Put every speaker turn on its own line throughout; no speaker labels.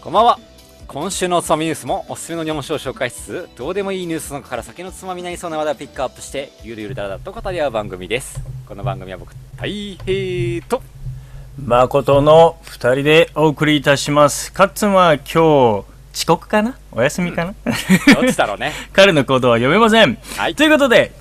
こんばんは今週のおつまみニュースもおすすめの日本酒を紹介しつつどうでもいいニュースの中から酒のつまみになりそうな話題をピックアップしてゆるゆるだらだらと語り合う番組ですこの番組は僕大平と
誠の2人でお送りいたしますカッツンは今日遅刻かなお休みかな、
どっちだろうね
彼の行動は読めません、
はい
ということで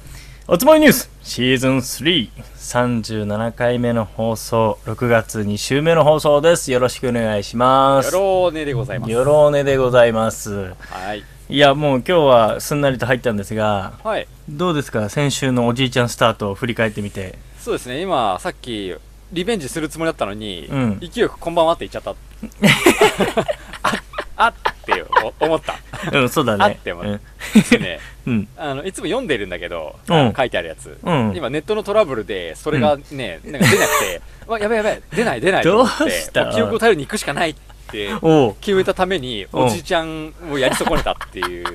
おつまみニュースシーズン337回目の放送6月2週目の放送ですよろしくお願いしま
よ
す
ろーねでございます
よろおねでございます
はい
いやもう今日はすんなりと入ったんですが
はい
どうですか先週のおじいちゃんスタートを振り返って みて
そうですね今さっきリベンジするつもりだったのに、
うん
勢いよく「こんばんは」って言っちゃった ああってお思った
うんそうだね
あって思うですね
うん
あのいつも読んでるんだけど、
うん
書いてあるやつ、
うん
今ネットのトラブルでそれがね、なんか出なく てわやばいやばい出ない出ないと
どう
思って
した
もう記憶を頼りに行くしかないって
おう
決めたために
うん
おじいちゃんをやり損ねたっていう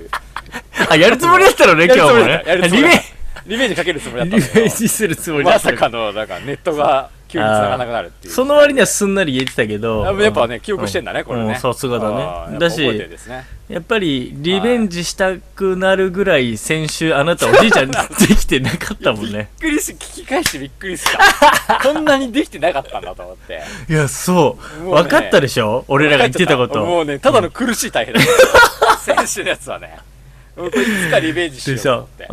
あやるつもりだったのね
やる
今
つも
日も
りだ
ね
ったやるつも
リ
りだ
ベ
っ
ン
たリベンジかけるつもりだったんだけ
リベン
ど
ジするつもりだ
ま
った
さ
けど
かのなんかネットが急に繋がらなくなるっていう
その割にはすんなり言えてたけど
あやっぱね記憶してんだね、
う
これ
う
ね
んさすが
あ
だ
ーや
ね
っぱ
だ
覚えてるん
し
ですね
やっぱりリベンジしたくなるぐらい先週あなたおじいちゃんできてなかったもんね
びっくりし聞き返してびっくりした こんなにできてなかったんだと思って
いやそう
もうね
分かったでしょ俺らが言ってたこ
も
と
うねただの苦しい大 変だった選手のやつはねもうこれいつかリベンジしよう
でし
と思
ょ
っ
う
て
んちょ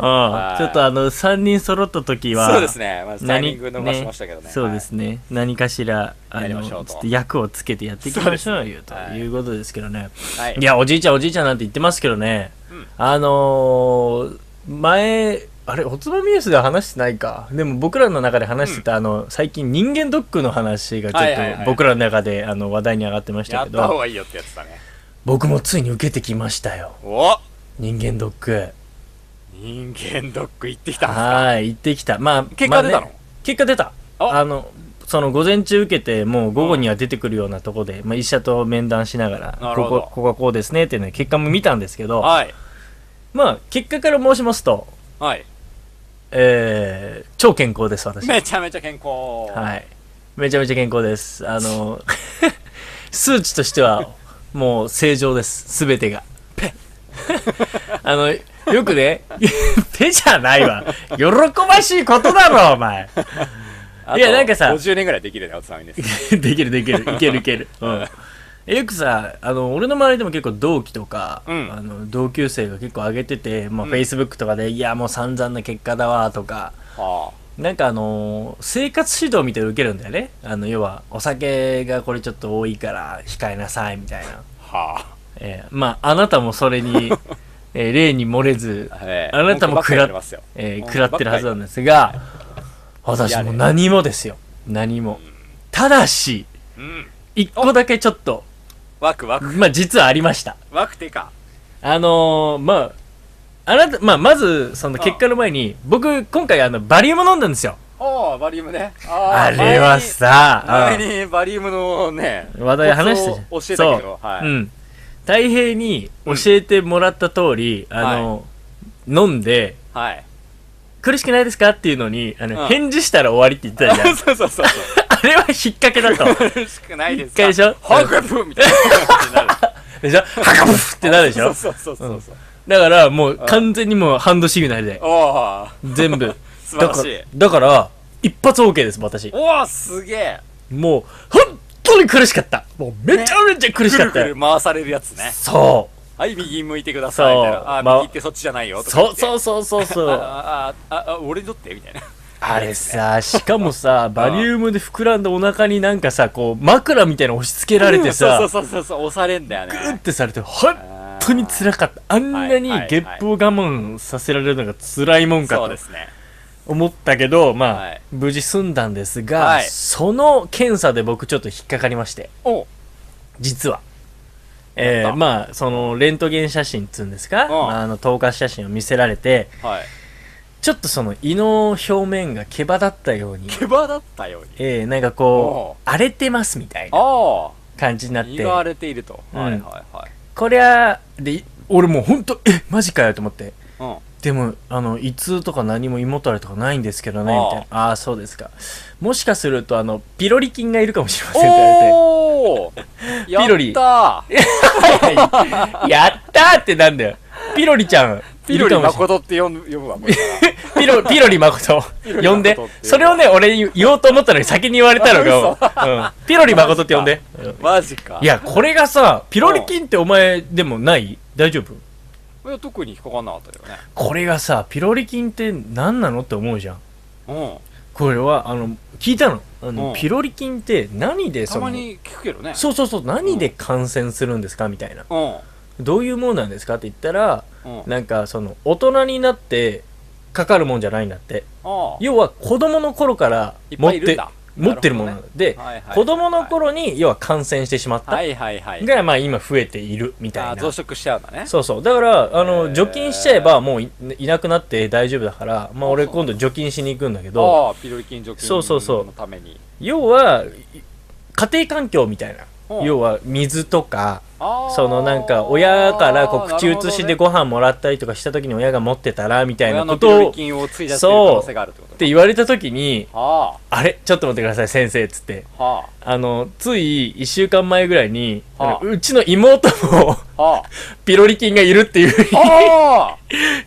っと
あ
あの3人揃った時は
そうですねまずタイミ
何
ング伸ばしましたけどね
そうですね、何かしらあ
やりま
の
し
ち
ょ
ょ
う
っ
と
と役をつけてやっていきましょ
そう
う
です
よと
はい
いうことですけどね、
はい
いや、おじいちゃん、おじいちゃんなんて言ってますけどね、
うん
あのー前、あれ、おつまみニュースでは話してないか、でも僕らの中で話してた、あの最近、人間ドックの話がちょ
はいはいは
っ
い
と僕らの中であの話題に上がってまし
や
た
っ
け
た方
ど、
がいいよってやつだね
僕もついに受けてきましたよ、
お
人間ドック。
人間ドック行ってきたんですか
はい、行ってきた。まあ、
結果出たの
まあね結果出た。
あ
あのその午前中受けてもう午後には出てくるようなとこで、まあ、医者と面談しなが
な
ら
る
こ
ほど
こここはこうですねっていうので結果も見たんですけど
はい
まあ結果から申しますと
はい
えー、超健康です、私。
めちゃめちゃ健康
はい。めちゃめちゃ健康です。あの、 数値としては、もう正常です、すべてが。 あの、よくね、 ペじゃないわ。喜ばしいことだろ、お前。
あと
いやなんかさ
50年ぐらいできるねおつまみです
できる、できる、いける、いける。うん。よくさ、あの、俺の周りでも結構同期とか、
うん
あの同級生が結構上げてて、まあ、
うん
Facebook とかで、いや、もう散々な結果だわ、とか、
あ
なんかあのー生活指導みたいなの受けるんだよねあの要はお酒がこれちょっと多いから控えなさいみたいな、
あは
えーまああなたもそ れに、えー例に漏れず
あ、ええ
あなたも
文句ばっかり
食ら
言わ
っ
れますよ
えー食らってるはずなんですが私もう何もですよ何もただし
うん
一個だけちょっと
ワクワク
まあ実はありました
ワクてか
あのーまああなた、まあ、まず、その結果の前に、僕、今回、あの、バリウム飲んだんですよ。
おおバリウムねあー
あれはさ、うん
前にバリウムのね
話題話して
コツを教えたけどはい
うん太平に教えてもらった通り、あの、飲んで
はい
苦しくないですかっていうのにあの、
うん
返事したら終わりって言ったじゃ ん
そうそうそうそ
あれは引っ掛けだと
う苦しくないです
一回でしょ
ハグプーみたいな感じになる
で しょハカブフってなるでしょ
そうそうそうそう
だからもう完全にもうハンドシグナルで
おおー
全部
素晴らしい
だからだから一発 OK です私
おおすげえ
もう本当に苦しかったもうめちゃめちゃ苦し
く
かっ
る
た
く
よ、
る回されるやつね
そ
はい右向いてくださいみたい
そう
なあー
まあ
右ってそっちじゃないよ
う
とか言
そ
っ
う
て
そうそうそうそう
あーあーあーあー俺にとってみたいな
あれさ、しか もさ、バリウムで膨らんだお腹になんかさ、こう、枕みたいなの押し付けられて
そ
さ
う、そうそうそう押されんだよね
グってされて、本当に辛かった。あんなに
はいはい
ゲップを我慢させられるのが辛いもんか
そう
と
ですね
思ったけど、
は
まあ
い、
無事済んだんです
は
が、
い
その検査で僕ちょっと引っかかりまして、
お
実は。え
やっ
ー、
た
まあ、その、レントゲン写真っつうんですか、
ん
まああの、透過写真を見せられて、
はい
ちょっとその、胃の表面が毛羽だったように、
毛羽だったように
えー、なんかこう、荒れてますみたいな
あ
感じにな
あ
って
身、が荒れていると、
うん
はいはいはい
こりゃ、で、俺もうほんと、え、マジかよと思って。
うん
でも、あの、胃痛とか何も胃もたれとかないんですけどね、
ああ
みたいな。ああー、そうですか。もしかすると、あの、ピロリ菌がいるかもしれませんって言われて。
おお ーやったー
ピロリやったーってなんだよ。ピロリちゃん。
ピロリ
いるかもしれ
誠って呼ん呼ぶわこれ
ピロピロリ誠
ピロリ誠っていう
呼んでそれをね俺言言おうと思ったのに先に言われたのが、うん、ピロリ誠って呼んで、うん
マジか
いやこれがさピロリ菌ってお前でもない大丈夫
いや特に引っかかんなかったけどね
これがさピロリ菌って何なのって思うじゃん
う
これはあの聞いたのあの、
うん
ピロリ菌って何で
んた
そ
ま
の
に聞くけどね
そうそうそう何で感染するんですかみたいな
うん
どういうもんなんですかって言ったら
うん
なんかその大人になってかかるもんじゃないんだって
ああ
要は子供の頃から
いっ
持
ぱ
っ
いいるん
て
だ
持ってるものな
な
の
るほどね
で、
はいはい
子供の頃に要は感染してしまった
はいはいはい
が、まあ今増えているみた
あ
い
ー増
な。
殖しちゃうんだね
そうそう。だから、あ
へ
の、
ー
除菌しちゃえばもういいなくなって大丈夫だから、まあ俺
そうな
今
ん
度除菌しに行くんだけど、
ああピロリ菌除菌
そうそうそう
のために
要は、い家庭環境みたい
う
な。
ん
要は水とか、
あー
そのなんか親からこう口
な
移しで
るほどね
ご飯もらったりとかした時に親が持ってたらみたい
親
な
の
こ
ピロ
と
リ菌
を、って
を継いだってる可能性があるってことね
言われた時に、
は
あれちょっと待ってください先生っつって。
あは
あの、つい1週間前ぐらいに、
はあ
あのうちの妹も
あは
ピロリ菌がいるっていうふうに
ああ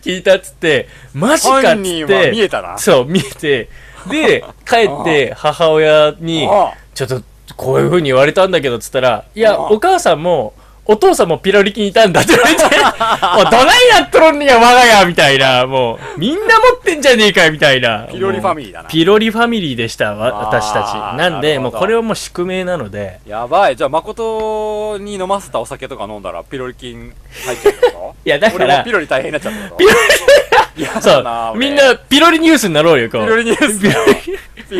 ー
聞いたっつって、マジかっつ
犯
っ
人は見
て、
えたな
そう、見え て、で、帰って母親に、
あ
ちょっとこういうふうに言われたんだけどっつったら、い
あ
や、
あ
お母さんも、お父さんもピロリ菌いたんだって言われ て、おどないやっとるんや、我が家みたいな、もう、みんな持ってんじゃねえかよみたいな。
ピロリファミリーだ
も
な
うピロリファミリーでした、わ私たち
あ。ー
なん
な
で、
る
も
ほど
うこれはもう宿命なので、
やばいじゃあ誠に飲ませたお酒とか飲んだらピロリ菌入っちゃうってこと
いやだから
俺もピロリ大変になっちゃった
ピロ
リ嫌
そ
だ
う
な俺
みんなピロリニュースになろうよ、こう。
ピロリニュースだよ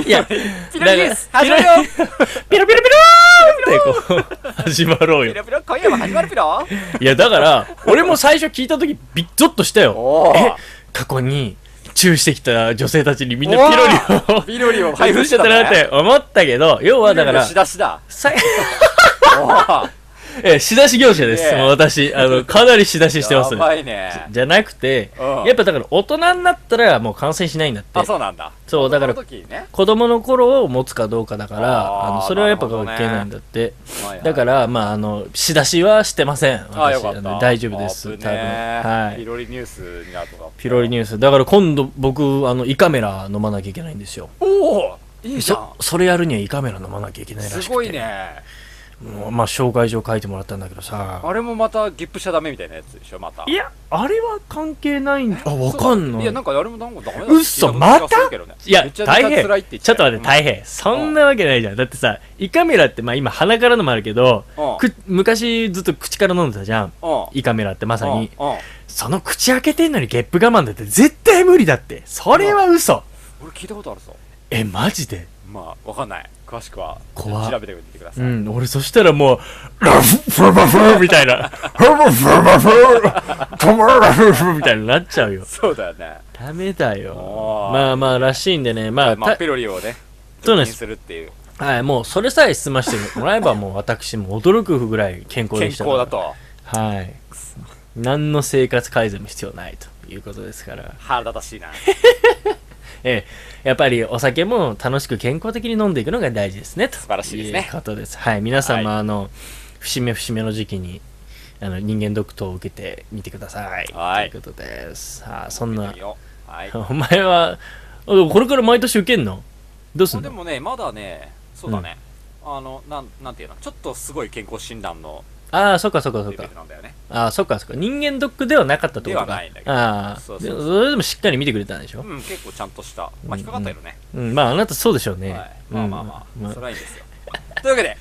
いや
ピロリニュース始まるよ
ピロピロピローンってこう、始まろう
ピ
よ。
ロピロ今夜も始まるピロ
いや、だから、俺も最初聞いた時びっゾッとした
お
よ。
ー
え、過去に、チューしてきた女性たちにみんなピロリを、
ピロリを 配布してたん
な
だ
っ
ね
て思ったけど、要はだから
し、だしだ
さ
おー
え、仕出し業者です。
ねえ
もう私、あの、かなり仕出ししてます
や。ばいね
じゃなくて、
うん
やっぱだから大人になったらもう感染しないんだって
あ。そうなんだ
そう、だから
その時にね
子供の頃を持つかどうかだから、
あー
あのそれはやっぱ
なるほ
関
どね
係ないんだって。
はいはい
だから、まあ、あの、仕出しはしてません。
あよ
私、
か
あ
っ
の
た
大丈夫で
危ね
す。多分。は
えピ
い。
ロリニュースになるとか
ピロリニュース。だから今度僕、あの、胃カメラ飲まなきゃいけないんですよ。
おおいいじゃん
そ、それやるには胃カメラ飲まなきゃいけないらしくて。
すごい。ね
もうまあ、紹介状書いてもらったんだけどさ。
あれもまたゲップしちゃダメみたいなやつでしょまた
いや、あれは関係ないんあ、わかんない。
いやなんかあれもなんかダメだ
うっそ、またいや、大変。ちょっと待って、大
変
変。そんなわけないじゃん。だってさ、胃カメラって、まあ今鼻からのもあるけど、
うん
く昔ずっと口から飲んでたじゃん。
うん
胃カメラってまさに。
うんうん
その口開けてんのにゲップ我慢だって絶対無理だって。それは嘘。
俺聞いたことあるぞ
え、マジで
まあわかんない詳しくは
怖っ
調べてみてくださ
う
い、
ん、俺そしたらもう、ラフフラバフみたいな、フラバフラバフトマラフフみたいになっちゃうよ。
そうだよね
ダメだ
お
よ。
ー
まあまあらしいんでね、まあ、
まあ
た
ピロリをね
そうなん
除
で
菌
す
するっていう
はい、もうそれさえ済ましてもらえばもう私も驚くぐらい健康
健
で
康
したから
だと
はい何の生活改善も必要ないということですから、
腹立たしいな
ええ、やっぱりお酒も楽しく健康的に飲んでいくのが大事ですねと素
晴らしいですね
うことですはい皆様、
は
あの節目節目の時期にあの人間ドクトを受けてみてください
はい
ということですあそんな
見てみようはい
お前はおこれから毎年受けんのどうすん
で
の
もねまだねそうだね、あのなんなんていうのちょっとすごい健康診断の
ああそっかそっかそ
レ
っ
ベ
か
ルなんだよね
ああ、そっかそっか。人間ドックではなかったってことか。
ではないんだけど
ああ、
そう
で
そうそう
もそれでもしっかり見てくれたんでしょ、
うん結構ちゃんとしたまあ引っかかったけどね、
うん、まあ、あなたそうでしょうね。
はい、
うん
まあまあまあ、
まあ
それはいいんですよ というわけで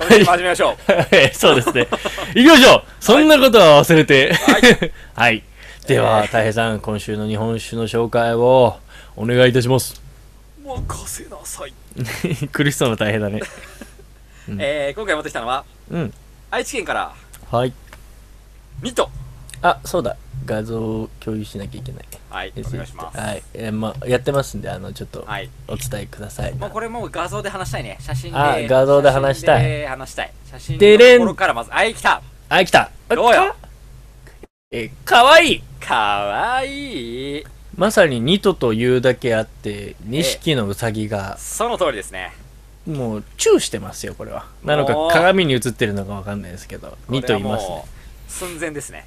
今週も始めましょ う
そうですね。行きましょうそんなことは忘れて。 はい。では、
えー
たい平さん、今週の日本酒の紹介をお願いいたします。
任せなさい、
苦しそうなたい平だね。うん
えー、今回持ってきたのは
うん。
愛知県から
はい。
ミト
あ、そうだ。画像を共有しなきゃいけない。
はいお願いします
はい。えーまあ、やってますんで、あの、ちょっと、
はい
お伝えください。
もうこれもう画像で話したいね写真で
あ画像で話したい
写真で話したい写真
で
の
れん
ところからまずあい来た
あ、来た
どうよ
え、かわいい
かわいい
まさに2頭というだけあって2匹のウサギが
その通りですね
もうチューしてますよこれはなのか
おー
鏡に映ってるのかわかんないですけど2と言います
これは
ね
もう寸前です ね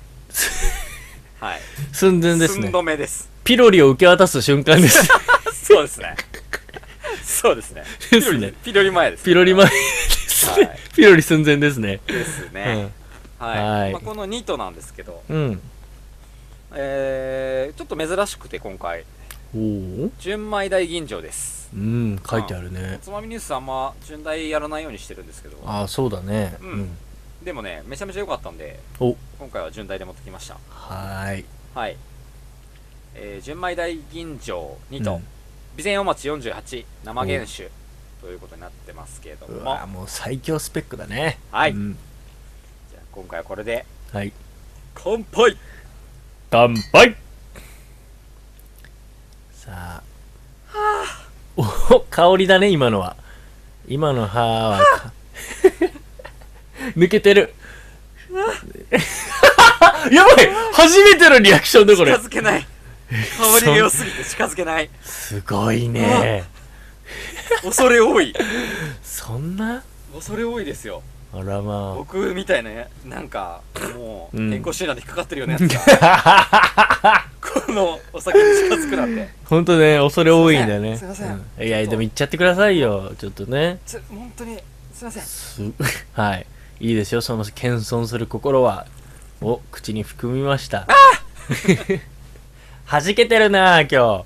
はい
寸前です
寸
ね
止めです
ピロリを受け渡す瞬間です
そうです ねそうですね
で
ピ
す
ロ
ね
リピロリ前です
ピロリ前ですね、
はい
ピロリ寸前ですね
ですね、はい、
はい
まあ、このニートなんですけど、
うん
えー、ちょっと珍しくて今回
おお
純米大吟醸です
うん書いてあるね
つまみニュースあんま純大やらないようにしてるんですけど
ああそうだね
うんでもねめちゃめちゃ良かったんで
お
今回は純大で持ってきました
はーい
はい、えー、純米大吟醸ニート、
うん
備前お町48生原酒ということになってますけれども
うわもう最強スペックだね
はい
うん
じゃあ今回はこれで
はい
乾杯
乾杯さあおお 香りだね今のは今の歯は か抜けてる やばい初めてのリアクションだこ
近
れ
づけない香りが良すぎて近づけない
すごいね
恐れ多い
そんな
恐れ多いですよ
あら ま
僕みたいなねなんかもう
うん
健康診断で引っかかってるようなやつが、このお酒に近づくなんて
あほんとね恐れ多いんだよね
すいませんすいま
うんいやでも言っちゃってくださいよちょっとね
ちょ本当にすいません
す はいいいですよその謙遜する心はを口に含みま したはじけてるなあ今日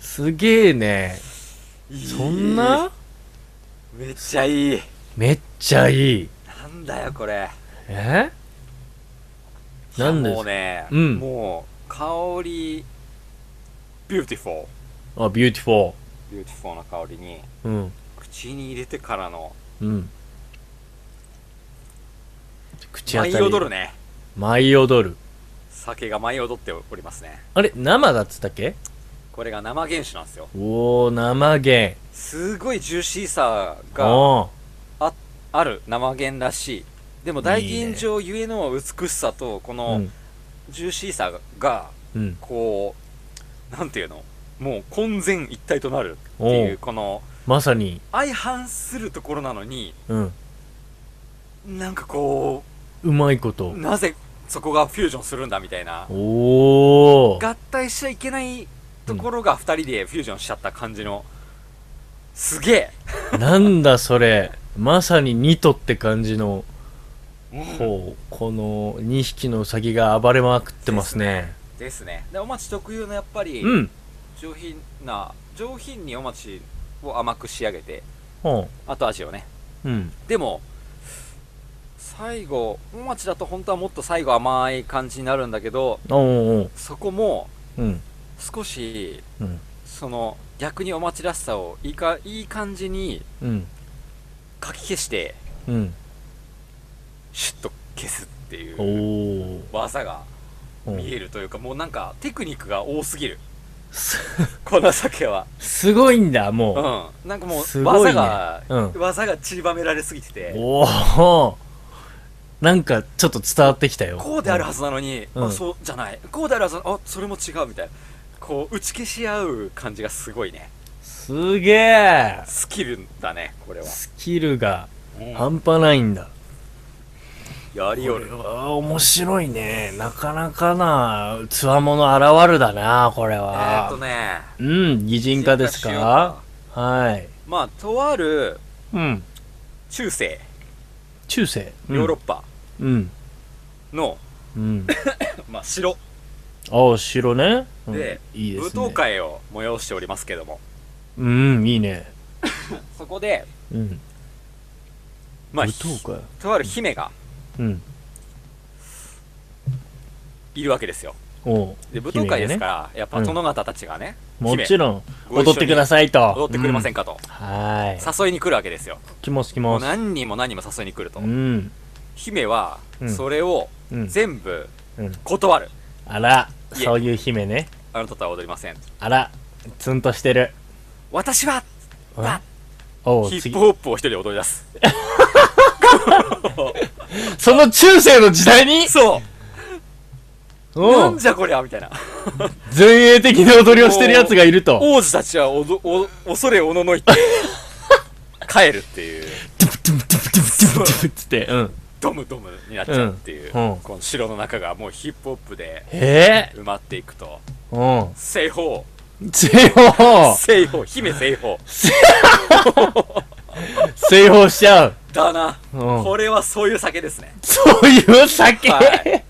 すげえねそんな
めっちゃいい
めっちゃいい
なんだよこれ
えなんです
もうね、
うん
もう香りビューティフォー
あビューティフォ
ビューティフォーな香りに
ーうん
口に入れてからの
うん口当た
舞
り
い踊るね
舞い踊る
酒が舞い踊っておりますね
あれ生だっつったっけ
これが生原酒なんですよ
おお生弦
すごいジューシーさが
お
ある生原らしいでも大
いいね
吟醸ゆえの美しさとこ
ーう
の
ん
ジューシーさが
うん
こうなんていうのもう混然一体となるってい
おう
うこの
まさに
相反するところなのに
うん
なんかこ
うまいこと
うなぜそこがフュージョンするんだみたいな
おお
合体しちゃいけないところが2人でフュージョンしちゃった感じのすげ
なんだそれまさにニトって感じの
え、
こうこの2匹のウサギが暴れまくってますね
ですねでお待ち特有のやっぱり
うん
上品な上品にお待ちを甘く仕上げて
ほ
後味をね
ううん
でも最後お待ちだと本当はもっと最後甘い感じになるんだけど
おうおう
そこも
うん
少し
うん
その逆にお待ちらしさをいいかいい感じに
うん
かき消して
うん
シュッと消すってい
お
う
ー
技が
お
見
う
えるというかもうなんかテクニックが多すぎる
す
この酒は
すごいんだも
うんなんかも
す
う
ごいね
技が、
うん
技が散りばめられすぎてて
うおおなんかちょっと伝わってきたよ
こうであるはずなのに、
うん
あそうじゃないこうであるはずあそれも違うみたいなこう打ち消し合う感じがすごいね
すげえ
スキルだねこれは、
スキルが
うん
半端ないんだ
やりよ
これ
る
は面白いねなかなかなつわもの現るだなこれ
えー、
は
っとね
うん擬人化です
進化しよう
かはい
まあとある
うん
中世
中世
ヨーロッ
ッ
パ
パうん
の、
うん
まあ、城
青白ね、うん、
で
いいで
舞
すね
踏会を催しておりますけども
うんいいね
そこで、
うん
まあ、
舞踏会
ひとある姫が
うん
いるわけですよ
おう
で舞踏会です
ら、
から、やっぱ
うん
殿方たちがね、
もちろん
ご一緒に
踊ってくださいと
踊ってくれませ
うん
かと、
んはーい
誘いに来るわけですよ
きますき
もう
ます
何人も何人も誘いに来ると、
うん
姫は
うん
それを
うん
全部
うん
断る、
あら
いえ
そういう姫ね
あなたとは踊りません
あらツンとしてる
私は
うん
わ
おう
ヒッ
次
プホップを一人で踊り出す
その中世の時代に
そう
お
な
うん
じゃこりゃみたいな
前衛的な踊りをしてるやつがいると
王子たちはおどお恐れおののいて帰るっていう
ドゥブドゥブドゥブドゥブドゥブドゥブっつって、うん。
ドムドムになっちゃうっていう、
うんうん
この城の中がもうヒップホップで
え
埋まっていくと
ぇ、ー、う
西方
ん。西方
西方姫西方
西方しちゃう。
だな、
うん
これはそういう酒です ね
そういう酒、
はい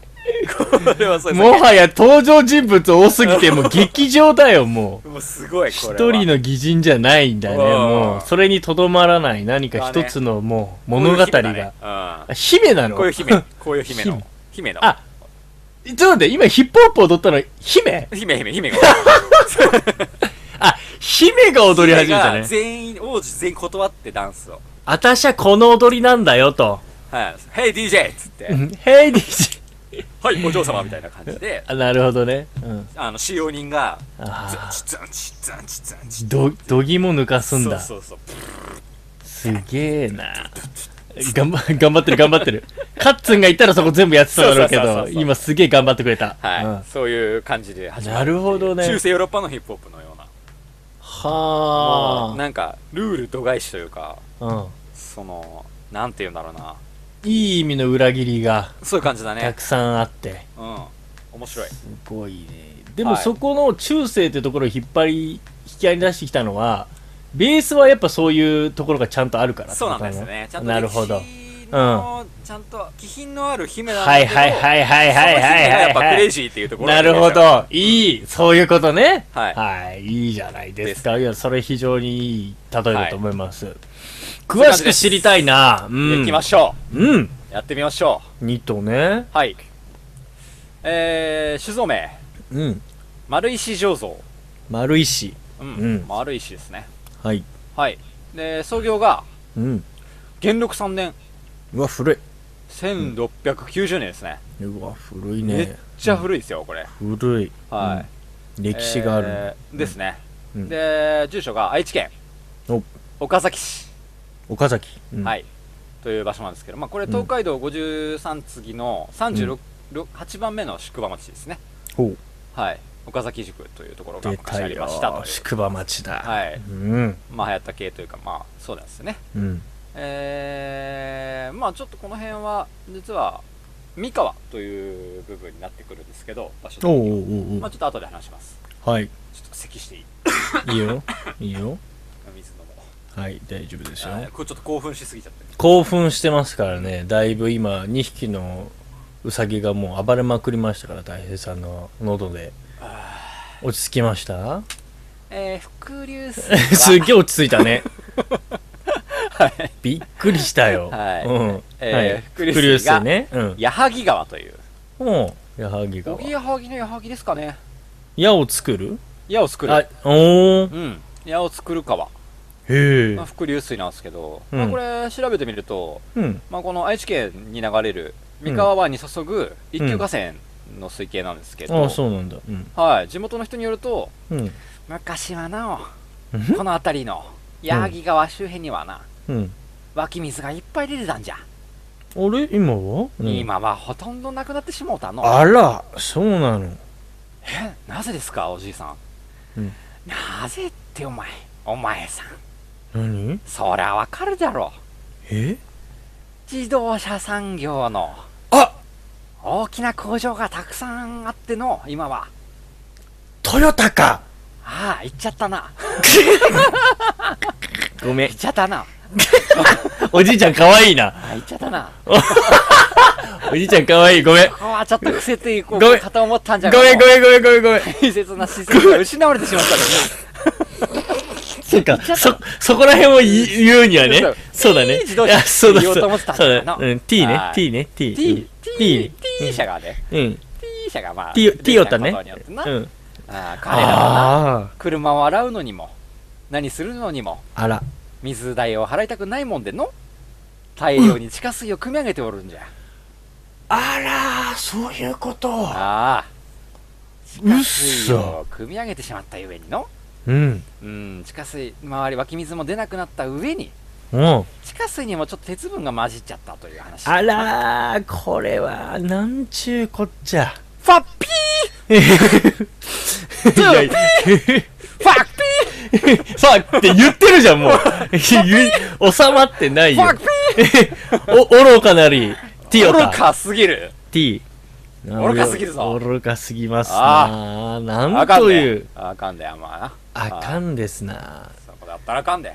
これはそういう
も
酒
はや登場人物多すぎて、もう劇場だよ、もう。
もうすごいこ
一
れは
人の擬人じゃないんだね、
うん
もう。それにとどまらない何か一つのもう物語
こういう姫だ
が
ね。うん
あ姫な の
こういう姫、 こういう姫の
姫、
姫の。
あちょっと待って、今ヒップホップ踊ったの、姫
姫、姫、姫が。
あ、姫が 踊り始めたね
が。全員、王子全員断ってダンスを。
私はこの踊りなんだよと。
はい。Hey DJ! っつって、
ヘイディ
はい、お嬢様みたいな感じで、
あ、なるほどね。うん。
あの、使用人が、ズン
あ
チ、ズンチ、ズンチ、ズンチ。
ーど、どぎも抜かすんだ。
そうそうそう。
すげえな。頑張、頑張ってる頑張ってる。カッツンがいたらそこ全部やってただろうけ
そうそうそう
ど、
そうそう
今すげえ頑張ってくれた。
はい、
うん
そういう感じで始まる。
なるほどね
中世ヨーロッパのヒップホップのような。もう
は
なんか、ルール度外視というか、
あ。うん。
その、なんて言うんだろうな。
いい意味の裏切りが
そういう感じだ
た
ね
く。さんあって。
うん。面白い。
すごいね。でも
はい
そこの中世ってところを引っ張り、引き合いに出してきたのは、ベースはやっぱそういうところがちゃんとあるから
そうなんですね。ちゃんと
なるほど
歴。史のちゃんと気品のある姫なんだ
は
け
い
ど、
はいはいはいは
そ
いはい
の姫がやっぱ
は
ク
い
レ
は
イ
い。
ジーっていうところ
なるほど。いい。そういうことね。
はい
はい。いいじゃないですか。いや、それ非常にいい例えだと思います。
ういう
詳
感
し
じ
く
です
知りたいな。う
行
ん。
きましょ
うん。
うやってみましょ
2とね。
うはいえー、酒造名
うん。
丸石醸造
丸石。
うん、
うん
丸石ですね
はい。
はいで創業が
うん。
元禄3年
うわ、古い。
1690年ですね、
うわ、古い
めっ
ね。
ちゃ古いですよこれ、
古い。
はい、
い。歴史があるね。
えーですね、
うん
で住所が愛知県
お
岡崎市
岡崎、うん、
はいい、という場所なんですけど、まあ、これ
ん
東海道53次の36、8番目の宿場町ですね、
ほう
はい、岡崎宿というところが
出
昔
た
ありましたとい
よ
う
宿場町だ、
はい
うん
まあ、流行った系というか、まあ、そうなんですね、
うん
えーまあ、ちょっとこの辺は実は三河という部分になってくるんですけど場所的
おうお
に
う
は
おうおう、
まあ、ちょっと後で話します
はい
ちょっと咳していい
いいよいいよ
水飲もう
はい大丈夫ですよ
あーこれちょっと興奮しすぎちゃって
興奮してますからねだいぶ今2匹のウサギがもう暴れまくりましたから大平さんの喉で落ち着きました
えー、伏流水
すっげえ落ち着いたね
はい
びっくりしたよ、
はい
うん
えー
はい、
伏流水が
伏ねうん
矢作川という
もう矢作
お
川
ぎやはぎのやはぎですかね
矢を作る
矢を作る
あお
う
お
ん矢を作る川、
へえ
まあ、伏流水なんですけど、
うん
まあ、これ調べてみると、
うん
まあ、この愛知県に流れる三河湾に注ぐ一級河川の水系なんですけど、
ああそうなんだうん
はい、地元の人によると
うん
昔はな
うん
おこの辺りの矢作川周辺にはな
うん
湧き水がいっぱい出てたんじゃ、
あれ今は、うん
今はほとんどなくなってしもうたの
あらそうなの
えなぜですかおじいさん、
うん
なぜってお前お前さん
何
そりゃわかるだろう
え
自動車産業の
あ
大きな工場がたくさんあっての今は
トヨタか
ああ行っちゃったな
ごめん
行っちゃったな
おじいちゃんかわいいな
ああ行っちゃったな
おじいちゃんかわいいごめん
ここはちょっと伏せていこう
ごめん
かと思ったんじゃ
ごめんご
ん
めんごめんごめんごめん
大切な視線が失われてしまったの
そっかそそこら辺を言う言うにはね
そう
そうだね
T 自動
い
車
やそうだ
言お
そう
と思
う
ってたんだ
そ
よな
うだうん T ね
はい
T ね T
に
T
T
T
T 社がね
うん
T 社がまあ
T
出てきた
T ヨタね
ことによってな
うん
ああ彼らはな
あ
車を洗うのにも何するのにも
ああら
水代を払いたくないもんでの大量に地下水を汲み上げておるんじゃ、
あらそういうこと
ああ地
う
下
っ
水
そ
を汲み上げてしまったゆえにの
うん
うん地下水周り湧き水も出なくなった上に
うん
地下水にもちょっと鉄分が混じっちゃったという話
あらー、これは、なんちゅうこっ ちゃ。
ファッピ
いやいや
ーファッピ
ァックって言ってるじゃ ん、もう。 ゆ収まってないよ。 お、愚かなり、ティオタ。
愚かすぎる
T。
愚かすぎるぞ
愚かすぎますなあなん
あかん
とい
で
う。
あかんであまあな
あかんですな
そこだったらあかんで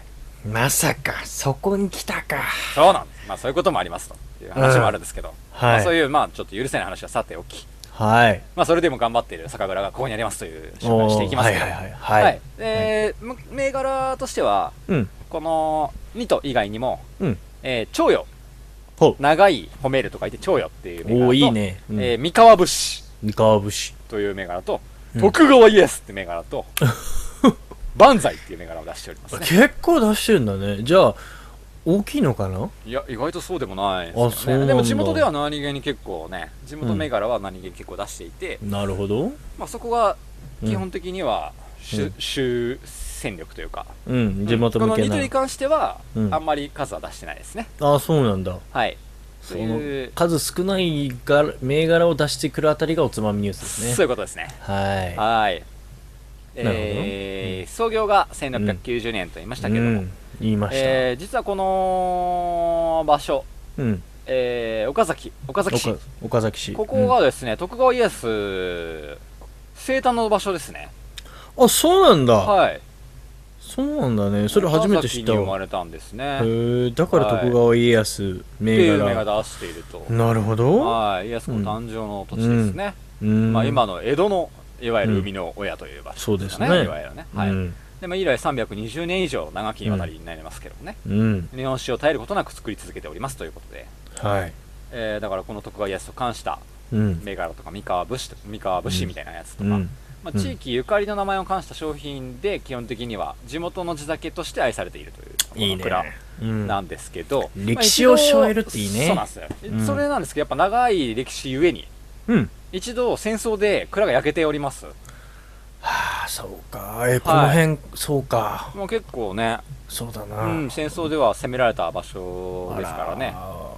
まさか、そこに来たか。
そうなんですまあそういうこともありますという話もあるんですけど、まあ、
は
そう
い。
いうまあちょっと許せない話はさておき
はい。
まあそれでも頑張っている酒蔵がここにありますという紹介を
お
してい
ー
きます
はい
けど
はいはい。は
はいい。でむ銘柄としては
うん。
このニト以外にも、
うん
えー長与
ほう。
長い褒めると書いて長与っていう銘柄と
おーいいね。うん
えー三河武士
三河節。
という銘柄と、
うん
徳川イエスって銘柄 と万歳っていう銘柄を出しておりますね
結構出してるんだね。じゃあ、大きいのかない
や意外とそうでもないです
あそうな
ね
んだ
でも地元では何気に結構ね地元銘柄は何気に結構出していて、
なるほど。
まあ、そこが基本的には
う
主
ん
主戦力というか、
うん、地元向
この
け
ニト
な
に。関しては、
うん
あんまり数は出してないですね
あ、そうなんだ。
はい
そ
という
の数少ないが銘柄を出してくるあたりがおつまみニュースです
そうい
ね。
うことですね
は
はい
なるほど
えー創業が1690年と言いま
い。
したけども、
うん、言いました。
えー実はこの場所、
うん。
えー岡崎岡崎市
岡岡崎市。
ここがですね、徳川家康生誕の場所ですね
うんあ、そうなんだ。
はい
そうなんだね。それ初めて知った
岡崎に生ま
わ。
れたんです
へ
ねって
ーだから徳川家康銘
いう目
柄。
が出していると
なるほど。
はい家康の誕生の土地ですね、
うん
まあ、今の江戸のいわゆる生みの親という場所か
うんそうですね
いわゆるね、はい
うん。
でも以来320年以上長きにわたりになりますけどもね、
うん。
日本史を絶えることなく作り続けておりますということで、
はい。
えーだからこの徳川家康と関した
うん。
銘柄とか三河武士とか三河武士みたいなやつと
う
か、
ん。
まあ、
うん
地域ゆかりの名前を冠した商品で基本的には地元の地酒として愛されているという
いいね
この。
うん
蔵なんですけど、
うん
まあ
歴史を背負えるっていいね
一度そうなんですよ、
うん
それなんですけどやっぱ長い歴史ゆえに
うん。
一度戦争で蔵が焼けております
はあ、そうか。え、この辺、そうか。
もう結構ね、
そうだ
う
な。
ん、戦争では攻められた場所ですからね
あ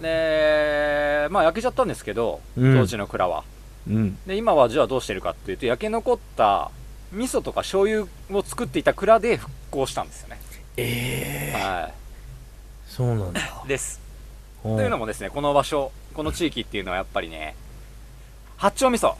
ら
でまあ焼けちゃったんですけど
うん
当時の蔵は、
うん。
で今はじゃあどうしてるかっていうと焼け残った味噌とか醤油を作っていた蔵で復興したんですよね、
ええ
は
そうなんだ。
い、です
と
というのもですねこの場所この地域っていうのはやっぱりね八丁味噌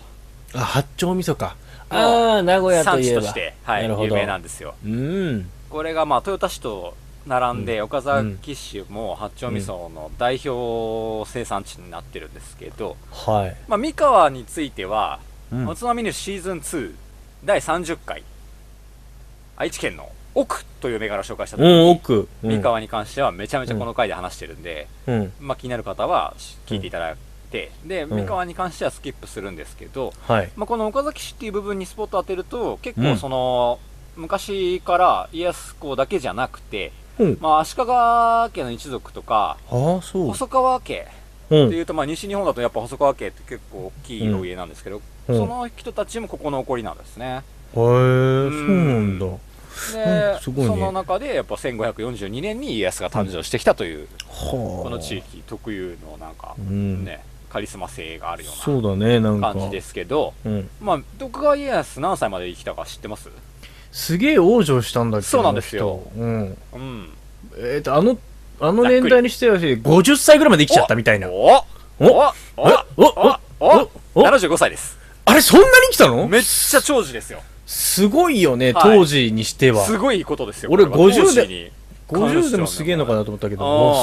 あ、八丁味噌か。ああ、名古屋と
産
い
地
えば。
として、はい、
なるほど
有名なんですよ
うん。
これがまあ豊田市と並んで、
う
岡崎市も八丁味噌の代表生産地になってるんですけど、
はい。
まあ、三河については、
うん
おつまみニュースシーズン2第30回愛知県の奥という銘柄を紹介した時
うん、
に、
奥。うん
三。河に関してはめちゃめちゃこの回で話してるんで、
うん。
まあ、気になる方はし聞いていただいて、で
うん
三河に関してはスキップするんですけど、
はい。
まあ、この岡崎市っていう部分にスポット当てると結構その、昔から家康公だけじゃなくて、
うん。
まあ、足利家の一族とか
ああ、そう。
細川家
う
って
ん。
いうと、まあ、西日本だとやっぱ細川家って結構大きいお家なんですけど、
うん
その人たちもここの残りなんですね。
へえ、そうなんだ。
で
うん、すごいね
その中でやっぱ1542年に家康が誕生してきたという、
はあ。
この地。域特有のなんか
う、ん。
ねカリスマ性があるよ
そうだね、な
うんな
か。
感じですけど、
うん。
まあ、徳川家康何歳まで生きたか知ってます
すげえ往生したんだけど。
そうなんですよ
あの人。うん。
うん。
えっと、あの、あの年代にしては、50歳ぐらいまで生きちゃったみたいな。
おおお
お
お
おお
お
おお
75歳です。
あれ、そんなに生きたの
めっちゃ長寿ですよ。
すごいよね、
はい
当時にしては。
すごいことですよ。
俺
これは
50で
当時に
50でもすげえのかなと思ったけど、
あ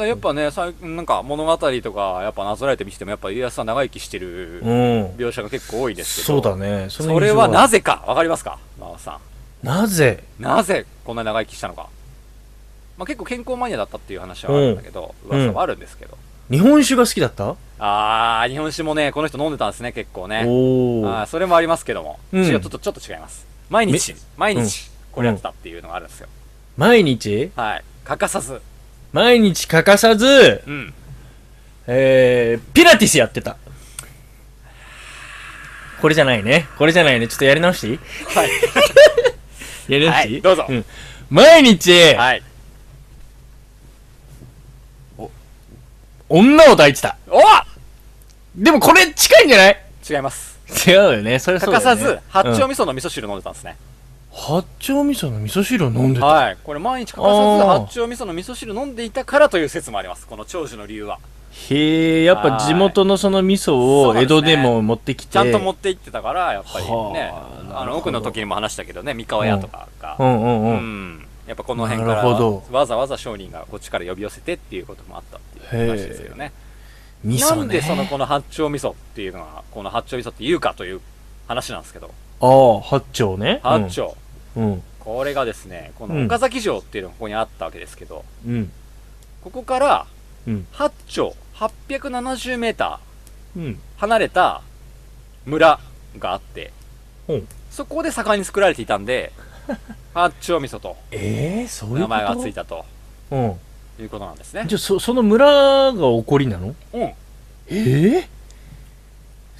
あ
そ
やっぱねさいなんか物語とかやっぱなぞらえてみてもやっぱ家康は長生きしてる
う。うん。
描写が結構多いですけ
そ
ど
うだね。その
それは
印象
なぜかわかりますか馬場さ
なぜ
んなぜこんな長生きしたのか、まあ、結構健康マニアだったっていう話はあるんだけど、
ん
噂はあるんですけど、
日本酒が好きだった
あー日本酒もねこの人飲んでたんですね結構ね
お
あー
ー。
それもありますけども、
うん
違うちょっとちょっと違います毎日毎日これやってたっていうのがあるんですよ、
毎日
はい欠かさず
毎日欠かさず、
うん
えー、ピラティスやってた。これじゃないね。これじゃないね。ちょっとやり直していい
はい、
やり直していい、
はいどうぞ
ん毎日、
はい、
女を抱いてた。
お
でもこれ近いんじゃない
違います
違うよね。それはそ
欠
うだ
か
よ
さ
ね
ず八丁
うん
味噌の味噌汁飲んでたんですね、
八丁味噌の味噌汁を飲んでた、
はい。これ毎日欠か
あ
さ
ー
ず八丁味噌の味噌汁飲んでいたからという説もあります。この長寿の理由は。
へえやっぱ地元のその味噌
そう
を
なん
江
ですね
戸でも持ってきて
ちゃんと持って行ってたから、やっぱりね
はあ。な
あ
るほど
の、奥の時にも話したけどね、三河屋とか
う
が。
んうんう、
うんん。やっぱこの辺から
なるほど
わざわざ商人がこっちから呼び寄せてっていうこともあったっていう話ですけどね。
味
な
噌ね
んでそのこの八丁味噌っていうのが、この八丁味噌って言うかという話なんですけど、
ああ八丁ね
八丁。
うんうん、
これがですね、こ
う
の
ん
岡崎城っていうのがここにあったわけですけど、
うん
ここから
うん
八丁、870メータ
うん
ー離れた村があって、
うん
そこで盛んに作られていたん で、八丁味噌と
えー、そういうこと
名前がついたと
うん
いうことなんですね。
じゃあそその村が起こりなの
うん。
ええ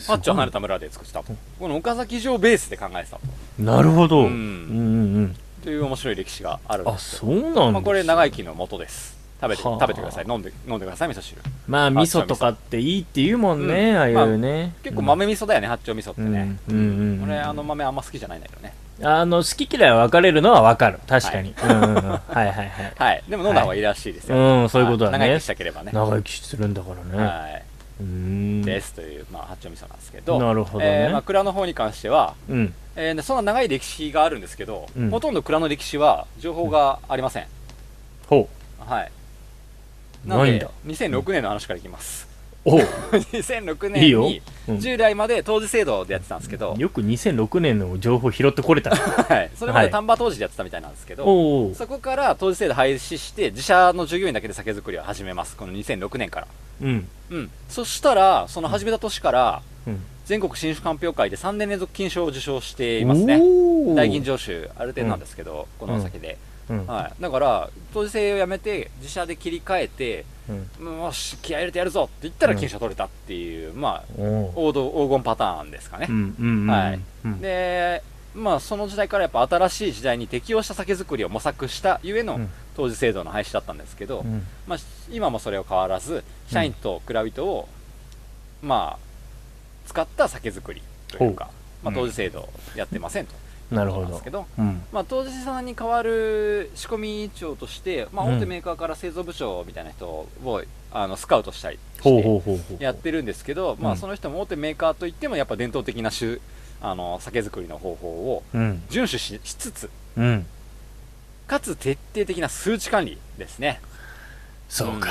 八丁離れた村で作ってたと。この岡崎城ベースで考えてたと。
なるほど、
う
う
ん。
んうんうん
という面白い歴史があるん
あ
ですけど。
そうなん
ま
だ
あ、これ長生きの元です。食べて、
はあ
食べてください。飲んで、飲んでください、味噌汁。
まあ味噌とかっていいって言うもんね、
うん
ああいうね、
結構豆味噌だよね、八丁味噌ってね。
うんうんうんうん
俺、あの豆あんま好きじゃないんだけどね。
あの好き嫌い分かれるのは分かる確かに、うんうんうんはいはいはい
はい。でも飲んだ方がいいらしいですよ。
うんそういうことだ
長生
ね
きしたければね。
長生きするんだからね、
は
う
い。
ーん
ですという、まあ、八丁味噌なんですけど。
なるほどね
えーまあ、蔵の方に関しては、
うん
えーねそんな長い歴史があるんですけど、
うん
ほとんど蔵の歴史は情報がありません。
ほ
はい。
う
なの
ないん
で
だ、
2006年の話からいきます。
おう、
2006
いい
年
よ
に、、
うん
従来まで当時制度でやってたんですけど、
よく2006年の情報拾ってこれた
はい。それま
は
で
い
丹波当時でやってたみたいなんですけど、
おう
そこから当時制度廃止して、自社の従業員だけで酒造りを始めます。この2006年から。
うん
うん。そしたら、その始めた年から、
うん
全国新酒鑑評会で3年連続金賞を受賞していますね。
お
大吟
醸
醸酒、ある程度なんですけど、このお酒で。
うん
はい。だから、当時制をやめて、自社で切り替えて、
う
う
ん
んよし、気合い入れてやるぞって言ったら
うん
金賞取れたっていう、まあ、
おう
王道、黄金パターンですかね
う。んうんうん
はい
うん
で、まあ、その時代からやっぱ新しい時代に適応した酒造りを模索したゆえ
う
の
ん
当時制度の廃止だったんですけど、
うん
まあ、今もそれを変わらず社員と蔵人を、まあ、使った酒造りというか、ま
ほう
あ、当時制度やってませんと、
なるほ
なんで
ど
すけど、
うん
まあ、当時さんに代わる仕込み長として、まあ、
うん
大手メーカーから製造部長みたいな人をあのスカウトしたりして
ほうほうほうほう
やってるんですけど、ま
う
あ、
ん
その人も大手メーカーといってもやっぱ伝統的な酒あの酒造りの方法を
うん
遵守ししつつ
うん
かつ徹底的な数値管理ですね
そうか、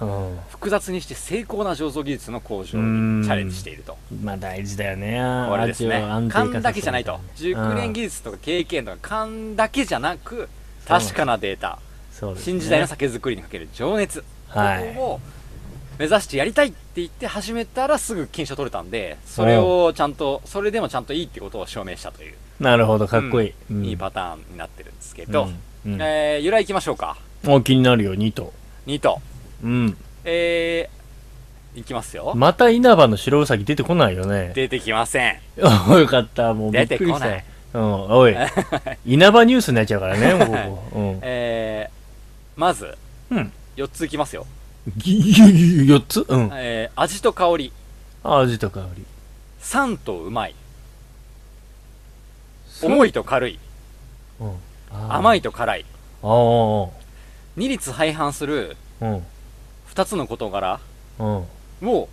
うん
複雑にして精巧な醸造技術の向上にチャレンジしていると
まあ大事だよね。
これですね
味を安定化させる
勘だけじゃないと熟練技
うん
術とか経験とか勘だけじゃなく確かなデータ、
そうですね
新時代の酒造りにかける情熱、
はい
ここを目指してやりたいって言って始めたらすぐ金賞取れたんでそれをちゃんとそれでもちゃんといいってことを証明したという、
なるほど、かっこいい。うん
いいパターンになってるんですけど、
うんうん
えー由来いきましょうか
もう気になるよ、2頭。
2と
うん。
えー、いきますよ、
また稲葉の白ウサギ出てこないよね。
出てきません
お よかった、もうびっくり
出
し
てこな
た
い。
うん、おい。稲葉ニュースになっちゃうからね、もうここ。
えー、まず
うん。うん。
4ついきますよ、
4つうん。
えー、味と香り
味と香り。
酸とうまい重いと軽い
うん。
甘
い。
いと辛い
あー
二律背反する
あー。
2つの事柄
うん。うん。
を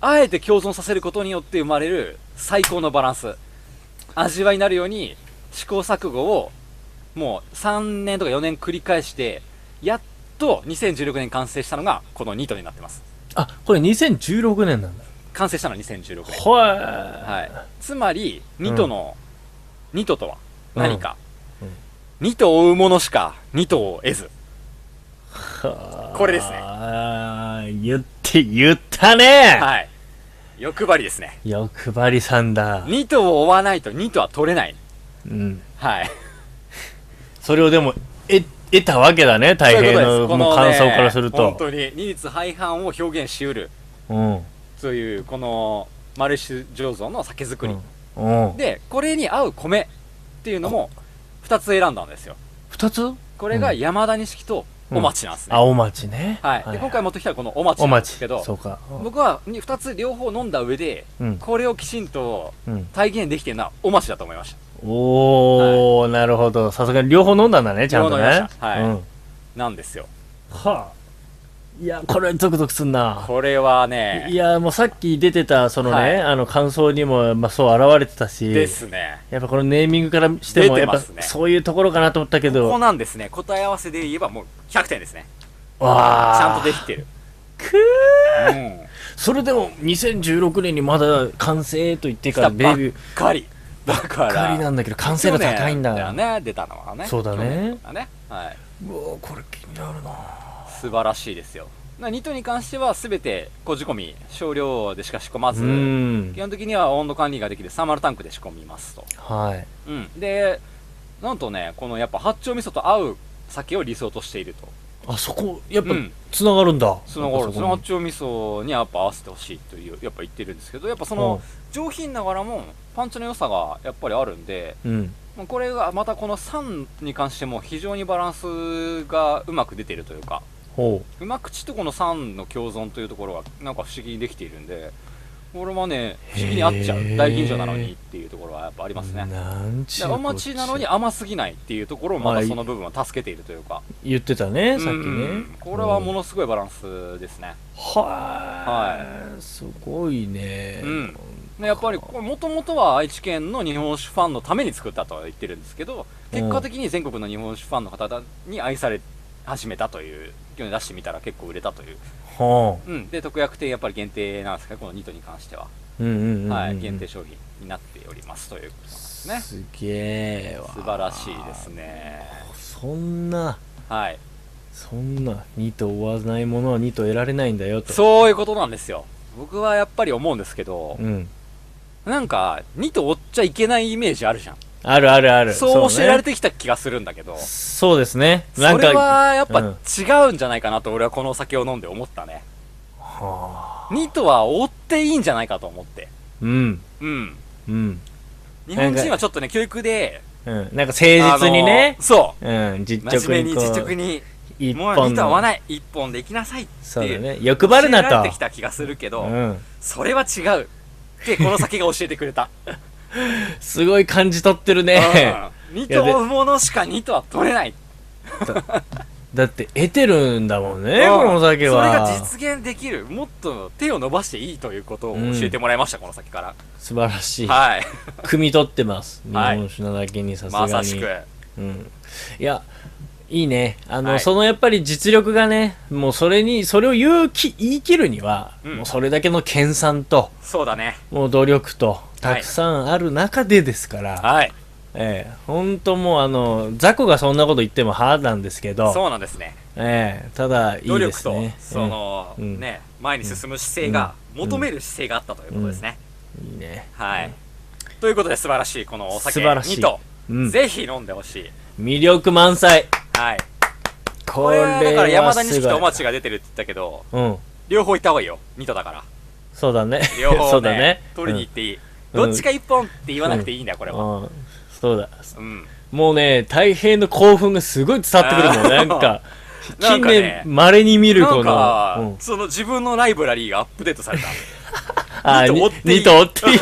あえて共存させることによって生まれる最高のバランス味わいになるように試行錯誤をもう3年とか4年繰り返してやっと2016年完成したのがこのニートになってます
あ、これ2016年なんだ。
完成したのは2016年
は
はい、つまりニトの、ニトとは何か、
うんうん
ニトを追うものしかニトを得ずこれですね
あー言って、言ったね、
はい欲張りですね
欲張りさんだ。
ニトを追わないとニトは取れない
うん。
はい
それをでも、え、得たわけだね、太平
そういう
の
ことです
もう
この
感
ね
想からする
本
と。
当に二律背反を表現しうる
うん。
というこのマルシュ醸造の酒造り、
うん。うん
でこれに合う米っていうのも2つ選んだんですよ
二つ
これが山田錦とお町なんですね、
青町ね。
はい、で今回持ってきたのはこのお町
お
なんです
町
けど。
そうか。
僕はに2つ両方飲んだ上で
うん。
これをきちんと
うん。
体現できてるのはおましだと思いました
おー、なるほど。さすがに両方飲んだんだね、ちゃんと
両方飲み
ね
ま。したはい
うん
なんですよ。
はあ。いや、これゾクゾクすんな。
これはいね、
や、もうさっき出てた、そのね、
はい
あの、感想にも、まあ、そう現れてたし。
ですね。
やっぱこのネーミングからしても、
出
や
て
っぱ
ますね
そういうところかなと思ったけ
こ
ど。
こなんですね。答え合わせで言えばもう100点ですね。ち
わあ。
ゃんとできてる。
くー
うん。
それでも、2016年にまだ完成と言って
来
から、
た
ベ
ば
イ
っ
ビュー
かり。だから。
ばっかりなんだけど、完成度高いんだ。
去年よね、出たのはね。
そうだね
去年だね。はい。
うわこれ気になるな。
素晴らしいですよ。なニットに関しては全てこじ込み、少量でしか仕込ま
う
ず、
ん
基。本的には温度管理ができるサーマルタンクで仕込みますと。
はい。
うん。で、なんとね、このやっぱ八丁味噌と合う酒を理想としていると。
あそこ、やっぱ
うん、
つながるんだ。
その頃、その
や
八
っぱ
丁味噌にやっぱ合わせてほしいという、やっぱ言ってるんですけど、やっぱそ
そ
の
こ
上品ながらもパンチの良さがやっぱりあるんで、
に、うん。
まあこれがまたこの酸に関しても非常にバランスがうまく出てるというか、
ほ
うま口とこの酸の共存というところがなんか不思議にできているんで、俺はね、不思議に合っちゃ
へ
う。
ー
大吟醸なのにっていうところはやっぱあり
う。
ますね。
なんちゅ
で
うこっちゃ
甘町なのに甘すぎないっていうところをまたその部分は助けているというか、
言ってたね、さっ
う
き
んう
ね
ん。これはものすごいバランスですね。
はーい。すごいね。
うんねやっぱりもともとは愛知県の日本酒ファンのために作ったとは言ってるんですけど結果的に全国の日本酒ファンの方々に愛され始めたという世に出してみたら結構売れたという、
はあ。
うん、で特約店やっぱり限定なんですかねこのニトに関しては、
うんうんうんうん。
はい、限定商品になっておりますということですね
すげえわ。
素晴らしいです。ね
そんな、
はい
そんな、2と追わないものは2と得られないんだよと。
そういうことなんですよ僕はやっぱり思うんですけど、
うん。
なんか2と追っちゃいけないイメージあるじゃん
あるあるある。
そう教えられ
て
てきた気がするんだけど、
そうですね。な
そ
んか、
れはやっぱ
うん
違うんじゃないかなと俺はこのお酒を飲んで思ったね。
はあ
2とは追っていいんじゃないかと思って。
うん。
うん。
うん。
日本人はちょっとね、教育で、
うん。なんか誠実にね
あの。そう。
うん。実
真
直
面目
にこ
に
う。
実直に、
一
もう
本
2とは
の
追わない。1本で行きなさいっていう。
そうだね。欲張るな
教えら
と
れてき。た気がするけど、
うん。
それは違う。って、この酒が教えてくれ た。
すごい感じ取ってるね。
2と追うものしか2とは取れない。
だって得てるんだもんね、
うん
このお酒は。
それが実現できる。もっと手を伸ばしていいということを教えてもらいました、この酒から。
素晴らしい。
はい。
汲み取ってます。日
はい
本酒なだけにさすが
ま
に。
さしく。
うん。いや、いいね。あの、
はい
そのやっぱり実力がね、もうそれに、それを言うき、言い切るには、
うん
もうそれだけの研鑽と、
そうだね。
もう努力と、たくさんある中でですから、
はい。
ええ本当もうあの、雑魚がそんなこと言ってもはなんですけど、
そうなんですね。
ええただ、いいですね。
努力と、そ
え
の、
うん
ね、前に進む姿勢が、
うん
求める姿勢があったということですね。
えいいね。
はい。ということで、素晴らしい、このお酒
素晴らしい
2と、
うん。
ぜひ飲んでほしい。
魅力満載。
はい。
こ
こ
れ
れ
は
は、だから山田
す
錦
ごい
とお待ちが出てるって言ったけど、
うん。
両方行った方がいいよ。2とだから。
そうだね。
両方、ね、
そうだね。
取りに行っていい。
うん
どっちか1本って言わなくていいんだよ、これは。
うん。そうだ。
うん。
もうね、太平の興奮がすごい伝わってくるもん。
あ
な
ー
んか、
なん
近
かね
年、稀に見る
な
こ
んか、
の、
その自分のライブラリーがアップデートされた。
あ
二と追っ
ー、
ていい
2と追ってい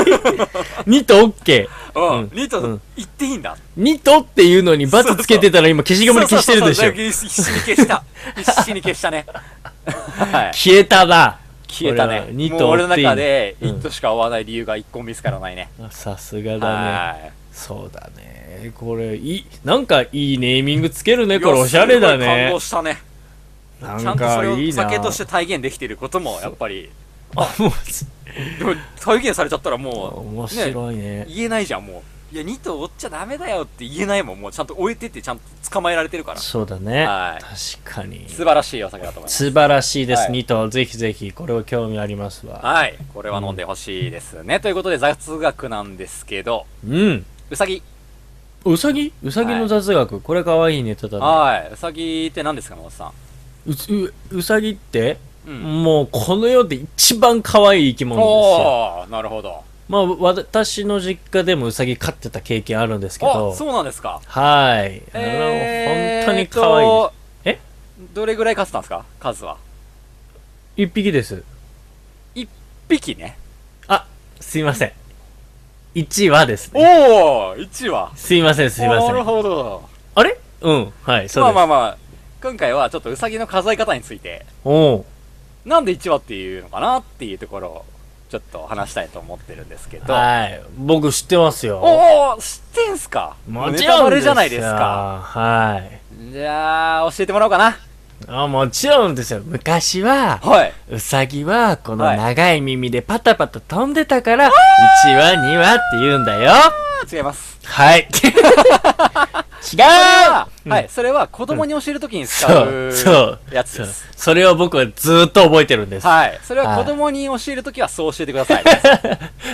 い。2と OK。
うん。
うん
2
う
と
ん
行っていいんだ。
2とっていうのにバツつけてたら今消しゴムで消してるでし
そう
ょ
そう。そうそう必死に消した。必死に消したね。はい。
消えたな。
消えたね。
二
もう
と
俺の
追っていい
中。で、
うん
1としか追わない理由が1個見つからないね。
あさすがだね。
はい。
そうだね。これ、いい、なんかいいネーミングつけるね。こ
い
れ
や
おしゃれだ
すごい感
ね
動。したね。
な
ちゃ
ん
んとそ
か
れ
い
を
いな。
酒として体現できていることも、やっぱり。
あ、もう、
でも体現されちゃったらも
面
う、ね、
白いね。
言えないじゃん、もう。いや、2と追っちゃダメだよって言えないもん。もうちゃんと追えてって、ちゃんと捕まえられてるから。
そうだね。
は
確かに。
素晴らしいお酒だと思います。
素晴らしいです、
はい
ニト。ぜひぜひ、これは興味ありますわ。
はい。これは飲んでほしいですね。ということで、雑学なんですけど、
うん。
うさぎ。
うさぎうさぎの雑学、これ可愛いネタだね。
はい。うさぎって何ですか、野本さん。
うううさぎって、
うん。
もうこの世で一番可愛い生き物ですよ。
おー、なるほど。
まあ、わ私の実家でもうさぎ飼ってた経験あるんですけ
あ、
ど。
そうなんですか。
はい。あの本当に可
え
愛い
ーっと
え
どれぐらい勝ったんですか数は。
です。一匹です。
一匹ね。
あ、すいません。 1はですね。
おお !1 話
すいません、すいませ
なる
ん。
ほど。
あれうん、はい、そう
ま
で
あ
す。
まあまあ、今回はちょっとウサギの数え方について、
おう
なんで1話っていうのかなっていうところを、ちょっと話したいと思ってるんですけど。
はい。僕知ってますよ。
おお知ってんすか
もち
ネタ
ろ
バ
んですよ。
レじゃないですか。
はい。
じゃあ、教えてもらおうかな。
あもちろんですよ。昔は、
はい。
ウサギはこの
はい
長い耳でパタパタ飛んでたから、1話、2話って言うんだよ。
あー違います。
はい。
それ
違
は、
うん
はい、それは子供に教えるときに使
そう
う
そう
やつ
う
で
そう
す。
それを僕はずーっと覚えてるんです。
はい。それは
はい
子供に教えるときはそう教えてくださ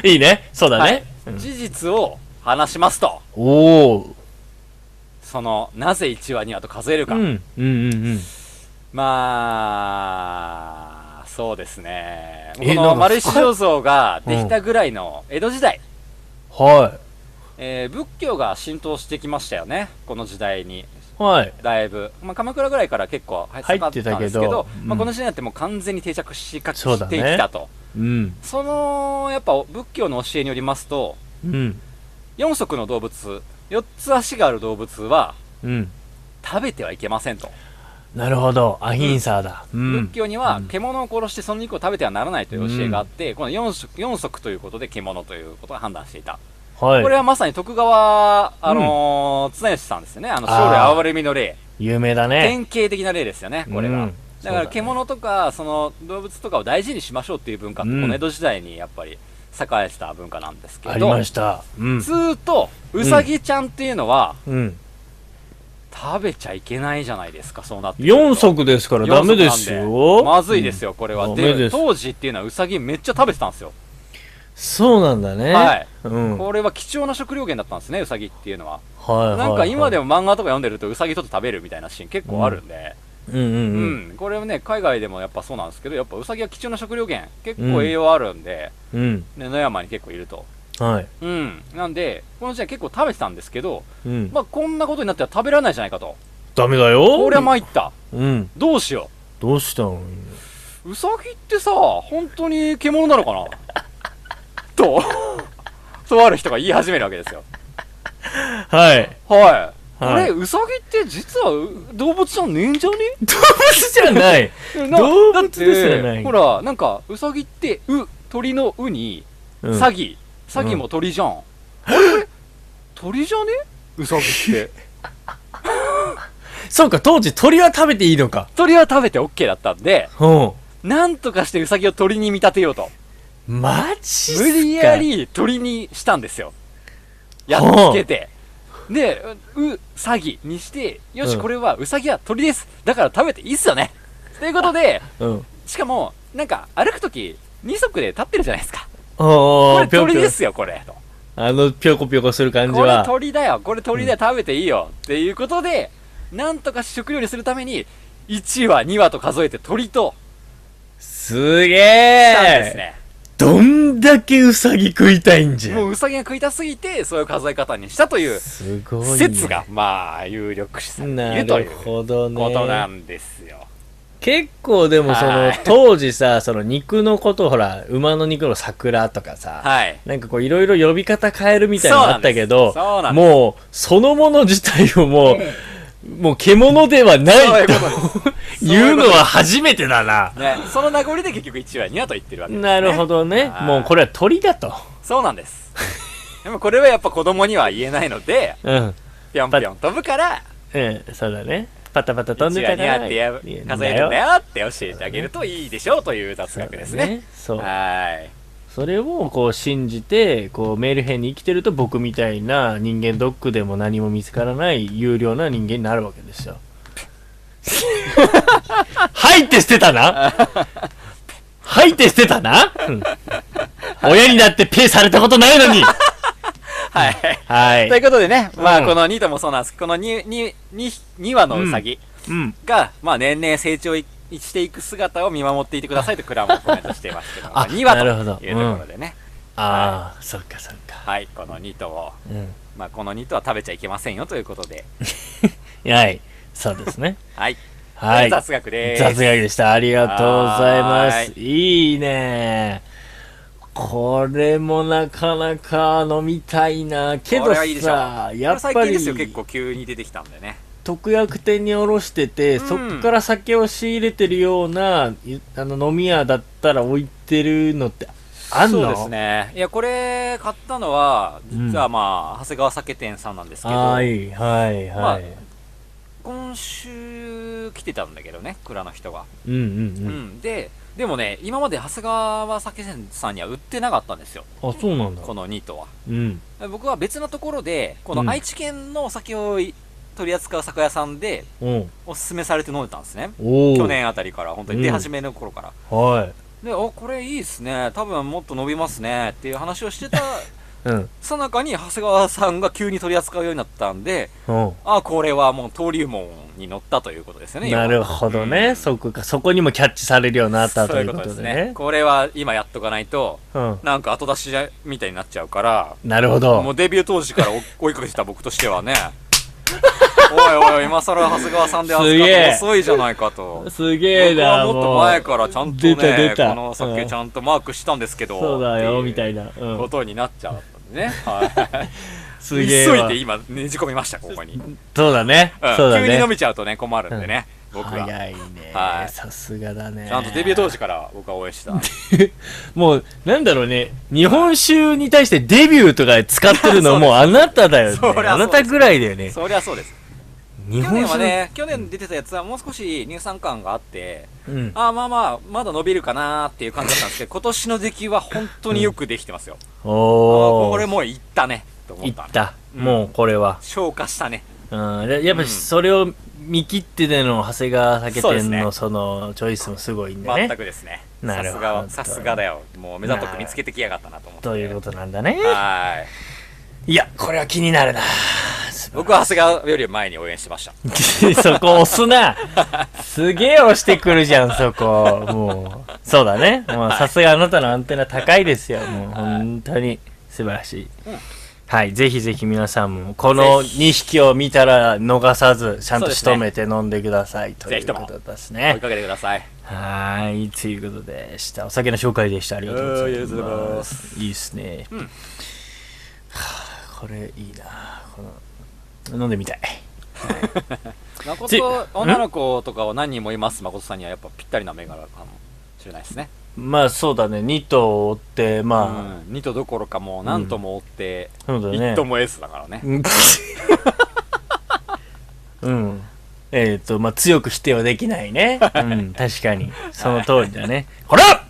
い。
いいね。そうだね。
はい事実を話しますと。
おお。
その、なぜ1話2話と数える
う
か。
ん。うんうんうん。
まあ、そうですね。
え
こ
なん
の
か
丸石醸造ができたぐらいの江戸時代、
は
えー仏教が浸透してきましたよね。この時代に。
い。はい。
だいぶ、まあ、鎌倉ぐらいから結構入
入ってたけど
んですけど、
うん
まあ、この時代になってもう完全に定着しかけ
そうだ
て
ね
きたと
うん。
そのやっぱ仏教の教えによりますと
うん。
4足の動物4つ足がある動物は
うん。
食べてはいけませんと、
なるほど。アヒンサーだ。うん。
仏教には獣を殺してその肉を食べてはならないという教えがあって、この 4, 足4足ということで獣ということが判断していた、
はい。
これはまさに徳川、あのー綱吉さんですよねあの生
あ
類
ー
哀れみの例
有名だね。
典型的な例ですよねこれは、
うん
だから
そうね
獣とかその動物とかを大事にしましょうっていう文化って、
うん
この江戸時代にやっぱり栄えてた文化なんですけ
あり
ど
ました。うん。
ずーっとウサギちゃんっていうのは、
うん。
食べちゃいけないじゃないですかそうなってくると
4足ですからダメで
四
す
足な
よ。
んまずいですよこれは、
ダメで
です当時っていうのはウサギめっちゃ食べてたんですよ、
そうなんだね。
はい。
うん。はい
これは貴重な食料源だったんですねウサギっていうのは、
はい。
なんか今で
も。
も漫画とか読んでるとウサギちょっと食べるみたいなシーン結構あるんで、
うんうんうん。
うん、これはね、海外でもやっぱそうなんですけど、やっぱウサギは貴重な食料源、結
う
構
ん
栄養あるんで、
うん。
ね、野山に結構いると。
はい。
うん。なんで、この時代結構食べてたんですけど、
うん。
まあこんなことになったら食べられないじゃないかと。
ダメだよ。
こりゃ参った。
うん。
どうしよ
どうしたの
う。ウサギってさ、本当に獣なの かなと、 とある人が言い始めるわけですよ。
はい。
はい。
はい
あれ、ウサギって実はう動物じゃねえん じゃね
動物じゃない。
な
動
だ
物
って
ですよね
ほら、なんか、ウサギって、う、鳥のうに、
うん
詐欺詐欺も鳥じゃん、え鳥じゃねウサギって
そうか、当時鳥は食べていいのか。
鳥は食べて OK だったんで
うん。
なんとかしてウサギを鳥に見立てようと
マジっすか
無理や。り鳥にしたんですよやっつけてでううさぎにしてよし
うん
これはウサギは鳥ですだから食べていいっすよねということで
うん。
しかもなんか歩く時二足で立ってるじゃないですか
お
こ
ー
れ
ぴょんぴ
鳥
ょん
ですよこれと
あの、ぴょこぴょこする感じ
これ
は。
鳥だよこれ鳥だよ食べていいよ、っていうことでなんとか食料にするために1羽2羽と数えて鳥と
すげ
したんです
え
ね、
どんだけウサギ食いたいんじゃ
もうウサギが食いたすぎてそういう数え方にしたという
すごいね。
説がまあ有力視されてい
な
るとい
る
うこ
ほどね。
となんですよ、
結構でもその
はい
当時さその肉のことほら馬の肉の桜とかさ、
はい
なんかこういろいろ呼び方変えるみたいなのあったけど
そうなんですそうなんで
もうそのもの自体をもうもう獣ではないと
そういうことです
いうのは初めてだな
ね、その名残で結局1羽2羽と言ってるわけです、ね、
なるほどね
はい
もうこれは鳥だと
そうなんですでもこれはやっぱ子供には言えないので
うん
ぴょんぴょん飛ぶから
うんそうだねパタパタ飛ん
うち
で
は
た
に
から
ゃってや数えてんだよって教えてあげるといいでしょうという雑
そう
学
だ
ですね。
そう
はーい。
それをこう信じてこうメール編に生きてると僕みたいな人間ドックでも何も見つからない有料な人間になるわ けですよはいって捨てたなはいって捨てたな、うん親にだってペイされたことないのに
はい。
は
という
い、
ことでね、まあ
うん
この2ともそうなんですけど、この 2, 2, 2, 2羽のウサギ
うん、
が、まあ年々成長いしていく姿を見守っていてくださいとクラもコメントしていますけども、
あ
2
なるほど
羽というところでね、
ああそっかそっか
はい、この2頭を、
う
まあこの2頭は食べちゃいけませんよということで、
んはいそうです ね
はい。
はい
雑学でーす。
雑学でした。ありがとうございま
は
す。いいね。これもなかなか飲みたいなけど
これはいいでしょ
さ
こ
や
れ
っ
最
ぱ
近
り
ですよ結構急に出てきたんだよね
特約店に卸してて、
うん
そっから酒を仕入れてるようないあの飲み屋だったら置いてるのってあんの
そうですねいやこれ買ったのは実はまあ、長谷川酒店さんなんですけど、
はいはい
ま
は
あ
い、
今週来てたんだけどね蔵の人が、
うんうん
う
うんん、
ででもね今まで長谷川酒店さんには売ってなかったんですよ
あそうなんだ
この2とは
うん
僕は別のところでこ
うん
の愛知県のお酒をい取り扱う酒屋さんで
うん
おすすめされて飲んでたんですね
おお
去年あたりから本当に出
うん
始めの頃から、
は
でおこれいいっすね多分もっと伸びますねっていう話をして た
いうん
さなかに長谷川さんが急に取り扱うようになったんで
うん
あこれはもう登竜門に乗ったということですよね
なるほどね、
うん
そこかそこにもキャッチされるようになった
そ
と
うい
い
う
う
こ
こと
で
と
す
で
ね
ね
これは今やっとかないと
うん
なんか後出しみたいになっちゃうから
なるほ
も
ど
うデビュー当時から追 追いかけてた僕としてはねおいおい今更長谷川さんで扱
すげえ
って遅いじゃないかと
すげえ
僕は
な
もっと前からちゃんとね
出た出た
この
う
酒
ん
ちゃんとマークしたんですけど、
そうだよみた
ない
な、う
こ
ん、
とになっちゃった んでね、はい
すげえ
急い
わ
で今ねじ込みましたここに、うん
そうだね、そうだ
急に飲
ね
めちゃうとね困るんでね、僕は
早いね、
はい
さすがだね
ちゃんとデビュー当時から僕は応援してた
もうなんだろうね日本酒に対してデビューとか使っ てるのもうあなただよね
そりゃそうです
あなたぐらいだよね
そりゃそうです
日
去
本
年は
酒の、
ね去年出てたやつはもう少し乳酸感があって
うん、
ああまあまあまだ伸びるかなーっていう感じだったんですけ ど今年の出来は本当によくできてますよ、あ
お
ー
お
これもういったねと思
い
っ
ったた、
うん
もうこれは
消化したね
うん、でやっぱ
うん
それを見切ってでの長谷川酒
そうです
店
ね
のそのチョイスもすごいんでね。
全くですね
な
さ
る
す
ほ
が
ど
さすがだよもう目ざとく見つけてきやがったなと思って
ということなんだね。
はい
いや、これは気になるな。
僕は長谷川より前に応援してました
そこ押すな。すげえ押してくるじゃん、そこ。もう、そうだね。もうさすがあなたのアンテナ高いですよ。もう本当に素晴らしい
うん。
はい、ぜひぜひ皆さんもこの
ぜ
2匹を見たら逃さずち
そ
ゃん
う
と
です
仕
ね
留めて飲んでくださいとい
ぜひ
う
と
こ
も
とです
追
ね
い。かけてください
はーい、ということでした。お酒の紹介でした。ありがとうございます。
はいありがとうございま
いいっすね。
うん
はあこれいいな。この飲んでみたい。ち
誠女の子とかは何人もいます誠さんにはやっぱぴったりな銘柄かもしれないですね
まあそうだね、2頭追って、まあ、
うん、2とどころかもう何とも追って、
そうだ
一
ね
頭。もエースだからね
うん うん。えっ、と、まあ強く否定はできないね。 うん、確かに。その通りだね。ほ ら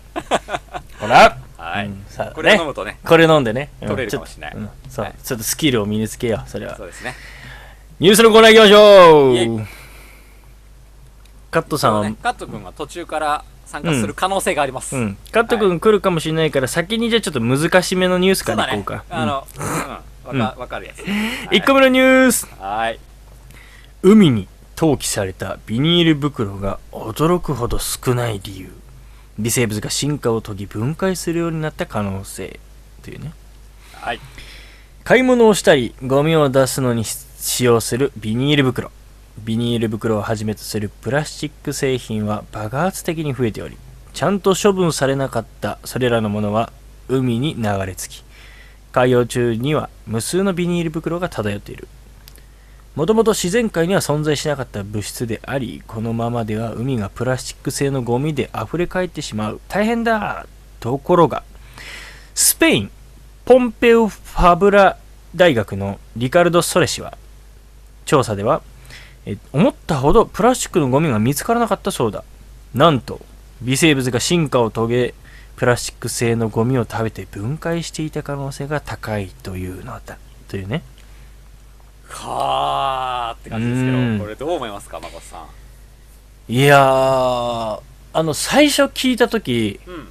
ほら
はい、
うんさあね
これを飲むとね
これ飲んでね。うん
取れるかもしれない
ちょっとうんそう、
はい
ちょっとスキルを身につけよう、それは
そ。うですね
ニュースのコーナー行きましょ
イ
うカットさんは、
そうねカット君は途中から参加する可能性があります、
うん、カット君来るかもしれないから、先にじゃあちょっと難しめのニュース
そ
か
う
ら
だ
いこう
ね
か、
あの、うんわかわかるやつ、
うん、1個目のニュース
はい
海に投棄されたビニール袋が驚くほど少ない理由微生物が進化を遂げ分解するようになった可能性というね
はい
買い物をしたりゴミを出すのに使用するビニール袋ビニール袋をはじめとするプラスチック製品は爆発的に増えておりちゃんと処分されなかったそれらのものは海に流れ着き海洋中には無数のビニール袋が漂っているもともと自然界には存在しなかった物質でありこのままでは海がプラスチック製のゴミで溢れかえってしまう大変だところがスペインポンペオ・ファブラ大学のリカルド・ソレ氏は調査ではえ思ったほどプラスチックのゴミが見つからなかったそうだなんと微生物が進化を遂げプラスチック製のゴミを食べて分解していた可能性が高いというのだというね
はーって感じですけ
うん
どこれどう思いますか誠さん
いやーあの最初聞いた時
うん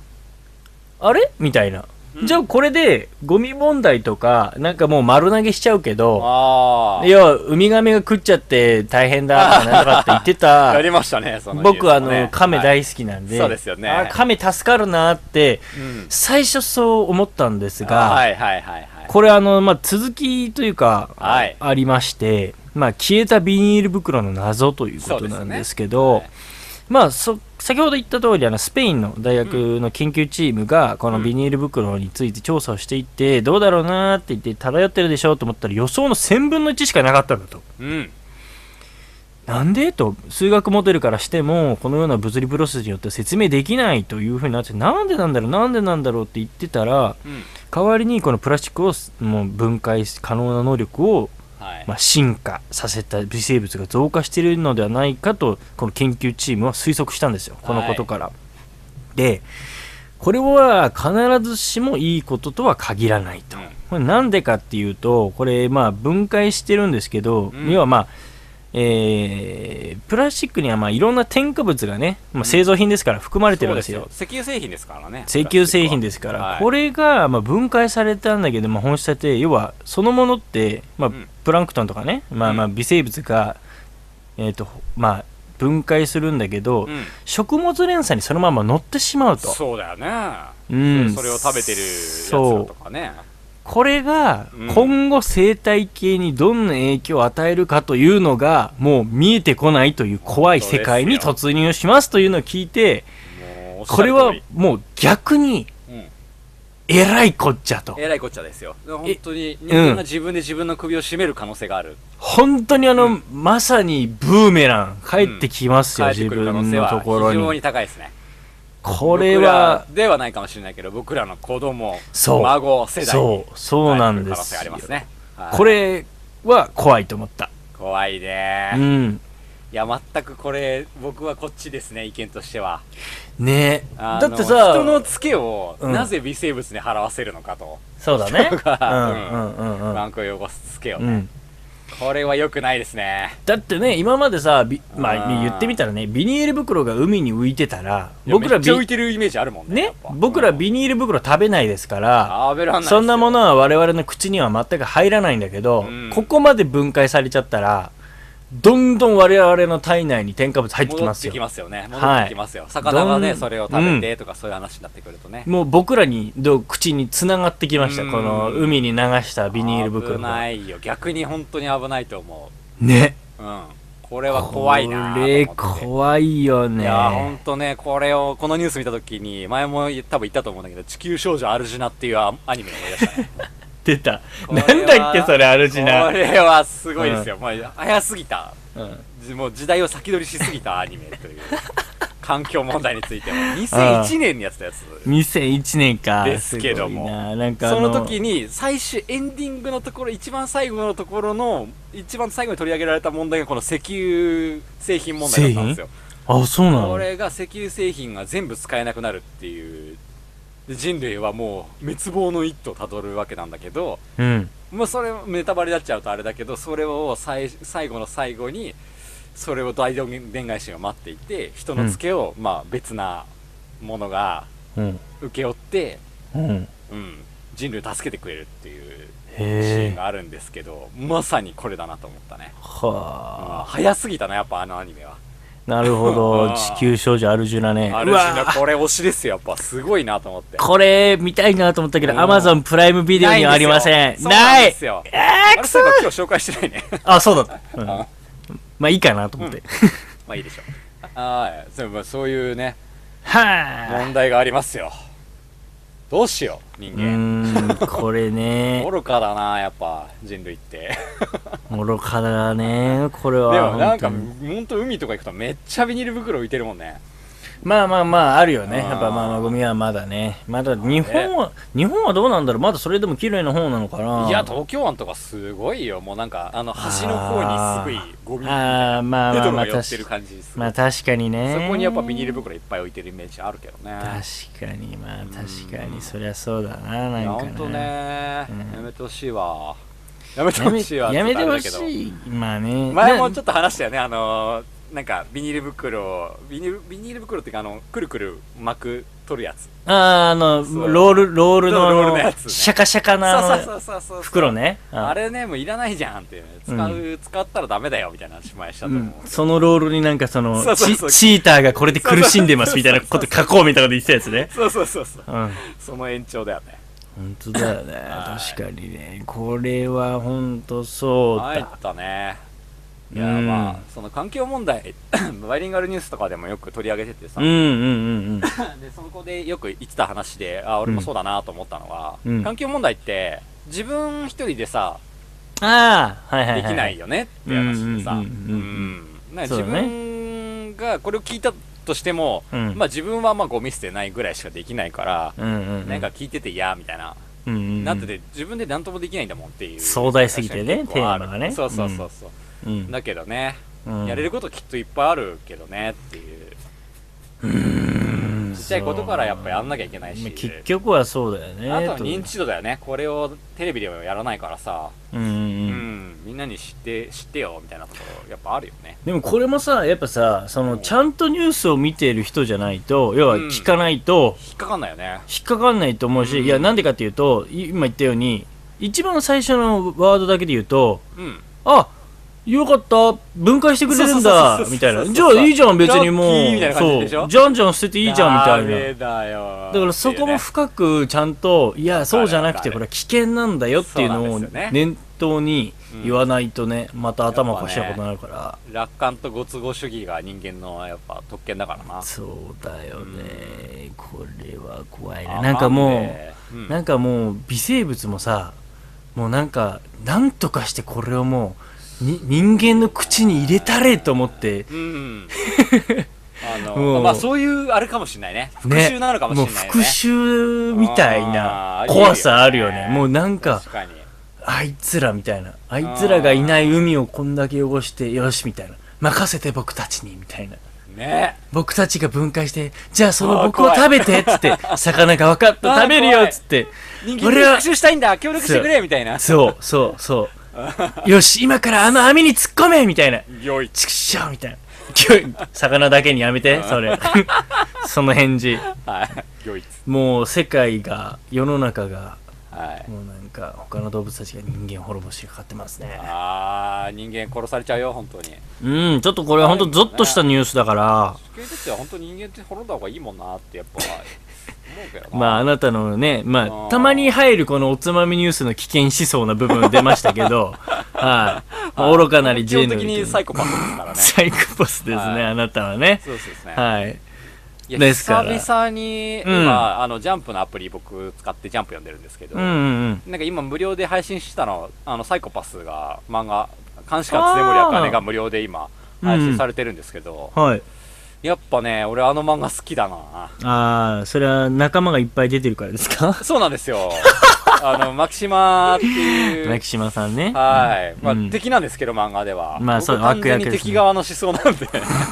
あれみたいな、
うん
じゃあこれでゴミ問題とかなんかもう丸投げしちゃうけど
ああ
要はウミガメが食っちゃって大変だとかなんとかって言ってた
やりましたねそのニ
僕
ュー
あ
スもね
のカメ
はい
大好きなんで、
そうですよね
あカメ助かるなって
うん
最初そう思ったんですが、
はいはいはいはい
これあの、まあ、続きというか、
はい
ありまして、まあ、消えたビニール袋の謎ということなんですけ
そ
ど
うですね
まあそ先ほど言った通りあのスペインの大学の研究チームがこのビニール袋について調査をしていてどうだろうなーって言って漂ってるでしょうと思ったら予想の1000分の1しかなかったんだと
うん。
なんでと数学モデルからしてもこのような物理プロセスによって説明できないというふうになってなんでなんだろうなんでなんだろうって言ってたら
うん。
代わりにこのプラスチックをもう分解可能な能力を
はい。
まあ、進化させた微生物が増加しているのではないかとこの研究チームは推測したんですよこのことから。でこれは必ずしもいいこととは限らないと。これなんでかっていうとこれまあ分解してるんですけど、
うん
要はまあえープラスチックにはまあいろんな添加物がね、まあ、製造品ですから含ま
う
れ
ん、
てる
そうんで
です
す
よ
よ。。石油製品ですからね。
石油製品ですから、こ
れ、
れがまあ分解されたんだけど、まあ、本質って要はそのものって、まあ
うん、
プランクトンとかね、まあ、まあ微生物が、えーとまあ、分解するんだけど、
うん。
食物連鎖にそのまま乗ってしまうと
そうだよね。
う
うんそれを食べてるやつら
そ
と
う
かね。
これが
うん
今後生態系にどんな影響を与えるかというのがもう見えてこないという怖い世界に
そう
突入しますというのを聞いて
もうおっしゃる通り
これはもう逆に
うん
えらいこっちゃと
えらいこっちゃですよ。本当に人間が自分で自分の首を絞める可能性がある。
本当にあの、
うん
まさにブーメラン帰ってきますよ、
帰って
自
くる可
分
能性
の
は
ところ
非
に
常に高いですね。
これは
僕らではないかもしれないけど、僕らの子供、
そう
孫世代に
そうそうなんで
帰ってくる可能
す
性
よ
ありますね。はい
これは怖いと思った、
怖いね、
う
い
ん
や全くこれ僕はこっちですね意見としては
ね
あ
だ
の
ってさ
人のツケを
うん
なぜ微生物に払わせるのかと、
そうだね
人が
うんうんうんうん
ランクを汚すツケを
う
ね、
ん
これは良くないですね
だってね今までさびま
あ
あ
ー
言ってみたらねビニール袋が海に浮いてたら
いや
僕ら
めっちゃ浮い
ビ
てるイメージあるもんねやっ
ね
ぱ
僕ら
うん
ビニール袋食べないですから
食べらんないですよ
そんなものは我々の口には全く入らないんだけど、
うん
ここまで分解されちゃったら、どんどん我々の体内に添加物入ってき
戻
ま
っ
す
て
よ
き。ますよね戻ってきますよ、魚が
ど
ね
ん
それを食べてとかそういう話になってくるとね、
もう僕らにどう口に繋がってきました、
うん
この海に流したビニール袋
危
が。
ないよ逆に本当に危ないと思
ね。
ううんこれは怖いな
これ
と思って
怖いよね。
いやー、ほんとね、これを、このニュース見たときに、前も多分言ったと思うんだけど、地球少女アルジュナっていうアアニメを思い出した、ね。
出た。
これ
な
は
んだっけ、そ れ、アルジ
こ
ナ。
れはすごいですよ。まあ、早すぎた。
うん
じもう時代を先取りしすぎたアニメという。 環境問題についても、2001年にやってたやつ。
2001年か。
ですけども
すごいななんかあ
その時に、最終エンディングのところ、一番最後のところの、一番最後に取り上げられた問題が、この石油製品問題だったんですよ。
あ、そうな
こ
の
れが石油製品が全部使えなくなるっていうで人類はもう滅亡の一途をたどるわけなんだけど、
うん。
まあ、それネタバレになっちゃうとあれだけどそれを最最後の最後にそれを大動伝外心を待っていて人のツケを、まあ、別なものが
うん。
請け負って、
うん。
うん、人類を助けてくれるっていう
へ
シーン
え。
があるんですけどまさにこれだなと思ったね、
はあ
うん。早すぎたなやっぱあのアニメは
なる ほ
あ
ど。
ー
地球少女アルジュナね。
あ
う
る
わ
し
ー
これ推しですよやっぱすごいなと思って
これ見たいなと思ったけど、
うん
Amazon プライムビデオにはありません。
な
ないい
んですよそうなんですよ
え
あ
ー、
れ
く
そ
そう
いえば今日紹介してないね
あ、そうだった。うん
あ
まあいいかなと思って。
まあいいでしょうはいそうまあそういうね
は
問題がありますよどうしよう人
ぁ。う
間
ーん、これね、
愚かだなやっぱ人類って
愚かだね、これ
で
は。
もなんか
本当に
ほんと海とか行くとめっちゃビニール袋浮いてるもんね
まあまあまあ、あるよね。
あー
やっぱまあまあ、ゴミはまだね。まだ日本は、日本はどうなんだろうまだそれでも綺麗な方なのかない
や東京湾とかすごいよもうなんかあの端の方にすごいゴミ
あーまあ
レト
まあ
ロ
ま
が
あ、
寄ってる
確か
感じする
まあ確かにね。
そこにやっぱビニール袋いっぱい置いてるイメージあるけどね
確かにまあ確かにそりゃそうだななん
いや
かな
ほんとね、
うん
やめてほしいわやめて
や
ほ
め
しいわ
やめてほ
ちょっとあれだ
しいまあね
けど前もち
ょっ
ょっと話したよねあのーなんかビニール袋をビニールビニール袋っていうかあのくるくる巻く取るやつ
とあーあの
そう
ロールロールのあ
ロールのやつね
シャカシャカなあ
そ
の
うそうそうそうそう
袋ね
あ
あ
れねもういらないじゃんっていうね使う、使ったらダメだよみたいな話前したと
う
思う、
ん、そのロールになんかその
そうそうそう
チチーターがこれで苦しんでますみたいなこと書こうみたいなこと言ってたやつね
そうそうそうそう
うん本
その延長だよね
当だよね
はい
確かにねこれは本当そう
入っ
だ
たねいや
うん
まあその環境問題 バイリンガルニュースとかでもよく取り上げててさ、
うんうんうんう ん。
でそこでよく言ってた話であ俺もそうだなと思ったのは、
うん
環境問題って自分一人でさ
ああ、はいはいは
で
い。
きないよねって話でさ
うん
う
うんうんうん
んなんか
そう
自
だね
分がこれを聞いたとしても、
うん
まあ自分はまあゴミ捨てないぐらいしかできないから、
うんうんうん。
なんか、聞いてて嫌みたいな、
うんうんうん、
なってて自分で何ともできないんだもんっていう
壮大すぎて
確
ね
かに結構ある
テーマがね
そうそうそうそう、
うん、
だけどね、
うん
やれることきっといっぱいあるけどねっていう
うん
ちっちゃいことからやっぱやんなきゃいけないし
まあ結局はそうだよね。
あとは認知度だよねこれをテレビではやらないからさ、
とうんうん
う
うんん。
みんなに知って知ってよみたいなところやっぱあるよね
でもこれもさ、やっぱさ、その、ちゃんとニュースを見ている人じゃないと、要は
うん
聞かないと、
引っかかんないよね
引っかかんないと思うし、
うん
いや、なんでかっていうと、い今言ったように、一番最初のワードだけで言うと、
うん
あよかった分解してくれるんだ
そうそうそうそう
みたいな。
そう
じ
そ
ゃ
う
あいいじゃん、別にも
ラッキーみたいな
う。
感じ
そ
でしょ
う。じゃんじゃん捨てていいじゃん、みたいな。
なだよ
だからそこも
っ
深くちゃんと、いや、そうじゃなくて、
わかる
これは危険なんだよっていうの
そ
を
うなんですよね
念頭に
うん
言わないとね、また頭おかしなことになるから。
ていうね楽観とご都合主義が人間のやっぱ特権だからな
そうだよね。これは怖い
あ
な。なんかも
う
う、
ん
なんかもう、微生物もさ、もうなんか、なんとかしてこれをもう、に人間の口に入れたれと思って、
うん。あ
も
の、
う
まあそういうあれかもしれないね。復
ね
讐なのかもしれないよね。
もう復讐みたいな
あー
怖さあるよね
ありえるよね
もうなんか
確かに。
あいつらみたいなあいつらがいない海をこんだけ汚してよしみたいな任せて僕たちにみたいな
ね
僕たちが分解してじゃあその
あー
僕を
怖い
食べてっつ って魚が分かっ
あ
た
ー
食べるよっつって
人間
俺は
に復讐したいんだ協力してくれみたいな。
そうそ うそうよし今からあの網に突っ込めみたいな
よい。
ちくしょうみたいなきょい魚だけにやめて それその返事
はい。よいっつ。
もう世界が世の中が
はい。
もうなんか他の動物たちが人間滅ぼしがかかってますね
あー、人間殺されちゃうよ、本当に。地
うんちょっとこれは本当ゾッとしたニュースだから
球にとっては本当に人間って滅んだ方がいいもんなってやっぱ思うけどな。
まああなたのねま
う
あ
ん
たまに入るこのおつまみニュースの危険思想な部分出ましたけ どはいまあ愚かなり
基本
人類
的
とい
に
う
サイコパスですからね。
サイコパスです
はい
ねあなたはね
そうですね。
はい
いや
ですから
久々に、
うん
今、あの、ジャンプのアプリ僕使ってジャンプ読んでるんですけど、
うんうん
なんか今無料で配信してたの、あの、サイコパスが、漫画、監視官常森茜が無料で今、
うん
配信されてるんですけど、
うんはい
やっぱね、俺あの漫画好きだな。
ああそれは仲間がいっぱい出てるからです か
そうなんです よ。あの、マキシマってい
牧
う、
島さんね
はい。まあ、
うん
敵なんですけど、漫画では。
まあ
僕
そう
完全
悪
に
役ですね
敵側の思想なん で。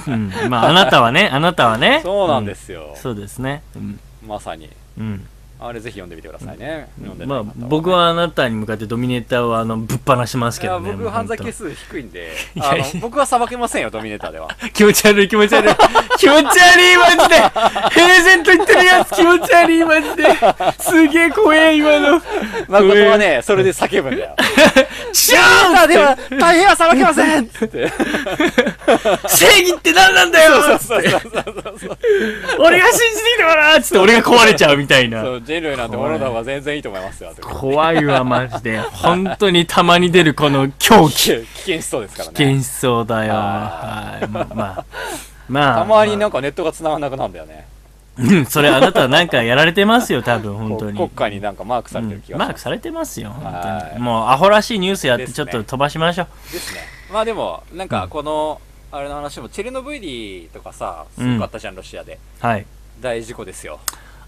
うんまああなたはねあなたはね
そうなんですよ
うん。そうですねうん
まさに。
うん
あれぜひ読んでみてくださいね。読んで
ま
な
あ
い方ね
僕はあなたに向かってドミネーターをあのぶっ放しますけど
い
ね
や僕犯罪係数低いんで
いや
あ
いや
の僕は裁けませんよドミネーターでは
気持ち悪い気持ち悪い 気持ち悪いマ ジで平然と言ってるやつ気持ち悪いマジですげえ怖え今の
誠はねそれで叫ぶんだよ
シ
ド
ャ
ミネータ
ー
ーでは大変は裁けませんっつって
正義って何なんだよ
そうそうそうそうそう
俺が信じてきたからつって俺が壊れちゃうみたい
そ
な
う人類なんてものだ方が全然いいと思いますよとか
怖いわマジで本当にたまに出るこの狂
危
気
険危険しそうですから
危険
ね
思想だよ
あ
はいまあまあ
たまになんかネットが繋がんなくなるんだよね
うんそれあなたはなんかやられてますよ多分
こ
本
う
当に
国家になんかマークされてる気
うんマ
がし
ーク
ます
されてますよ本
は
当
い
にもうアホらしいニュースやって
です
ちょ
ね
っと飛ばしましょう、
ですねまあでもなんかこのあれの話もチェルノブイリとかさすごかったじゃんロシアで
はい
大事故ですよ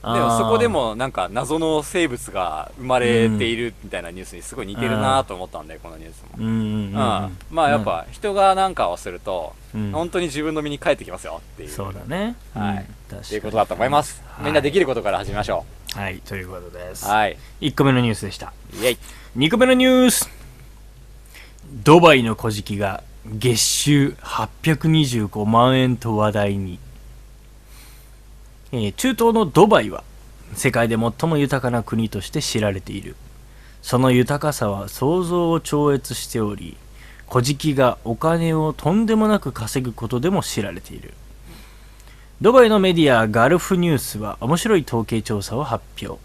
あー
でもそこでもなんか謎の生物が生まれているみたいなニュースにすごい似てるなと思ったんで、このニュースも。
うんうんうん、う
う
ん、
ん、まあやっぱ人がなんかをすると、
うん
本当に自分の身に返ってきますよっていう
そうだね
はい
うん確かに
っていうことだと思います、
はい
みんなできることから始めましょ
はいということです、
うはい
1個目のニュースでした
イエイ
2個目のニュースドバイの小食が月収825万円と話題に、えー中東のドバイは世界で最も豊かな国として知られているその豊かさは想像を超越しており小食がお金をとんでもなく稼ぐことでも知られているドバイのメディアガルフニュースは面白い統計調査を発表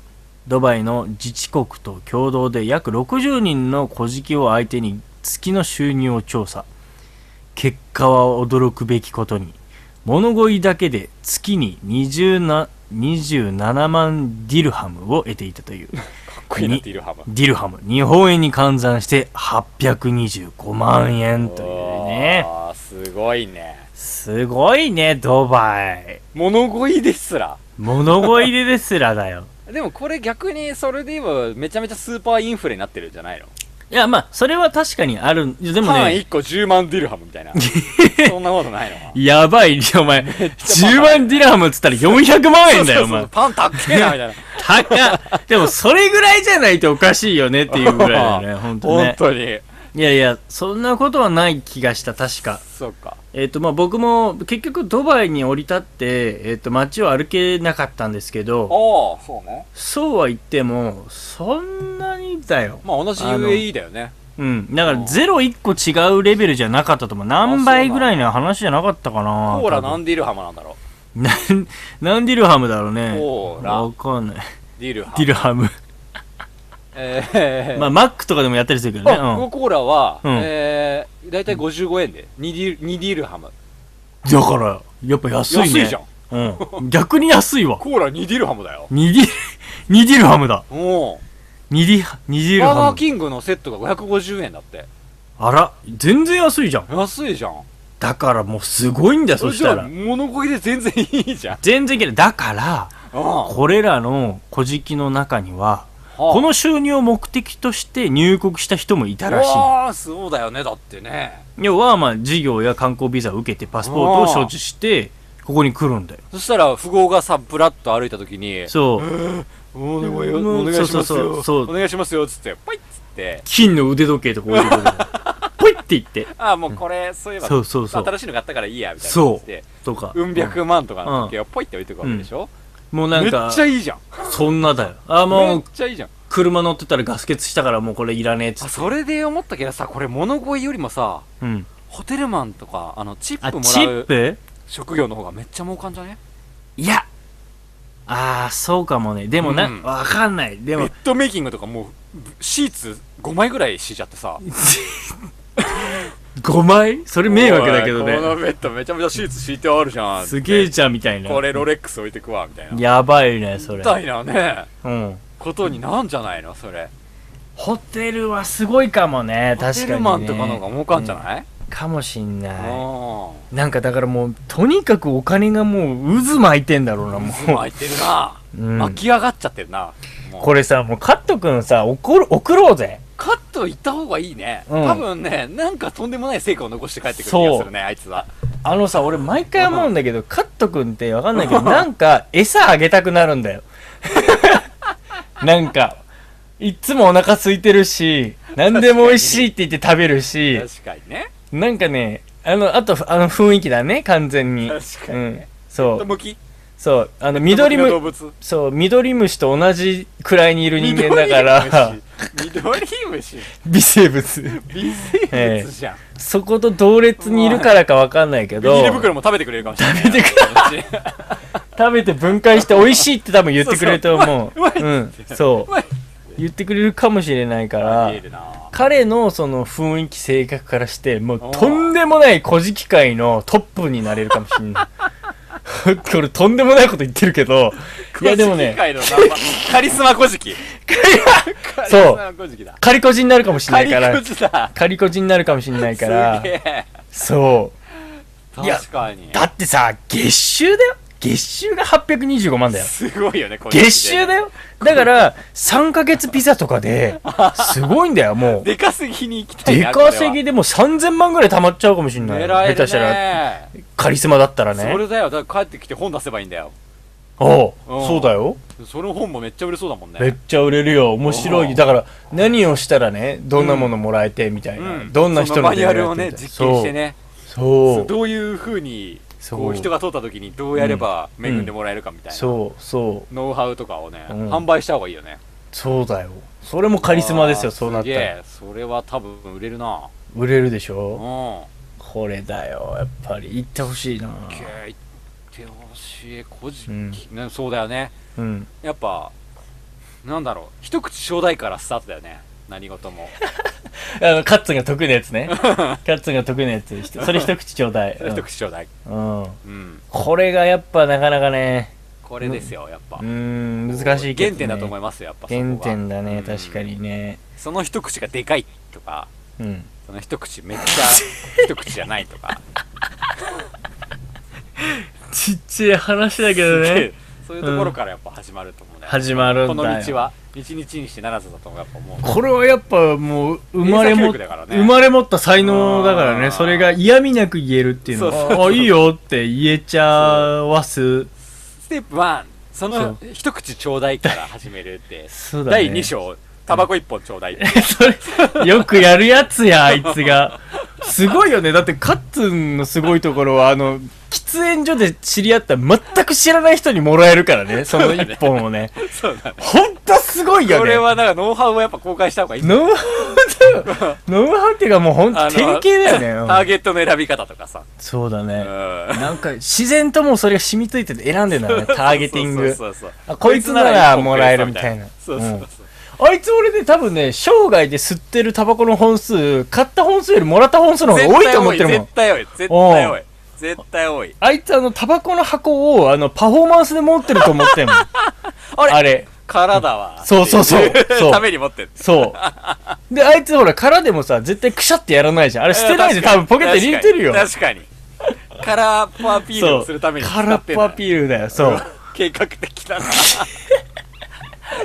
ドバイの自治国と共同で約60人の小食を相手に月の収入を調査結果は驚くべきことに物乞いだけで月に20な27万ディルハムを得ていたという
かっこいいなっているハム
ディルハム日本円に換算して825万円というね
あすごいね
すごいねドバイ
物乞いですら
物乞いでですらだよ
でもこれ逆にそれで言えばめちゃめちゃスーパーインフレになってるんじゃないの
いやまあそれは確かにあるでも
パン
ね
1個10万ディルハムみ たいなそんなことないの
やばいお前
ちゃ
10万ディルハムっつったら400万円だよ
そうそう
お
そ
前
うパン高えなみたいな
高っでもそれぐらいじゃないとおかしいよねっていうぐらいだよね本当
本
ね
当に
いやいやそんなことはない気がした確か
そうか
えっ、とまあ僕も結局ドバイに降り立って、えっと街を歩けなかったんですけど
ああそうね
そうは言ってもそんなにだよ
まあ同じ
あの
UAE だよね
うんだから
うん
ゼロ一個違うレベルじゃなかったと思う何倍ぐらいの話じゃなかったかな
コーラ
多分
何ディルハムなんだろ
なん何ディルハムだろうね
コーラ
わかんない
ディルハム
ディルハム
えー
まあマックとかでもやったりするけどね、
あ
うん
このコーラは、
うん
えー、大体55円で2ディル ,2 ディルハム
だから、やっぱ安いね。
安いじゃん
うん。 逆に安いわ。
コーラ2ディルハムだよ
ニディ、ニディルハムだ。
うん
ニディ、ニディル
バーガ
ハ
ー
ム。
キングのセットが550円だって
あら、全然安いじゃん。
安いじゃん
だからもうすごいんだよ、そし
じゃ
た
あ
ら。
物乞いで全然いいじゃん
全然いけない。だから、
こ
これらの古事記の中には、こ
の
の収入を目的として入国した人もいたらし
あそうだよねだってね
い。要は、まあ、事業や観光ビザを受けてパスポートを所持して、ここに来るんだよ。
そしたら富豪がさぶらっと歩いた時に
そう。
お願い
うん
お願いします
そうそう
よ
そう
お願いしますよっつってポイッつって
金の腕時計とか置いてくる んだよ。ポイって言って。
ああもうこれそういえば
そうそうそう
新しいの買ったからいいやみたいな
そう
感じで
とか。
うん百万とかの時計をポイって置いてくわけでしょ
もうな
め
ん
っ
か、
ちゃいいじゃん
そんなだよ。あ、
め
も
っ
う、
ちゃいいじゃん
車乗ってたらガス欠したからもうこれいらねえっつ
あ
って。
それで思ったけどさこれ物乞いよりもさ
うん。
ホテルマンとかあのチッ
あ、
プも
チ
ら
ッ
う
プ
職業の方がめっちゃ儲かんじゃね
いや。ああ、そうかもね。でもな、
うん
わかんない。で
ベ
も
ッ、ドメイキングとかもうぶシーツ5枚ぐらい敷いちゃってさ
5枚それ迷惑だけど
おいこ
ね。
のベッドめちゃめちゃシーツ敷いてあるじゃん
すげえじゃんみたいな。
これロレックス置いてくわみたいな
やばいね、それ
み。たいなね
うん。
ことになんじゃないのそれ
ホテルはすごいかもね。
ホ
確かに、ね。
テルマンとかの方が儲かんじゃ
い、
ない
かもしん
う
なんい。なんかだからもう、とにかくお金がもう渦巻いてんだろうな、もう。
巻いてるな
うん
巻き上がっちゃってるなもう
これさ、もうカット君さ、送る送ろうぜ。
カット行った方がいいね
うん
多分ねなんかとんでもない成果を残して帰ってくる気がするねあいつは
あのさ、俺毎回思うんだけど、 カット君ってわかんないけど、なんか餌あげたくなるんだよ。 なんか、いっつもお腹空いてるし、何でも美味しいって言って食べるし、
確かにね
なんかね、あの、あと、あの雰囲気だね、完全に。
確か
う
に
ん
ね。
そ
と
う、
向き
そう、あの、緑
の動
む、
物
そう、緑虫と同じくらいにいる人間だから、
緑虫
微生物。
微生物じゃん
そこと同列にいるからかわかんないけ
ビ
ど、
ニール袋も食べてくれるかもしれない食べてくれる
食べて分解して美味しいって多分言ってくれると思う。
そうそううま
うん。そう。言ってくれるかもしれないから
見え、るな
彼のその雰囲気性格からして、もう
おー
とんでもない古事記界のトップになれるかもしれない。 これとんでもないこと言ってるけど、いやでもね、
古事記界の名前カリスマ古事 記カリスマ古事記だ
カリコジになるかもしれ
カ
ない
リ
か
コ
ら、
ジだ
カリコジになるかもしれない
す
か
げ
ら、
え
そいや
確かに
う。だってさ、月収だよ月収が825万だよ。
すごいよねこれ
月収だよだから、3ヶ月ピザとかで、すごいんだよ、も う。
でかすぎに行きたい
出
な
稼ぎでもう3000万ぐらい貯まっちゃうかもしん
こ
ない。
れは狙えるね
下手したら、カリスマだったら
そ
ね。
れだよだから帰ってきて本出せばいいんだよ
おう
うん
そうだよ。
その本もめっちゃ売れそうだもん
めっ
ね
ちゃ売れるよ。面白
おう
い。だから、何をしたらね、どんなものもらえてみたいな。
う
どんな人
そのマニュア
出
ル
会えて
を
みたい
ね
な
実験してね
そう。そう。
どういうふうにこ
そう
う人が通った時にどうやれば恵んでもらえるかみたいな
そう、そう、
ノウハウとかをね、
うん
販売した方がいいよね
そうだよ。それもカリスマですよ、
あー
そうなった
すげ
ら。
えそれは多分売れるな
売れるでし
うん
ょこれだよ、やっぱり。行ってほしいな。
すげえ言ってほしい個人、
うん
ね、そうだよね
うん。
やっぱなんだろう一口ちょうだいからスタートだよね何事も
あのカッツンが得意なやつねカッツンが得意なやつひとそれ一口ちょうだい、
それ一口ちょうだい
うんうん、
うん
これがやっぱなかなかね
これですよやっぱ
うん難しいけど、
原
ね、
点だと思い
ま
ますよやっぱそこが
原点だね確か
うん
にね
その一口がでかいとか
うん
その一口めっちゃ 一口じゃないとか
ちっちゃい話だけど
すげえ
ね
そういうところからやっぱ始まると思うね
始まるんだ
こ
よ
の道は一日にしてならずだとやっぱ思う
これはやっぱもう生まれ
英
も、
作力だからね
生まれ持った才能だから
あー
ねそれが嫌味なく言えるっていうの
そうそう
はあいいよって言えちゃわす
ステップ1その
そ
一口ちょうだいから始めるって
そうだね
第2章タバコ1本ちょうだいって
それ、よくやるやつや、あいつが。すごいよね。だって、カッツンのすごいところは、あの、喫煙所で知り合った全く知らない人にもらえるからね、その一本をね。
そうだね
ほんとすごいよね。
これはなんかノウハウをやっぱ公開した方がいい
ノウハウだよ。ノウハウっていうかもうほんと典
あの
型だよ
ター
ね。うん
ゲットの選び方とかさ、
そうだ
う
ね。
ん、
なんか、自然ともうそれが染みついてて選んでんだ ね、ターゲティング。
そうそうそうそう
あこいつならもらえるみたいな
そうそうそう
あいつ俺ね、多分ね、生涯で吸ってるタバコの本数、買った本数よりもらった本数の方が多いと思ってるもん
絶。対多い絶対多い絶対多い
あいつあの、タバコの箱を、あの、パフォーマンスで持ってると思ってんもん。
あれ
あれ。
からだわ
そうそうそう
ってい
そう
ために持ってる
そう。で、あいつほら、殻でもさ、絶対くしゃってやらないじゃん。あれ捨てないで多分ポケットに入れてるよ。
確かに確かにカラーパアピールをするために使
空っ
ってん
ぽ
だ
アピールだよ、そう。
計画的だな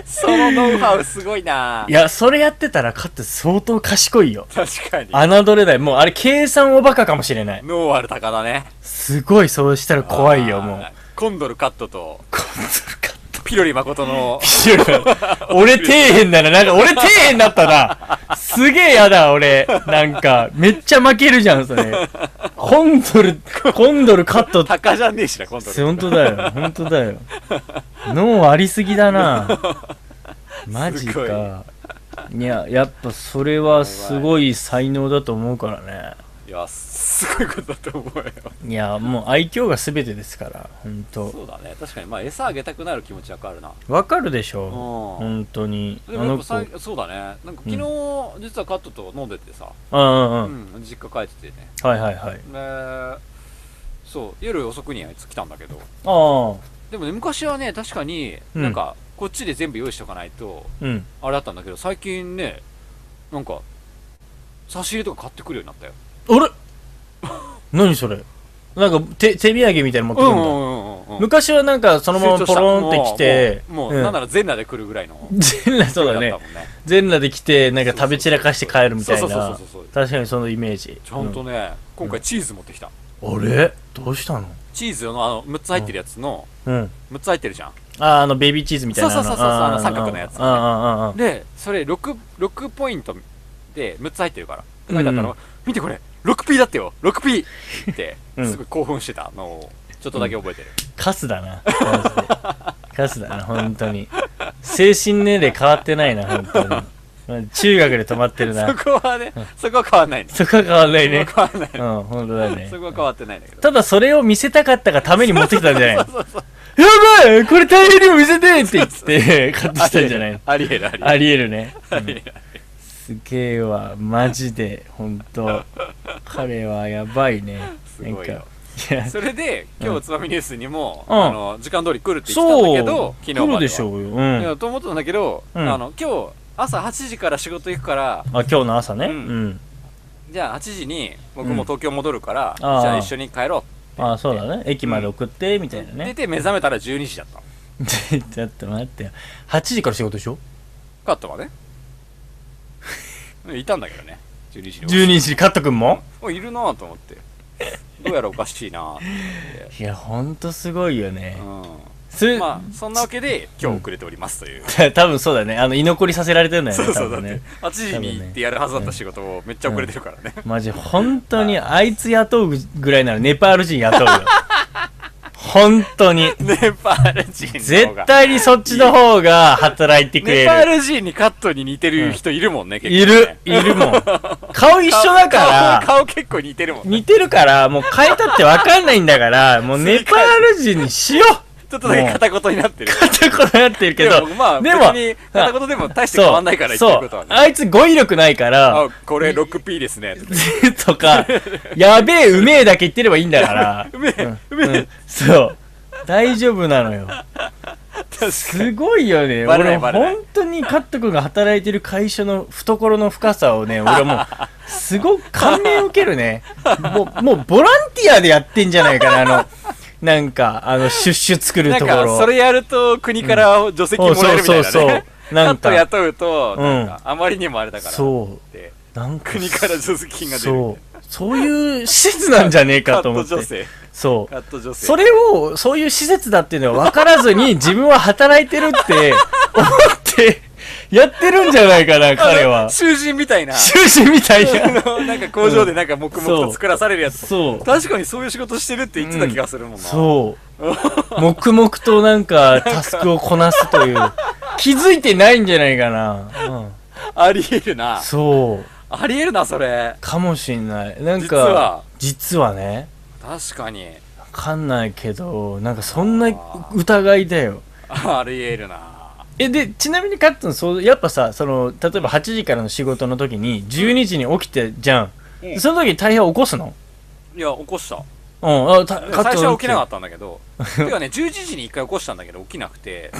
そのノウハウすごいない
や、それやってたら、カッツ相当賢いよ。
確かに
侮れない。もう、あれ、計算おバカかもしれない。
ノーアル高だね
すごい、そうしたら怖いよ、もう
あ。ーコンドルカットと
こ んなカット
ピロリ誠の
俺底辺だな。なんか俺底辺だったな。すげえやだ、俺。なんか、めっちゃ負けるじゃん、それ。コンドル、コンドルカット。
高じゃねえしなコンドル
本当だよ、本当だよ。脳ありすぎだな。マジか。いや、やっぱそれはすごい才能だと思うからね。
いやすごいことだと思うよ
いや、もう愛嬌が全てですから、本当
そうだね確かにまあ餌あげたくなる気持ちわかるな
わかるでし
うん
ょ。本当に。あ
でもやっぱ
の子。
さ
う
い
ん
そうだねなんか昨日、実はカットと飲んでてさ、
うんう。
うんん、実家帰っててね
はいはいはい。
でそう夜遅くにあいつ来たんだけど
ああ。
でもね昔はね確かに
うん
なんかこっちで全部用意しとかないと
うん。
あれだったんだけど最近ねなんか差し入れとか買ってくるようになったよ
あれ何それなんか手手土産みたいなの持ってくるんだ、
うんうんうんうん
昔はなんかそのまま
成長し
ポ
た
ロンってきて
もうもうもう
うん
なんなら全裸で来るぐらいの
全裸そうだ
だ
ね
ったもんね
全裸で来てなんか食べ散らかして帰るみたい
そうそうそう
な
そうそう
確かにそのイメージ
ちゃんとね、今回チーズ持ってきた
うんあれどうしたの
チーズのあの6つ入ってるやつの
うん
6つ入ってるじゃん
ああのベビーチーズみたいな
そうそうそうそう
の
あの三角のやつ
ああああ
でそれ 6, 6ポイントで6つ入ってるからって書いてあったの、
うん
見てこれ 6P だってよ 6P って
うん
すごい興奮してたのをちょっとだけ覚えてる、
カスだなマジでカスだな本当に精神年齢変わってないな本当 に中学で止まってるな
そこはねそこは変わんないね
そこは変わんないね
そこは変わんない
うん
ね、
本当だね
そこは変わってないんだけど
ただそれを見せたかったがために持ってきたんじゃないのやばいこれ大変にも見せてって言 って、買ってきたんじゃないの
ありえるありえる
ありえるね。
ありえる
すげえわ、マジで、ほんと。彼はやばいね。
すごいよ
なんか。いや、
それで今日つまみニュースにも、
うん
あの時間通り来るって言ってたんだ
そう、
けど昨日まで
来
は
るでしょうよ。う
い
ん。
やと思ったんだけど、
うん
あの今日朝8時から仕事行くから
あ、今日の朝ね。う
うん
ん。
じゃあ8時に僕も東京戻るから、じ
あー
ゃあ一緒に帰ろう
あ、そうだね。駅まで送って、みたいな
出
ね。
て目覚めたら12時だったの
ちょっと待ってよ。8時から仕事でしょ
カットはね いたんだけどね12時に
?12 時、カットくんも
おいるなぁと思ってどうやらおかしいなぁと
いや、ほんとすごいよね。
思って、
す
うん、まあそんなわけで今日遅れておりますという、
多分そうだね。あの、居残りさせられてるんだよね。
そうそうだ
多
っ
分
て
ね。
8時に行ってやるはずだった仕事をめっちゃ遅れてるからね、
マジ、本当に、あいつ雇うぐらいならネパール人雇 うよ。本当に。
ネパール人の方
絶
が
対にそっちの方が働いてくれ
ネパー
る。
ル人にカットに似てる人いるもんね、結構
いる、いるもん。顔一緒だか
顔
ら、
顔結構似てるもんね
似てるから、もう変えたってわかんないんだから、もうネパール人にしよう
ちょっとだけ片言になってる。
片言になってるけど
でも、まあ、
で
別
も
に片言でも大して変わんないから、言
そ
ってるこ
う
とはね。
あいつ語彙力ないから
あ、これ 6P です ね。
とかやべえうめえだけ言ってればいいんだから
うめえ、うめえ。
そう大丈夫なのよすごいよね
バレな
俺
いバレない
本当にカット君が働いてる会社の懐の深さをね俺もうすごく感銘を受けるねもうもうボランティアでやってんじゃないかなあのなんかあのシュッシュ作る
なん
ところ
か、それやると国から助成金もらえるみたいなね。
そうそうそうそう
な
なんん
か。
か
雇うと、
うん
なんか、あまりにもあれだから。
そう
で
なんか
国から助成金が出る。
そうそういう施設なんじゃねえ
カ
か
ッ
と
ト
思って
女性。
そう
カット女性。
それをそういう施設だっていうのは分からずに自分は働いてるって思ってやってるんじゃないかな彼
あの
は
囚人みたいな。
囚人みたいな
あのなんか工場でなんか黙々と作らされるやつ。
そう
確かにそういう仕事してるって言ってた気がするもんな。
そう黙々となんかタスクをこなすという気づいてないんじゃないかな、うん、
ありえるな。
そう
ありえるな、それ。
かもしんないなんか
実は
実はね
確かに。
わかんないけどなんかそんな疑いだよ
ありえるな。
えでちなみにカットンそうやっぱさその例えば8時からの仕事の時に12時に起きてじゃん、
うん
その時に大変起こすの
いや、起こした。
うんあた
最
カットン
初は起きなかったんだけ ど。てかね、11時に一回起こしたんだけど、起きなくて。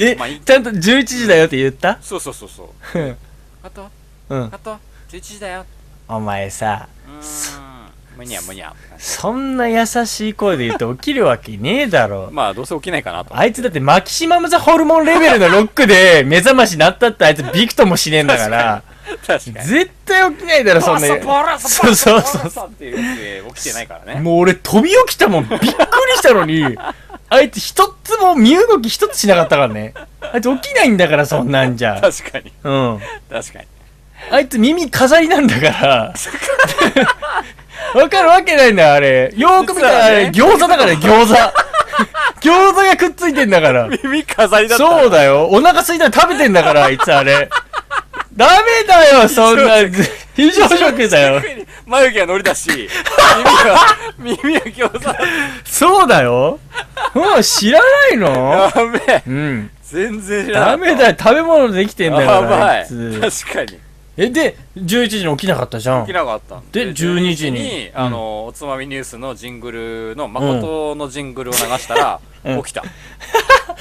え、
まあいい
ちゃんと11時だよって言った
そうそうそう そう。
うん
カット
うん
カット ?11 時だよ。
お前さ
う ーん。むにゃむにゃ。
そんな優しい声で言うと起きるわけねえだろ
まあ、どうせ起きないかなと。
あいつだってマキシマムザホルモンレベルのロックで目覚ましなったってあいつビクともしねえんだから
確かに。
絶対起きないだろそんな
ボラサボ
そ
ラ
う
サ
そ
ボ
う
ラサボ
そ
ラサ
う
っていうやつで起きてないからね。
もう俺飛び起きたもんびっくりしたの にあいつ一つも身動き一つしなかったからねあいつ起きないんだからそんなんじゃ
確かに。
うん
確かに。
あいつ耳飾りなんだから わかるわけないんだよあれよーく見たらあれ
実
餃子だから餃子餃子がくっついてんだから
耳飾りだった。
そうだよお腹空いたら食べてんだからあいつあれダメだよそんな非常食だよ
特に眉毛が 乗りだし、耳は、耳は餃子だ。
そうだよもう知らないの
やべえ。
うん
全然知らな
ダ
か
メ
っ
だよ、食べ物できてん
た
だか
や
ら、
ば
あ
い。
いつ。
確かに。
え、で、11時に起きなかったじゃ
起き
ん。
なかったん
で12時にうん
あの、おつまみニュースのジングルの、誠のジングルを流したら、
うん
起きた。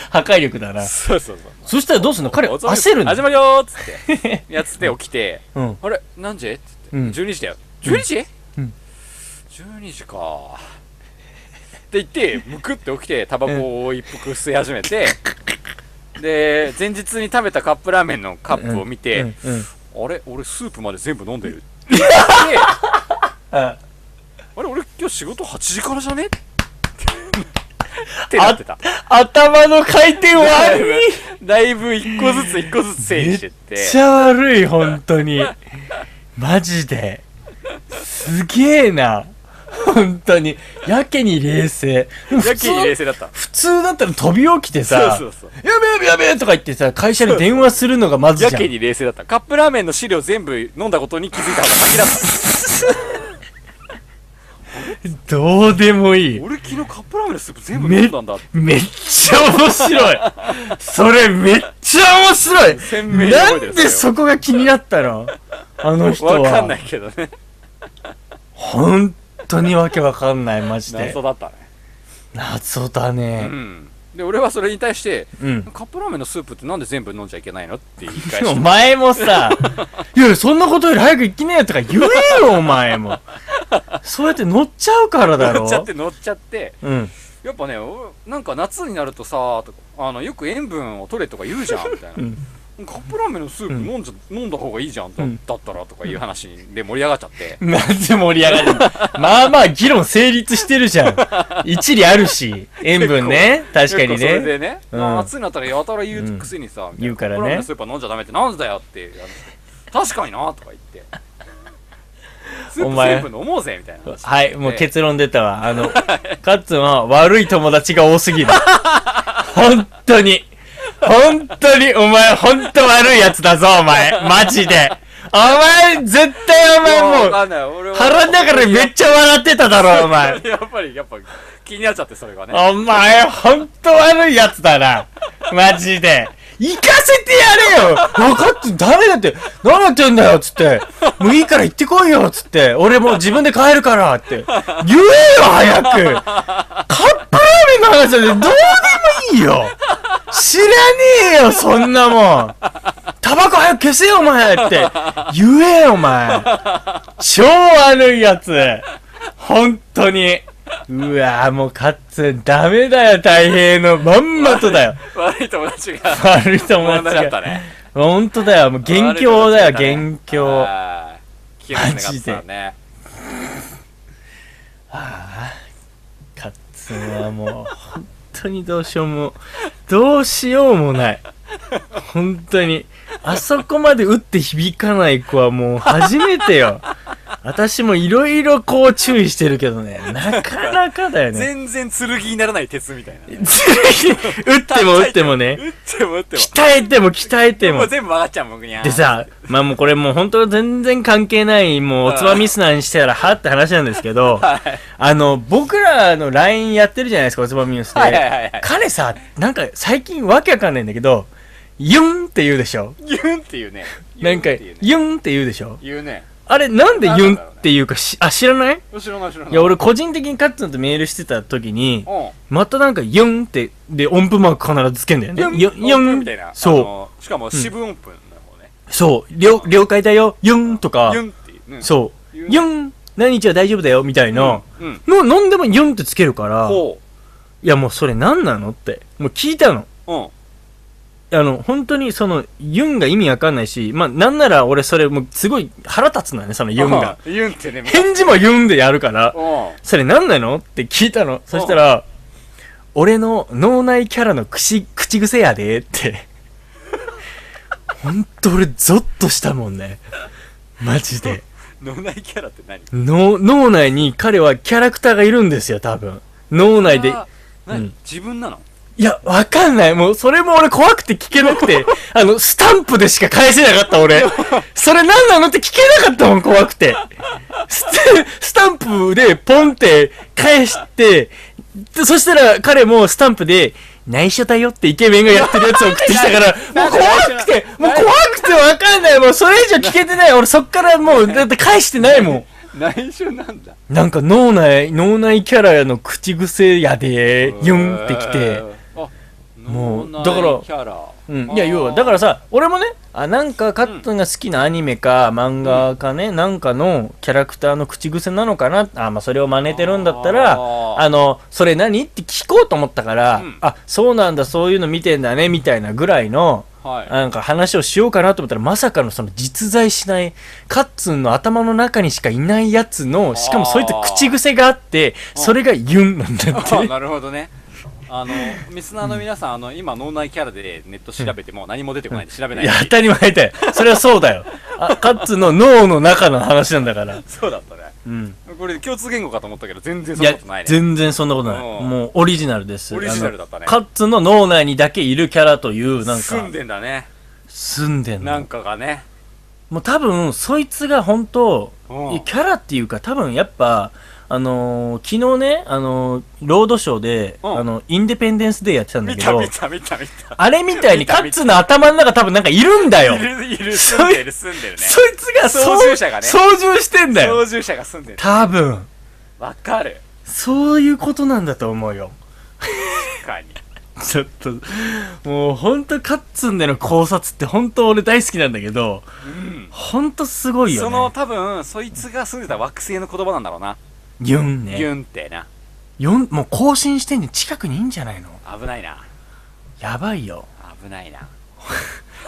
破壊力だな。
そうそうそう。
そしたらどうすんの彼、
おつまみ
焦るんだ
始まるよーっつっ て。やつって起きて、
うん。
あれ何時って
う
言
ん
って、12時だよ。12時
うん
12時か。って言って、むくって起きて、タバコを一服吸い始めて、で、前日に食べたカップラーメンのカップを見
う
て
ん、 うん。
あれ俺スープまで全部飲んでる。って言って
あ
あれ俺今日仕事8時からじ ゃねってなってた。
頭の回転
だいぶ
悪 い、
だいぶ一個ずつ一個ずつ整理してっ
め
て
っ。ちゃ悪い、本当に。マジで。すげえな。本当に。やけに冷静。
やけに冷
静。
静だった。
普通だったら飛び起きて
そう
さ、
そうそう。
やべやべやべとか言ってさ、会社に電話するのがまずじゃ
や
ん。
けに冷静だった。カップラーメンの資料全部飲んだことに気づいた方が先だ った。
どうでもいい。
俺昨日カップラーメンのスープ全部飲んだんだ。
めっちゃ面白いそれめっちゃ面白い
鮮明に
な
覚え
ん
てる
でそこが気になったのあの人
わかんな
はい
けどね。
本当にわけわかんないマジで
謎だったね。
謎だ
う
ね
ん。で、俺はそれに対して、
うん
カップラーメンのスープってなんで全部飲んじゃいけないのって言い返
でもお
し
前もさ 「いやそんなことより早く行きなよ」とか言えよお前もそうやって乗っちゃうから
た。
だろ
乗っちゃって乗っちゃって。
うん
やっぱね、おなんか夏になるとさ、とかあの、よく塩分を取れとか言うじゃん、みたいな
う。ん
カップラーメンのスープ飲んじゃ、飲んだ方がいいじゃん、だ
うん
だったらとかいう話で盛り上がっちゃって。
なんで盛り上がるのまあまあ議論成立してるじゃん一理あるし塩分ね確かに
結構それ
ね
でね、
うん
まあ暑いなったらやたら言うくせにさ、みたいな
言うから
カッ
ね
プラーメンのスーパー飲んじゃダメってなんでだよっていう話確かになとか言 って。スー
お
プ
前
全部飲もうぜみたいな話。
はい、もう
ええ
結論出たわ。あの、カッツンは悪い友達が多すぎる。本当に。本当に、お前、本当悪いやつだぞ、お前。マジで。お前、絶対お前
もうわ
もう、
かんない。俺は
腹の中でめっちゃ笑ってただろ、お前。
やっぱり、やっぱ、気になっちゃって、それがね。
お前、ほんと悪いやつだな。マジで。行かせてやれよ分かって、誰だって、何やってんだよつって。もういいから行ってこいよつって。俺もう自分で帰るからって。言えよ早くカップラーメンの話なんてどうでもいいよ知らねえよそんなもんタバコ早く消せよお前って言えよお前超悪いやつ本当に。うわぁ、もうカッツン、ダメだよ、太平の。まんまとだよ。
悪い友達が。
悪い 友
友達だ
達
った
が。
ね。
ほんとだよ、もう元凶だよ、元凶。
あー。気がつかなかったね。
カッツンはもう、本当にどうしようも、どうしようもない。本当に。あそこまで打って響かない子はもう初めてよ。私もいろいろこう注意してるけどね、なかなかだよね。
全然剣にならない鉄みたいな。
打っても打ってもね。
打っても打っても。
鍛えても鍛えて
も
も
う。全部曲がっちゃうもん、ぐにゃー
で。さ、まあもうこれもう本当全然関係ない、もうおつまみスナーにしてたらはって話なんですけど、
はい。
あの、僕らの LINE やってるじゃないですか、おつまみニュースで。
はいはいはいはい
彼さ、なんか最近わけわかんないんだけど、ユンって言うでしょ
ギュンっていうね。
なんか、
ギュンっていうね
ユンって言うでしょ
言うね。
あれなんでユンっていうかし、あ、知らない
後ろの後ろの。
いや、俺個人的にカッツンとメールしてた時に、
う
またなんかユンって、で音符マーク必ずつけんだよね。
ん。
ユン、ユ
みたい
ン
な。。あ
そ
の。しかも、四分音符の方ね。
う。そう。了了解だよ。ユンとか
ギ。ュンっていう。うん
そう。
ユ
ユ
ン
ン何日は大丈夫だよみたいな。
うんうん。
もう飲んでもユンってつけるから、い
こ
やもうそれ何なのって。もう聞いたの。
う。うん。
あの、本当にその、ユンが意味わかんないし、まあ、なんなら俺それもうすごい腹立つのよね、そのユンが。
うん。ユンってね、もう
返事もユンでやるから、
うん。
それ何なのって聞いたの。そしたら、俺の脳内キャラの口、口癖やで って。本当俺ゾッとしたもんね。マジで。
脳内キャラって何
の脳内に彼はキャラクターがいるんですよ、多分。脳内で。
あー何
うん
自分なの
いや、わかんない。もう、それも俺怖くて聞けな くて。あの、スタンプでしか返せなかった、俺。それ何なのって聞けなかったもん、怖くて。ステスタンプでポンって返して、でそしたら彼もスタンプで、内緒だよってイケメンがやってる やつを送ってきたから、もう怖くて、もう怖くてわかんない。もうそれ以上聞けてない。俺そっからもう、だって返してないもん。
内緒なんだ
なんか脳内、脳内キャラの口癖やで、ユンってきて。
あ
もう
脳内
だから
キャラ
うん、
あー
いや要はだからさ俺もねあなんかカットンが好きなアニメか漫画かね、なんかのキャラクターの口癖なのかなあ、まあ、それを真似てるんだったら
あー
あのそれ何って聞こうと思ったから、
うん
あそうなんだそういうの見てんだねみたいなぐらいの
はい
なんか話をしようかなと思ったらまさかのその実在しないカッツンの頭の中にしかいないやつのしかもそういった口癖があって
あー
それがユンな んだっ
あ
て
なるほどねあのリスナーの皆さんあの今脳内キャラでネット調べても何も出てこないんで調べないで
いや、当たり前だよ。それはそうだよ。あカッツの脳の中の話なんだから。
そうだったね
うん。
これ共通言語かと思ったけど全然そ
い
んな
や
ことない、ね
全然そんなことない。
うん
もうオリジナルです。
オリジナルだったね
あのカッツの脳内にだけいるキャラという、なん
住ん
か、
でんだね
住んでん
なん
の。
かがね
もう多分、そいつが本当、
うん
いやキャラっていうか、多分やっぱ、あのー昨日ね、あのーロードショーで、
うん
あの、インデペンデンスデーやってたんだ
見
け
た
ど
見、た見た見た
あれみたいに
見た
カ
見
ッ
た
ツの頭の中多分なんかいるんだよ
い。るいる住んでる住んでるね
そいつがそう
操縦者がね
操縦してんだよ。
操縦者が住んでる
多分。
わかる
そういうことなんだと思うよ。
確かに
ちょっと、もうほんとカッツンでの考察ってほんと俺大好きなんだけど、
うん
ほんとすごいよ
その
ね。
多分そいつが住んでた惑星の言葉なんだろうな、
ユン
ギ
ね。
ュンってな
ユン、もう更新してんね近くにいいんじゃないの
危ないな
やばいよ。
危ないな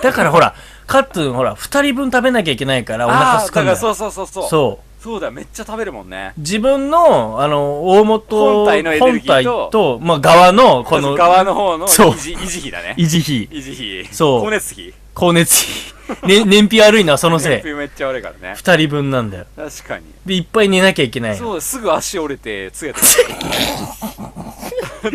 だからほら、カッツンほら、二人分食べなきゃいけないからお腹
ああ
す
ー
く
だ
ん
か
だ
ら
よ。
そうそうそうそうそう
そう。
だめっちゃ食べるもんね
自分の、あの、大元、
本体のエネルギーと
本体とまあ、側の、この、
側の方の
そう
維持維持費だね
維持費、
維持費
そう
光熱費
光熱費、ね、 燃費悪いのはそのせ
燃
い。
費めっちゃ悪いからね
二人分なんだよ。
確かに
で、いっぱい寝なきゃいけないの。
そうすぐ足折れてつえた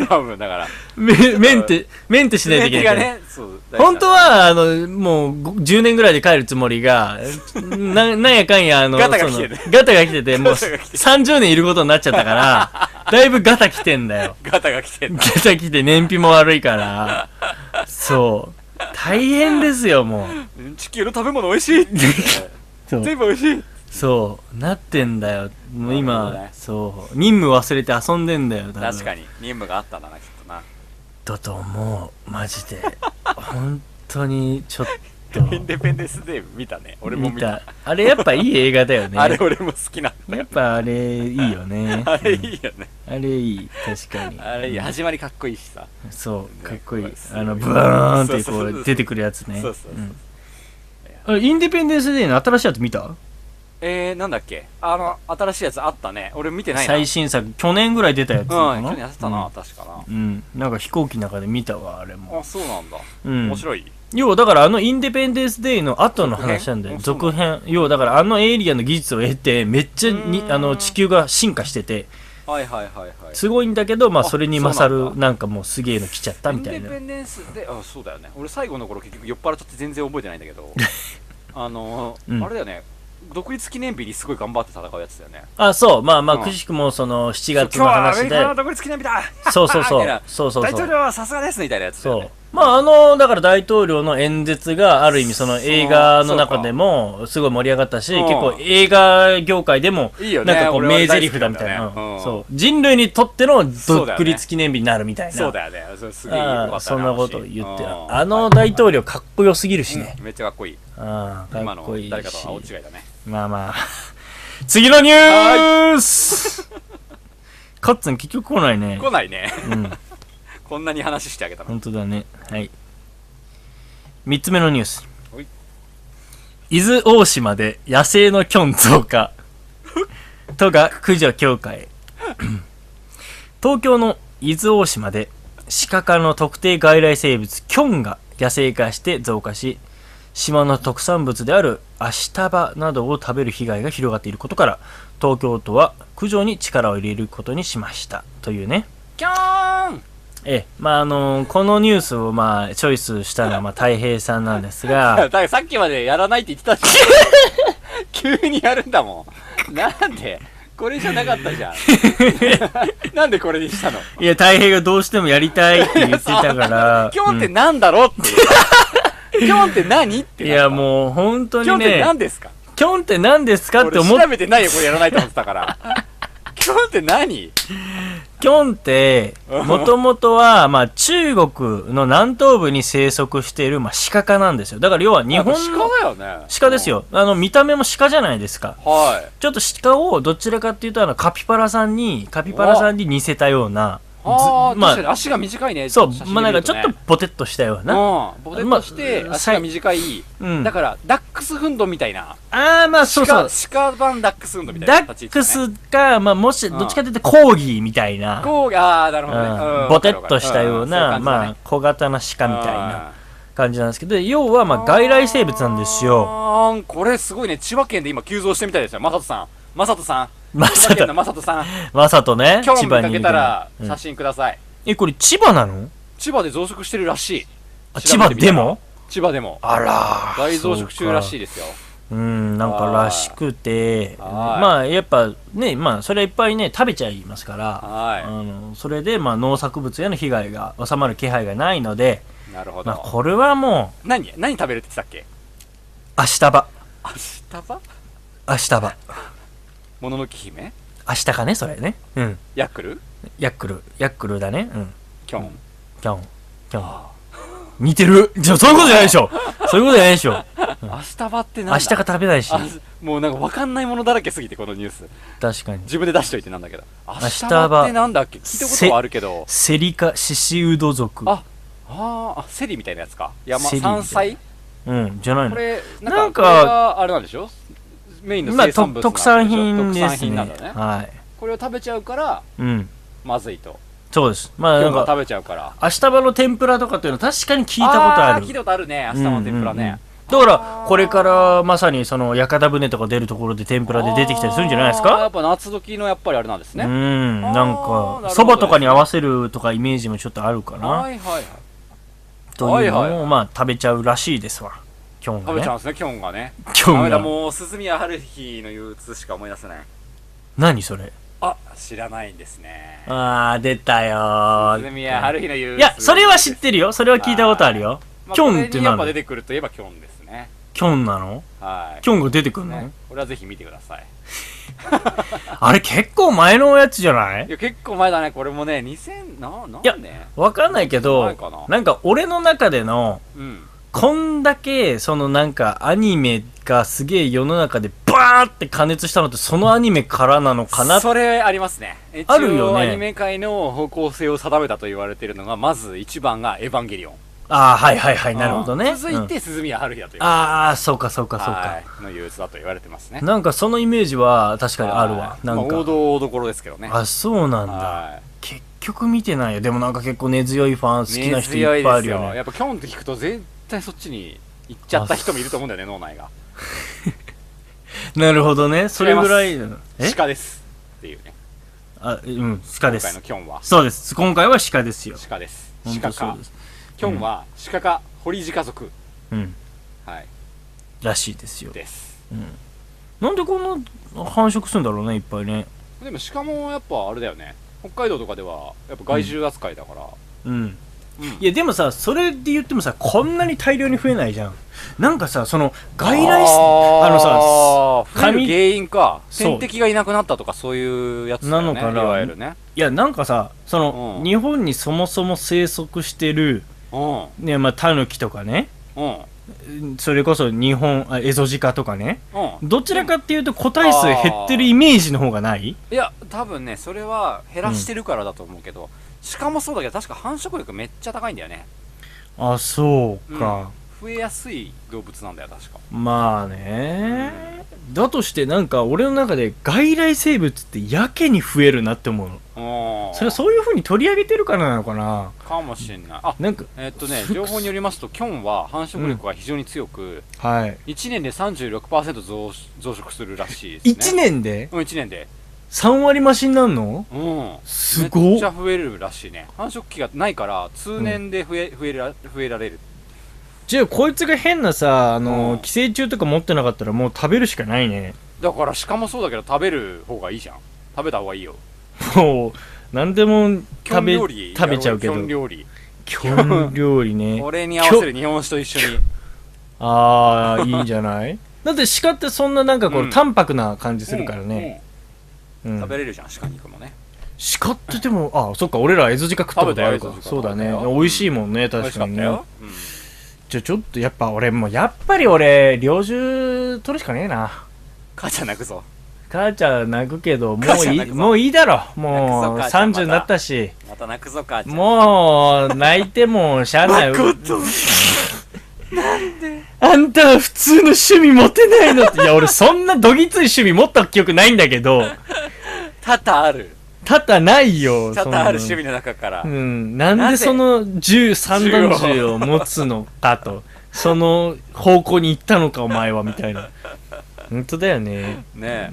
多分だから。
メメンテ、メンテしないといけないから。
ね、そう。
本当、は、あの、もう、ご10年ぐらいで帰るつもりが、な、なんやかんや、あの、
ガタが来てる
そのガタが来てて、もう、
ガタが来てる
30年いることになっちゃったから、だいぶガタ来てんだよ。
ガタが来てん
ガ
だ。
タ来て燃費も悪いから、そう。大変ですよ、もう。
地球の食べ物美味しいって言っ て
そう
全部美味しい
そう。なってんだよ。も
なるほ
う
ど
今、
ね
そう。任務忘れて遊んでんだよ、多分
確かに、任務があったんだな、きっとな。
だと思う。マジ で。本当に、ちょっと。
インディペンデンスデー見たね。俺も見
見
た
た。。あれやっぱいい映画だよ ね。
あれ俺も好きなんだ
や
よ。
っ。ぱあれいいよね
あれい
うん
いよね。
あれいい。確かに。
あれいい。始まりかっこいいしさ。
うんそう、かっこいい
ね。
あの、ブワーンって
そうそ
こ
うそうそう
う出てくるやつね。
そうそうそう
うんあれインディペンデンスデーの新しいやつ見た
えー、なんだっけあの、新しいやつあったね。俺見てないな。
最新作、去年ぐらい出たやつ
うん、
か
去
な。
年やってたな、確か
うん。うん。なんか飛行機の中で見たわ、あれ
な。あ、
も。
そうなんだ。
うん。
面白い。
要はだからあのインディペンデンスデーの後の話なんだよ
続
続編要はだからあのエイリアンの技術を得てめっちゃに
うーん
あの地球が進化してて
はいはいはいはい。
すごいんだけどま
あ
あそれに勝
そうなん
る
だ
なんかもうすげえの来ちゃった
イン
み
デ
たい
ィ
な
ペンデンスであそうだよね俺最後の頃結局酔っ払っちゃって全然覚えてないんだけ どあの、
うん
あれだよね独立記念日にすごい頑張って戦うやつだよね
あそうまあまあ
うん
くしくもその7
そう
月
今
の
日はアメ
話
リ
で
カの独立記念日だ
そうそうそ
みたいうな
そうそう
大
そ
統
う
領はさすがですみたいなやつだよ
そう
ね
まああのだから大統領の演説がある意味その映画の中でもすごい盛り上がったし
うん
結構映画業界でも
いいよね
なんかこう
俺
名
は
台
大好
詞
きな
だ
ん
み
だ
た
よ
い
ね
な
うん
うんそう人類にとっての独立記念日になるみたいな
そうだよねそれすげえよかった
あ
な
あそんなこと言って
話うん
あの大統領かっこよすぎるしね
うんめっちゃかっこいい
ああ
今
かっこい
の
い
誰かと
し
は大違いだね
まあまあ 次のニュース カッツン結局来ないね
来ない ね
うん
こんなに話してあげたの
本当だねはい3つ目のニュース
はい
伊豆大島で野生のキョン増加都が駆除協会 東京の伊豆大島でシカ科の特定外来生物キョンが野生化して増加し島の特産物であるアシタバなどを食べる被害が広がっていることから東京都は駆除に力を入れることにしましたというね
キャーン
ええ、まああのこのニュースをまあチョイスしたのはまあ太平さんなんです
だ
が
からさっきまでやらないって言ってたし 急にやるんだもんなんでこれじゃなかったじゃん なんでこれにしたの
いや太平がどうしてもやりたいって言ってたから
キョンって
うん
なんだろうっていうキョンって何って
い
なった
やもう本当
キョン
に
って
ね
何ですか
キョンって何ですかって
俺
思っ
調べてないよこれやらないと思ってたから キョンって何
キョンって
うん
もともとはまあ中国の南東部に生息しているまあシカ科なんですよだから要は日本
やっ
の
ぱ鹿だよね
シカですよあの見た目もシカじゃないですか
うんはい
ちょっとシカをどちらかっていうとあのカピバラさんにカピバラさんに似せたような
ああ、
ずまあ
確かに足が短いね
そう、
写真
まあ
で
な
見
んか
る
ち
とね
ょっとボテっとしたような。
うん、ボテッとして
まあ
足が短い、
うん。
だからダックスフンドみたいな
ああ、まあそうそう。
鹿鹿版ダックスフンドみたいな
ダ
立ち位
ッ
置だ
ク
ね
スか、まあもし、
うん
どっちかというとコーギーみたいな、
こうああなるほどね、
うん
うん
ボテっとしたような、まあ
あ
小型な鹿みたいな感じなんですけど、要はまあ外来生物なんですよ。
あーこれすごいね千葉県で今急増してみたいですよマサトさんマサトさん
ま
千葉
さ
県の
と、
マサトさん
まさとね、
今日
千
見
葉
か
にい
け
る
た
からら。うん
写真ください、
え、これ千葉なの
千葉で増殖してるらしい
あ千葉
見てみた
で
ら
も
千葉でも
あら
大増殖中らしい
い。
ですよ
うん、なんからしくて、
はい
まあやっぱね、まあそれはいっぱいね、食べちゃいますから、あ
は
のそれで、まあ、農作物への被害が収まる気配がないので、
いなるほど、
まあ、これはも
何何食べるって言ってたっけ
う明日場
明日は
明日場
もののけ姫
明日かねそれねうん
ヤックル
ヤックルヤックルだねうん
キョン、
キョンキョン似てるじゃあそういうことじゃないでしょそういうことじゃないでしょ
明日はってなんだ
明日か食べないし
あもうなんか分かんないものだらけすぎてこのニュース
確かに
自分で出しといてなんだけど明
日
日
は
はってなんだっけ聞いたことはあるけど
セリ科シシウド族
ああーあセリみたいなやつか山
セリみたいな
山菜
うんじゃない
こ
の
れなんか
なんか
これがあれなんでしょメインの
まあ
生
と
産物なんでしょ
特産品で
特産
す
品
ね
なんだね
はい
これを食べちゃうから
うん
まずいと
そうですまあ
今
なん
日も
か
食べちゃうから
明日場の天ぷらとかっていうのは確かに
聞
聞いたことある
聞いたことあるね明日の天ぷらね、
だから、これからまさにその屋形船とか出るところで天ぷらで出てきたりするんじゃないです
あーや
か
っぱ夏時のやっぱりあれなんです
う
ね。
ん、なん
あーなるほど
か
ね、
そばとかに合わせるとかイメージもちょっとあるかな
は。いはいはい。
という
はいはい
の
は
を、まあ、食べちゃうらしいですわ。きょんが
食べ
ね
ちゃうん。ですね、キョンがね。
きょ
ダメ
ん
だ、
が。
もう、鈴宮春日の憂鬱しか思い出せない。
何それ
あ、知らないんですね。
あー、出たよ
鈴宮
ー。
春日の憂鬱。
いや、それは知ってるよ。それは聞いたことあるよ。
まあ
キョンって
これにやっ
な
ぱ
んだ
出てくるといえばキョンですね。
きょんなの
はい。
きょんが出てくんの、
ね、これはぜひ見てください。
あれ結構前のやつじゃない
いや、結構前だね、これもね、2000、な、何
や
年、
わかんないけ
前
ど
かな、
なんか俺の中での、
うん。
こんだけ、そのなんかアニメがすげえ世の中でバーって加熱したのって、そのアニメからなのかな
それありますね。一応
あるよね
アニメ界の方向性を定めたと言われているのが、まず一番がエヴァンゲリオン。
ああ、はいはいはい、なるほどね。
続
うん
いて、鈴宮春日だと言わ
ああ、そうかそうか
れ
そうか
て。ます。の憂鬱だと言われてますね。
なんかそのイメージは確かにあるわ
は。い
なん
まあ王
か。
道どころですけどね。
あ、そうなんだ。
は
結局見てないよ。でもなんか結構根強いファン、好
い。
きな人いっぱいいる
根強
よ
や
ね。
っぱキョンって聞くと絶対そっちに行っちゃった人もいると思うんだよね、脳内が。
なるほどね。それぐらい
違い。
え
鹿です。っていうね。
あ、うん、鹿で
今回
す
の。キョンは
そうです。今回は鹿ですよ。
鹿です。
本
鹿
当そう
か
で。す。
キョンは鹿か堀氏家族。
うん。
はい。
らしいですよ。
です。
なんでこんな繁殖するんだろうね、いっぱいね。
でも鹿もやっぱあれだよね北海道とかではやっぱ害獣扱いだから、
うん。
うん
いやでもさそれで言ってもさこんなに大量に増えないじゃんなんかさその外来すあのさ
さ
紙
原因か
そう
天敵がいなくなったとかそういうやつだよ、ね、
なのかない
わゆるね
いやなんかさその、
うん
日本にそもそも生息してる
うん
ねまあタヌキとかね
うん
それこそ日本あエゾジカとかね
うん
どちらかっていうと個体数減ってるイメージの方がない
いや多分ねそれは減らしてるからだと思うけど、鹿もそうだけど確か繁殖力めっちゃ高いんだよね
あそうか、
増えやすい動物なんだよ確か
まあねだとしてなんか俺の中で外来生物ってやけに増えるなって思うの
うん
それはそういう風に取り上げてるからなのかな
かもしんないあ
なんか
えっとね情報によりますとキョンは繁殖力が非常に強く、
はい
1年で36%増増殖するらしいですね
1年で
うん1年で
3割増しになるの
うん
すごっ
めっちゃ増えるらしいね繁殖期がないから通年で増え,、増えら増えられる
じゃあこいつが変なさあの、
うん
寄生虫とか持ってなかったらもう食べるしかないね
だから鹿もそうだけど食べる方がいいじゃん食べた方がいいよ
もう何でも
キョ
食
ン
べ
料理
食べちゃうけど
キョン料理
キョン料理ね
これに合わせる日本酒と一緒に
ああいいんじゃない だって鹿ってそんななんかこう、
うん
淡白な感じするからね、
うん
うん
食べれるじゃん鹿肉もね
鹿ってでもあそっか俺らエゾジカ食ったことある
食
か
べたよエゾジカ
そうだね
食べたよ
美味しいもんね
美
確
味しか
か
っ
に
た
ね
よ、うん
じゃあちょっとやっぱ俺もうやっぱり俺猟銃取るしかねえな
母ちゃん泣くぞ
母ちゃん泣くけど、も
母ち
う
ゃん
いい、
泣くぞ
もういいだろ。も
泣
う
くぞ母ちゃん
30になったし、
また泣くぞ母ちゃん
もう泣いてもしゃあない。
と
あんたは普通の趣味持てないのって。いや、俺そんなどぎつい趣味持った記憶ないんだけど、
多々ある
ただないよ。
多々ある趣味の中から、
そんな。うん。なん
な
で
ぜ
その銃、三段銃を持つのかと。その方向に行ったのか、お前は、みたいな。本当だよね。
ねえ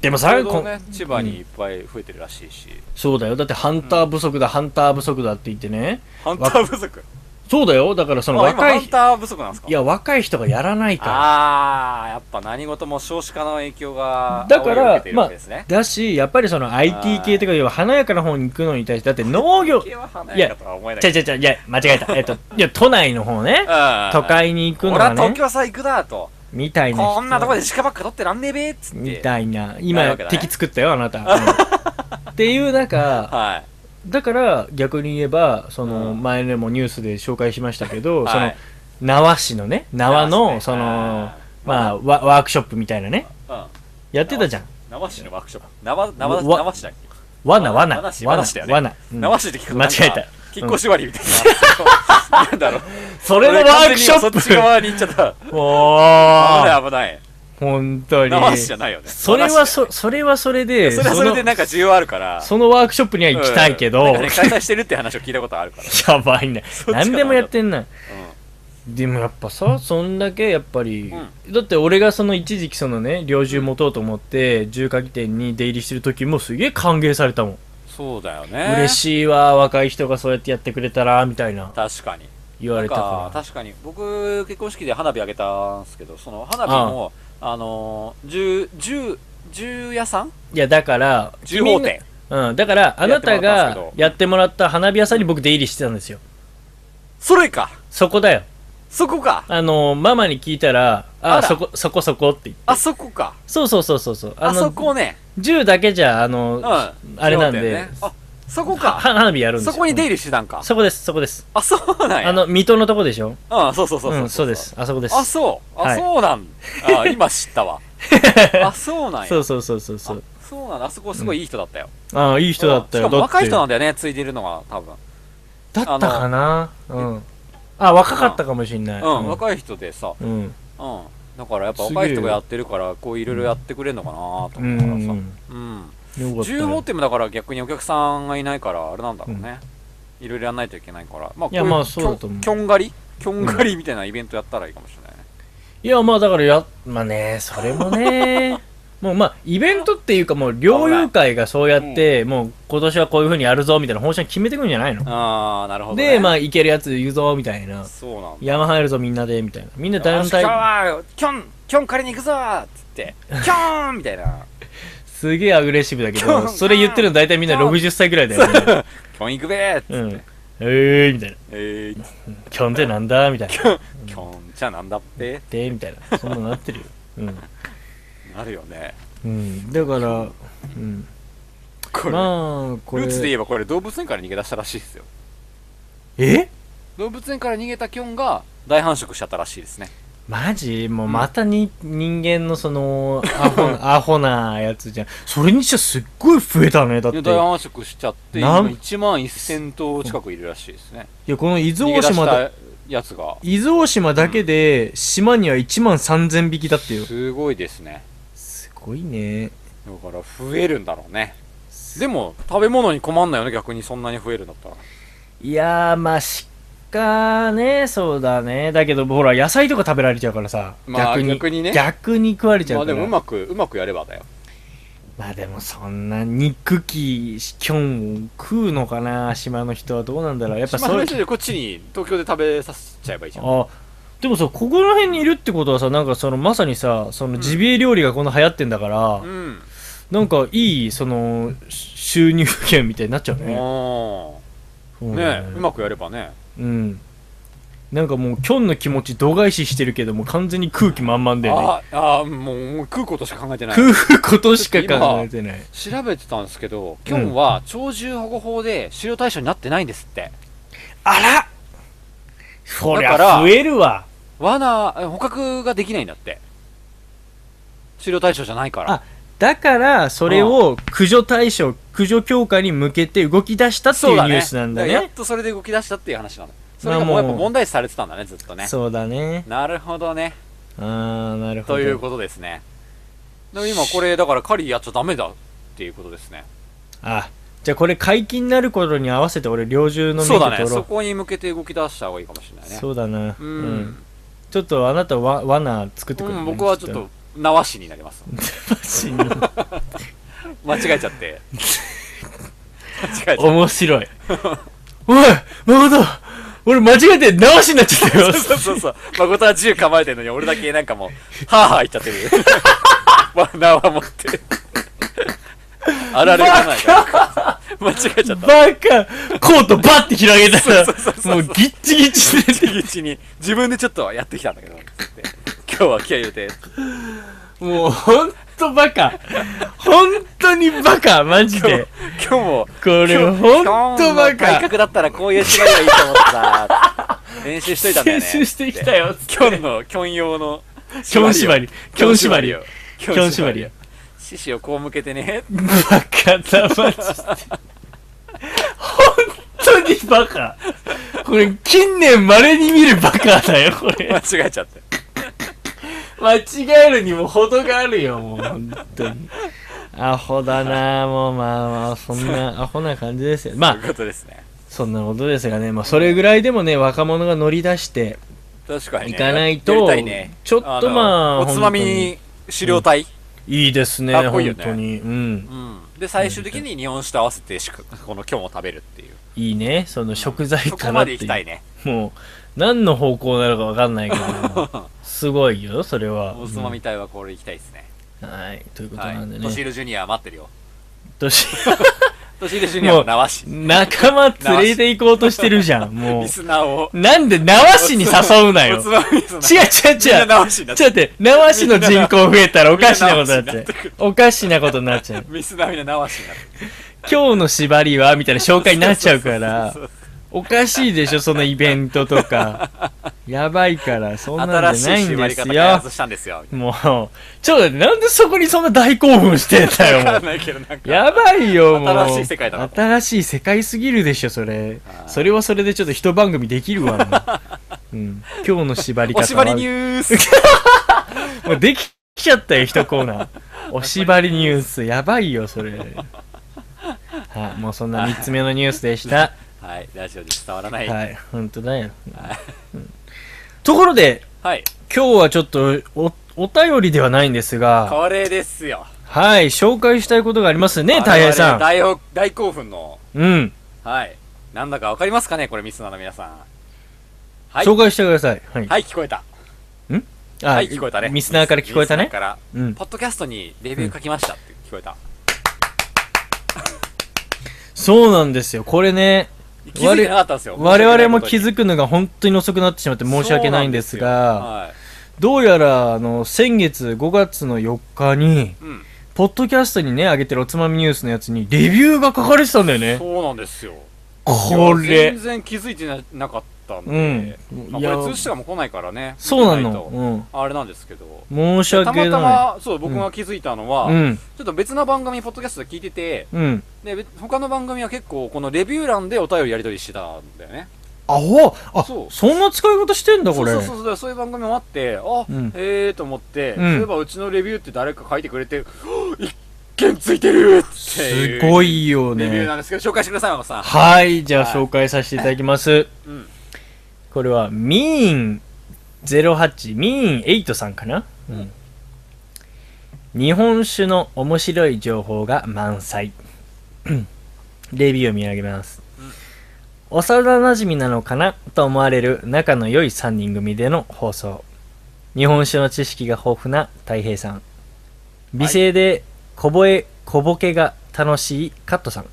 でも
ちょ
さ、
う
こ
どね千葉にいっぱい増えてるらしいし、
そうだよ。だってハンター不足だ、ハンター不足だって言ってね。
ハンター不足
そうだよ。だからその
あ今
若
ハ
い
ン
人、
ター不足なんですか
いや、若い人がやらないか
ああやっぱ何事も少子化の影響が
ら。だか
青いを受
ら
けて、いる
ま
わ
あ
けです、ね、
だし、やっぱりその IT 系とかいう華やかな方に行くのに対して、だって農業、
家は華やかとは思えない
ちゃいちゃいちゃい、いや、間違えた。えっと、いや、都内の方ね。都
都
会に行くの
俺は
はね
東、京さ行くだと
みたいな人。
こんなとこで鹿ばっか取ってらんねえべっつって
みたいな。
なる
今
わけ、だね
敵作ったよ、あなた。 うんっていう、なんか、
はい
だから逆に言えば、その、
うん
前でもニュースで紹介しましたけど、そ
は
の
い、
縄市のね、
縄
縄
市
の、
ね
その
あ、ー
まあ、ワワークショップみたいなね、
うん
やってたじゃん。
縄市のワークショップ縄縄
わ
縄市だっけ
罠、罠、
罠し
罠
罠しだよ、ね
罠。うん
縄市って聞くとなんか
間違えた
引っ越し割りみたいな、なんだろう
それのワークショ
俺完全にそっち
ッ
側に行っちゃった
プも
危な
う、
い危ない
本当に。
縄市じゃないよね
それは
そ
そ、それはそれで、
それはそれで
の
なんか需要あるから
そのワークショップには行きたいけど
う んなん、かね開催してるって話を聞いたことあるから、
やばいね。
っちが
何でもやってんな。
う
でもやっぱさそんだけやっぱり、
う
だって俺がその一時期そのね猟銃持とうと思って銃火器店に出入りしてる時もすげえ歓迎されたもん、
そうだよね
嬉
い
しいわ若い人がそうやってやってくれたらみたいな
確かに
言われた
なんか
から
確かに僕結婚式で花火あげたんですけどその花火もあのー銃銃銃屋さん
いやだから
銃砲店
うん、だからあなた
やってもらったんですけ
が
ど
やってもらった花火屋さんに僕出入りしてたんですよ
それか
そこだよ
そこか
あのママに聞いたらあ
あら
そこそこそこって言って
あそこか
そうそうそうそうそう
あ
の
そこね
銃だけじゃあの、
うん
あれなんで、
銃砲店ねあそこ
は
か
花火やるんですよ
そこに出入りしてたんか
そこですそこです
あそうなんや
あの水戸のとこでしょ
うんそうそうそう
うんそうですあそこです
あそうあ
はい
そうなんあ今知った わあそうなんや
そうそうそうそうそう
あそうなんだあそこすごいいい人だったよ
ああいい人だったよ
うんしかも
だって
若い人なんだよねついでるのが多分
だったかなうんあ若かったかもしんない
うん
うん
若い人でさ
うん
うんだからやっぱ
すげえ
若い人がやってるからこういろいろやってくれるのかなと
う
思
ん
うか
う
らさ
ん
うん
よかった
銃
よ
持ってもだから逆にお客さんがいないからあれなんだろうねいろいろやんないといけないからまあこう
い
い
や
う
まあそうだと思う
きょんがりきょんがりみたいなイベントやったらいいかもしれないね
いやまあだからやまあねそれ もねもうまあイベントっていうかもう猟友会がそうやってもう今年はこういうふうにやるぞみたいな方針決めてくんじゃないの
ああなるほどね
でまあいけるやつ言うぞみたいな
そうなんだ
山入るぞみんなでみたいなみんな
よ
団
し今日
体
はキョンキョン借りに行くぞーっつ ってキョンみたいな
すげえアグレッシブだけ
今
ど
日
それ言ってるの大体みんな60歳ぐらいだよね
キョン行くべーっつって、
うんえーみたいな
えー、
キョンってなんだみたいな
キョンじゃなんだって
でみたいなそんなのなってるようん、
なるよね
うん、だからうん
これ、
まあこれ
ルーツで言えばこれ動物園から逃げ出したらしいですよ
え
動物園から逃げたキョンが大繁殖しちゃったらしいですね
マジもうまたに、人間のそのア ホアホなやつじゃんそれにしてはすっごい増えたねだって
で
い
大繁殖しちゃって今
なん
1万1000頭近くいるらしいですね
やこの伊
逃
豆
げ
大
出し
島だ
たやつが
伊豆大島だけで島には1万3000匹だってよ
すごいですね
すごいね
だから増えるんだろうねでも食べ物に困んないよね逆にそんなに増えるんだったら
いやーまあ鹿ねそうだねだけどほら野菜とか食べられちゃうからさ、
まあ
逆に
逆にね
逆に食われちゃ
ま
う
あ
か
で
ら
もうまくうまくやればだよ
まあでもそんな肉きキョンを食うのかな島の人はどうなんだろうやっぱ
島
そう
の
いう
人でこっちに東京で食べさせちゃえばいいじゃん
あでもさここら辺にいるってことはさなんかそのまさにさそのジビエ料理がこんな流行ってんだから、
うん
なんかいいその収入源みたいになっちゃうね、
あ
そ
あ
うだ
ねうまくやればね
うんなんかもうキョンの気持ち度外視してるけどもう完全に空気満々だよね
ああもうもう食うことしか考えてない
食うことしか考えてない
調べてたんですけどキョンは鳥獣保護法で狩猟対象になってないんですって
あらそり
だ
ゃ
から
増えるわ
罠え捕獲ができないんだって狩猟対象じゃないから
あだからそれを駆除対象駆除強化に向けて動き出したっていうニュースなんだ
からや
ね
っとそれで動き出したっていう話なのそれが
ま
もうや
あも
っ
う
ぱ問題視されてたんだねずっとね
そうだね
なるほどね
ああなるほど
ということですねでも今これだから狩りやっちゃダメだっていうことですね
あじゃあこれ解禁になる頃に合わせて俺猟銃の免
そう
許
だね
取ろ
そうこに向けて動き出した方がいいかもしれないね
そうだな
う、
うんんちょっとあなたわ罠作ってくるね
うん僕はちょっと縄師になり ます
マジに
間違えちゃって間違えちゃっ
面白いおい誠俺間違えて直しになっちゃったよ
てそうそうそう誠は銃構えてるのに俺だけなんかもうはぁはぁ言っちゃってる まあ縄持ってあられがないから間違えちゃった
バカコートバッて広げたらもうギッチギチで
入り口に自分でちょっとやってきたんだけどつって今日は気合い入れて
もうほんとバカほんとにバカマジで
今日も
これ
今日
ほんとバ
今日の体
カ
格だったらこういう芝居がいいと思ってさ練習しといたんだよ
練
ね
習してきたよつって
今日の今日用の
キョン縛りキョン縛りよキ
今
ョン縛りよ
獅子をこう向けてね
バカだマジで本当にバカこれ近年稀に見るバカだよこ
間
れ
違えちゃって
間違えるにも程があるよもう本当にアホだなもうまあまあそんなアホな感じですよま
と
あ
いうことですね
そんなことですがねまあそれぐらいでもね若者が乗り出して
確かに、ね。
行かないと
やりたいね、
ちょっとまあ
のおつまみに資料体。
いいですね、
かっこいいよ
本当
ね
に。うん。
うん。で、最終的に日本酒と合わせてしか、この今日も食べるっていう。
いいね、その食材
そこ
から
ま
っ
で行
てい
き
う。
たいね。
もう、何の方向なのかわかんないけ ども、すごいよ、それは。
おつまみ隊はこれ行きたいですね。
うんはい、ということ
はい
なんで。ね。
トシールジュニア待ってるよ。
どし
トシールジュニアも縄し。
仲間連れて行こうとしてる じゃん、も
リスナーを。
う。なんで、縄市に誘うなよ。違
お
う
つまみリスナー。
違
み
う
んな
違う。
縄しになっ
ち
て
ょっと待って、縄市の人口増えたらおかしなことに
みんな
なっ
縄市
ち
に
ゃう。おかしなことになっちゃう。
る。リスナーみんな縄しになってる。
今日の縛りはみたいな紹介になっちゃうから
そ、うそう
おかしいでしょ、そのイベントとか。 やばいから、そん
そう新
なん
し
じゃない
い
ん
縛
で
り
す
方開
よ
発。したんですよ。
もう、ちょっと待って、なんでそこにそんな大興奮してんだ
わか
よ、
ん
も
ないけど、なん か。
う。やばいよ、もう。
新しい世界だな
新しい世界すぎるでしょ、それ
あ。ー
それはそれでちょっと一番組できるわ、も ううん。今日の縛り方
お
は。
縛りニュース。
もうできちゃったよ、一コー ナー。お縛りニュース、やばいよ、それ。はい、もうそんな三つ目のニュースでした。
はい、ラジオで伝わらない。
はい、本当だよ。うんところで、
はい、
今日はちょっとお、お便りではないんですが、
これですよ。
はい、紹介したいことがありますね、たい平
我々
さん。
大ほ大興奮の、
うん、
はい。なんだかわかりますかね、これ、ミスナーの皆さん。はい、
紹介してください。はい。
はい、聞こえた。
あ
はい、聞こえたね。
ミスナーから聞こえた
ミ
ね
ス。ナーから、
うん。
ポッドキャストにレビュー書きましたって聞こえた。
そうなんですよ。これね、
気づいてなかったんですよ。
我々も気
く
づくのが本当に遅くなってしまって申し訳ないんですが、
はい。
どうやら、あの、先月5月の4日に、
うん。
ポッドキャストにね、上げてるおつまみニュースのやつに、レビューが書かれてたんだよね。
そうなんですよ。
こ
いや
れ
全。然気づいてななかったん
う
で。
ん。
まあ、
い
こ
や
れ、通知とかも来ないからね。
そう
見
な
てい
の。
と
うん。
あれなんですけど。
申し
たま
訳
た
な
ま、そう、僕が気づいたの
い。
は、
うん。
ちょっと別な番組、ポッドキャストで聞いてて、
うん。
で、別他の番組は結構、このレビュー欄でお便りやり取りしてたんだよね。
あ、おあ、
そう
そんな使い方してんだ、
そ
こ
う
れ。
そうそうそう、そういう番組もあって、あ、
ん
へえーと思って、
ん
そういえばうちのレビューって誰か書いてくれて、はぁ一件ついてるって
す
う
ごいよ
レビュー
ね
な。んですけど、紹介してください、マさん。
はい、じゃあ
はい
紹介させていただきます。
うん。
これは、ミーン08、ミーン8さんかな、うん、日本酒の面白い情報が満載。レビューを見上げます。幼馴染なのかなと思われる仲の良い3人組での放送。日本酒の知識が豊富なたい平さん。美声で小ぼえ、小ボケが楽しいカットさん。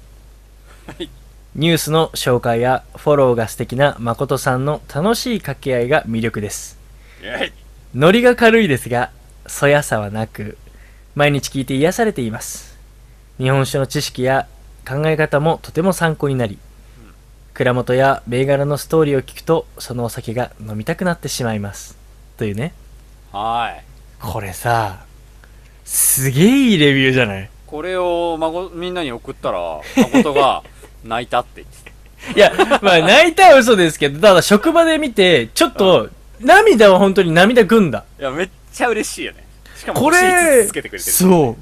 ニュースの紹介やフォローが素敵な誠さんの楽しい掛け合いが魅力です。
イェイ
ノリが軽いですが、そやさはなく、毎日聞いて癒されています。日本酒の知識や考え方もとても参考になり、蔵元や銘柄のストーリーを聞くと、そのお酒が飲みたくなってしまいます。というね。
はい。
これさ、すげえいいレビューじゃない
これを、孫、みんなに送ったら、誠が、泣いたって言ってた。
いや、まあ泣いたは嘘ですけど、ただ職場で見て、ちょっと、涙は本当に涙ぐんだ。
いや、めっちゃ嬉しいよね。しかも、
これ、
星つけてくれてる。
そ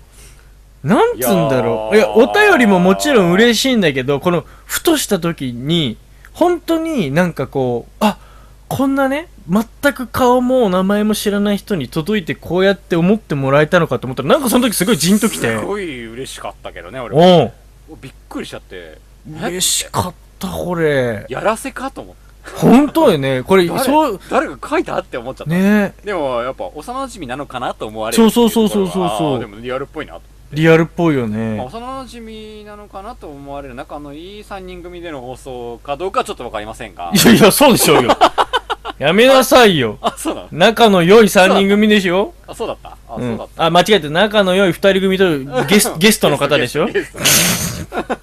う。なんつうんだろう。い
い
や
やー
お便りももちろん嬉しいんだけど、この、ふとした時に、本当になんかこう、あ、こんなね、全く顔も名前も知らない人に届いてこうやって思ってもらえたのかと思ったら、なんかその時すごいジンときて
す、ごい嬉しかったけどね、俺も。
おう
びっくりしちゃって。
嬉しかった、これ。
やらせかと思って。
本当よね。これ、
誰
そう、
誰が書いたって思っちゃった。
ね
でも、やっぱ、幼馴染なのかなと思われる。
そうそうそうそうそうそう
っていところはあーでも、リアルっぽいなと。
リアルっぽいよ
まあ、
ね。
幼馴染なのかなと思われる仲のいい3人組での放送かどうかはちょっとわかりませんが
い。やいや、そうでしょうよ。やめなさいよ。
あ、そうなの
仲の良い3人組でしょ
あ、そうだった。あ、そう
う
だ
ん
っ、た。
あ間違えて仲の良い二人組と ゲスゲストの方でしょ
ゲストゲ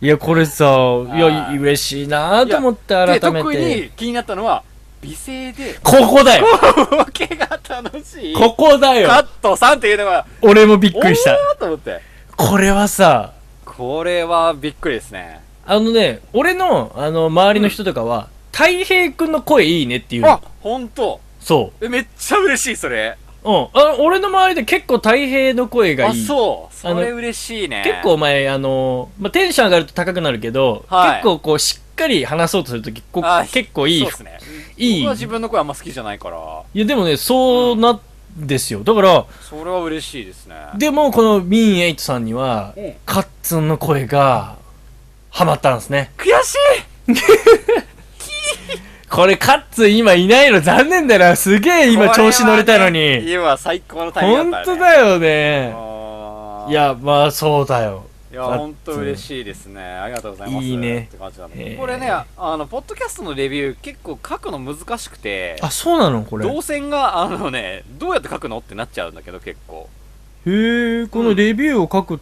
いやこれさいや
あー
い嬉しいなと思って
ストで、
改め
特
て
に気になったのは、美声で、
ここだよ
ボケが楽しい。
ここだよ
カットさんっていうのが、
俺もびっくりした
おーと思って。
これはさ
これはびっくりですね。
あのね俺のあの周りの人とかはたい平君の声いいねっていうの
あ、ほんと。
そ
え、めっちゃ嬉しい、それ。
う、うん、あ俺の周りで結構たい平の声が
あ、
いい
そう。そ
あ
れ
の
嬉しいね。
結構お前あの、まあ、テンション上がると高くなるけど、
はい
結構こうしっかり話そうとするときこ
あ
結構いい
そうですね。
いい
僕は自分の声あんま好きじゃないから、
いやでもねそうなんですよだから
それは嬉しいですね。
でもこのミン・エイトさんには
うん
カッツンの声がハマったんですね
悔しい
これカッツン今いないの残念だなすげえ今調子乗れた
こ
の
れは
に
ね今最高のタイミン
本
グだった
当
ね。
だよね
あー
い、やまあそうだよ
いや、
だって
本当嬉しいですね。ありがとうございます。
いいね
って感じだね
へー
これね、あの、ポッドキャストのレビュー結構書くの難しくて、
あそうなのこれ
動線が、あのね、どうやって書くのってなっちゃうんだけど、結構。
へえこのレビューを書くっ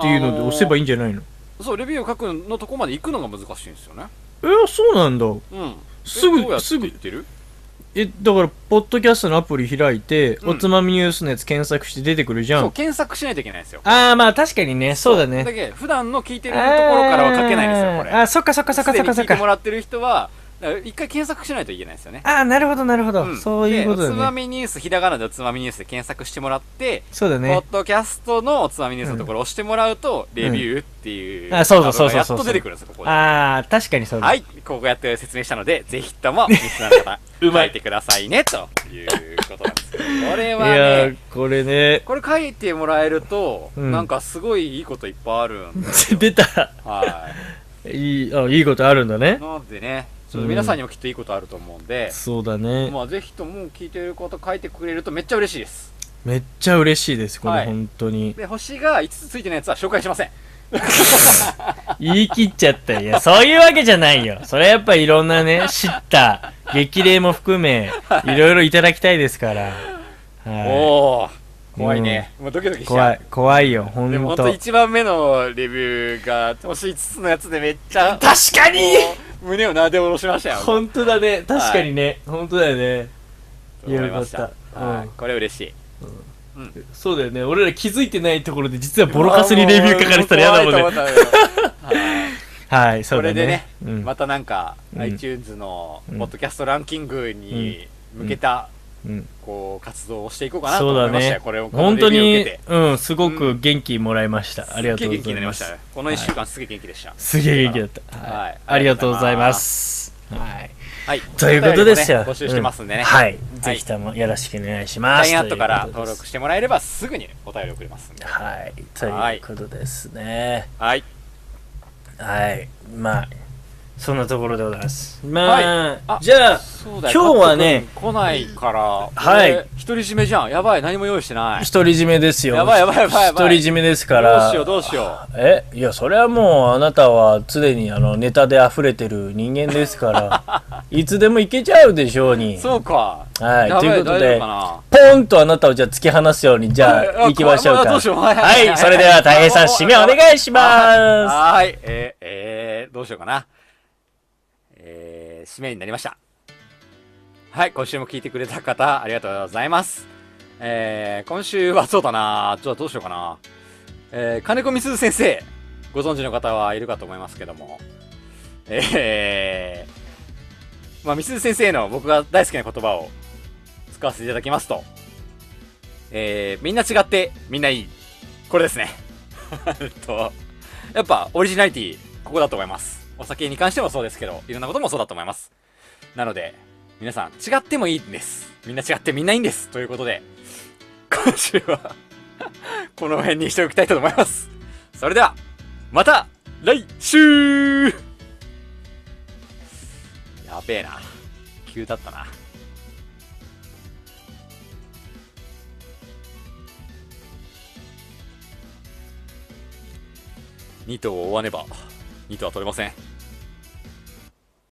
ていうので押せばいいんじゃないの
そう、レビューを書くのとこまで行くのが難しいんですよね。
えそうなんだ
うん。
す
えどうや
ぐ
って
すぐ
言ってる
えだからポッドキャストのアプリ開いて、
うん
おつまみニュースのやつ検索して出てくるじゃ
そ
ん
う、検索しないといけないんですよ。
ああまあ確かにねそうだね
だけど普段の聞いてるところからは書けないんですよ、これ。
あーあーそっかそっかそっかそっか
すでに聞
そっ
いても
から
ってる人は、だから一回検索しないといけないんですよね。
ああなるほどなるほど、
ん
そういうこと
でおつま
だね
みニュース、ひらがなでおつまみニュースで検索してもらって、
そうだ
ポ
ね
ッドキャストのおつまみニュースのところを押してもらうと、レビューっていう、
あそうそうそうそうそ
や
う
っと出てくるんですよ、ここで。
ああ確かにそうだ、
はい、ここやって説明したので、ぜひとも、リスナーの方、
うまい
書いてくださいね、ということなんですけど、これ
い
は
や
ね
ー、これね
これ書いてもらえると、
うん
なんかすごいいいこといっぱいあるんで、
出た
はい
いあいいことあるんだ
い。
ね
なんでね、ちょっと皆さんにもきっといいことあると思うんで、
そうだね
まあぜひとも聞いてること書いてくれるとめっちゃ嬉しいです。
めっちゃ嬉しいですこれ、
はい
本当に
で、星が5つついてないやつは紹介しません。
言い切っちゃったいやそういうわけじゃないよそれはやっぱいろんなね知った激励も含めいろいろいただきたいですから、は
おー、怖いね。もうドキドキ
い、
しちゃう。
怖い怖いよ本
でも本当
当
1番目のレビューが星5つのやつでめっち ゃ
確かに
もう胸をなで下ろしましたよ
本当だね確かにね、本当だよね
と思いました
よかった
はい
うん
これ嬉しい
そうだよね俺ら気づいてないところで実はボロカスにレビュー書かれてたら嫌だもん
怖い
ね
と思っ たのよはい
はいそ
こ
うだ
れで
ね
ね
うん
またなんか
うん
iTunes の
うん
ポッドキャストランキングに向けた
うん
こう活動をしていこうかなと
そう
思
だ
いましたよ
ね
これをこの
本当
レビューを
に
受けて
うんすごく元気もらいました、ありがとうご
すっげえ元気
ざ
に
い
なりま
ま
し
す
たねこの1週間すげえ元気でした
すげえ元気だった、
はい
ありがとうございますはい
はい
ということですよ、
お便りもね募集してますんでね
うはいぜひともよろしくお願いします
ラインアットから登
ということ
録
で
してもらえればすぐにお便り送れますんです
はいということですね
はい
はいまあそんなところでございますまあ、
あ
じゃあ
そうだよ
今日はね
カット君来ないから
はい
俺独り占めじゃんやばい何も用意してない
独り占めですよ
やばいやばいやばいやばい
独り占めですか
どう
ら
しようどうしよ
えいやそれはもうあなたは常にあのネタで溢れてる人間ですから いつでもいけちゃうでしょうに
うそうか
はい
やば
ということで
大丈夫か
ポンとあなたをじゃあ突き放すようにじゃあ
あ
行きましょう
あ
か
どうしようはいはいはい
はいそれでは大平さん 締めお願いし
な
ま
はーいえー、えー、どうしようかなえー、締めになりましたはい今週も聞いてくれた方ありがとうございますえー、今週はそうだなちょっとどうしようかなえー、金子みすず先生ご存知の方はいるかと思いますけどもえー、まあ、みすず先生の僕が大好きな言葉を使わせていただきますと、えー、みんな違って、みんないい。これですね。 えっと、やっぱ、オリジナリティ、ここだと思います。お酒に関してもそうですけど、いろんなこともそうだと思います。なので、皆さん、違ってもいいんです。みんな違ってみんないいんです。ということで、今週は、 この辺にしておきたいと思います。それでは、また、来週やべえな。急だったな。2頭を追わねば2頭は取れません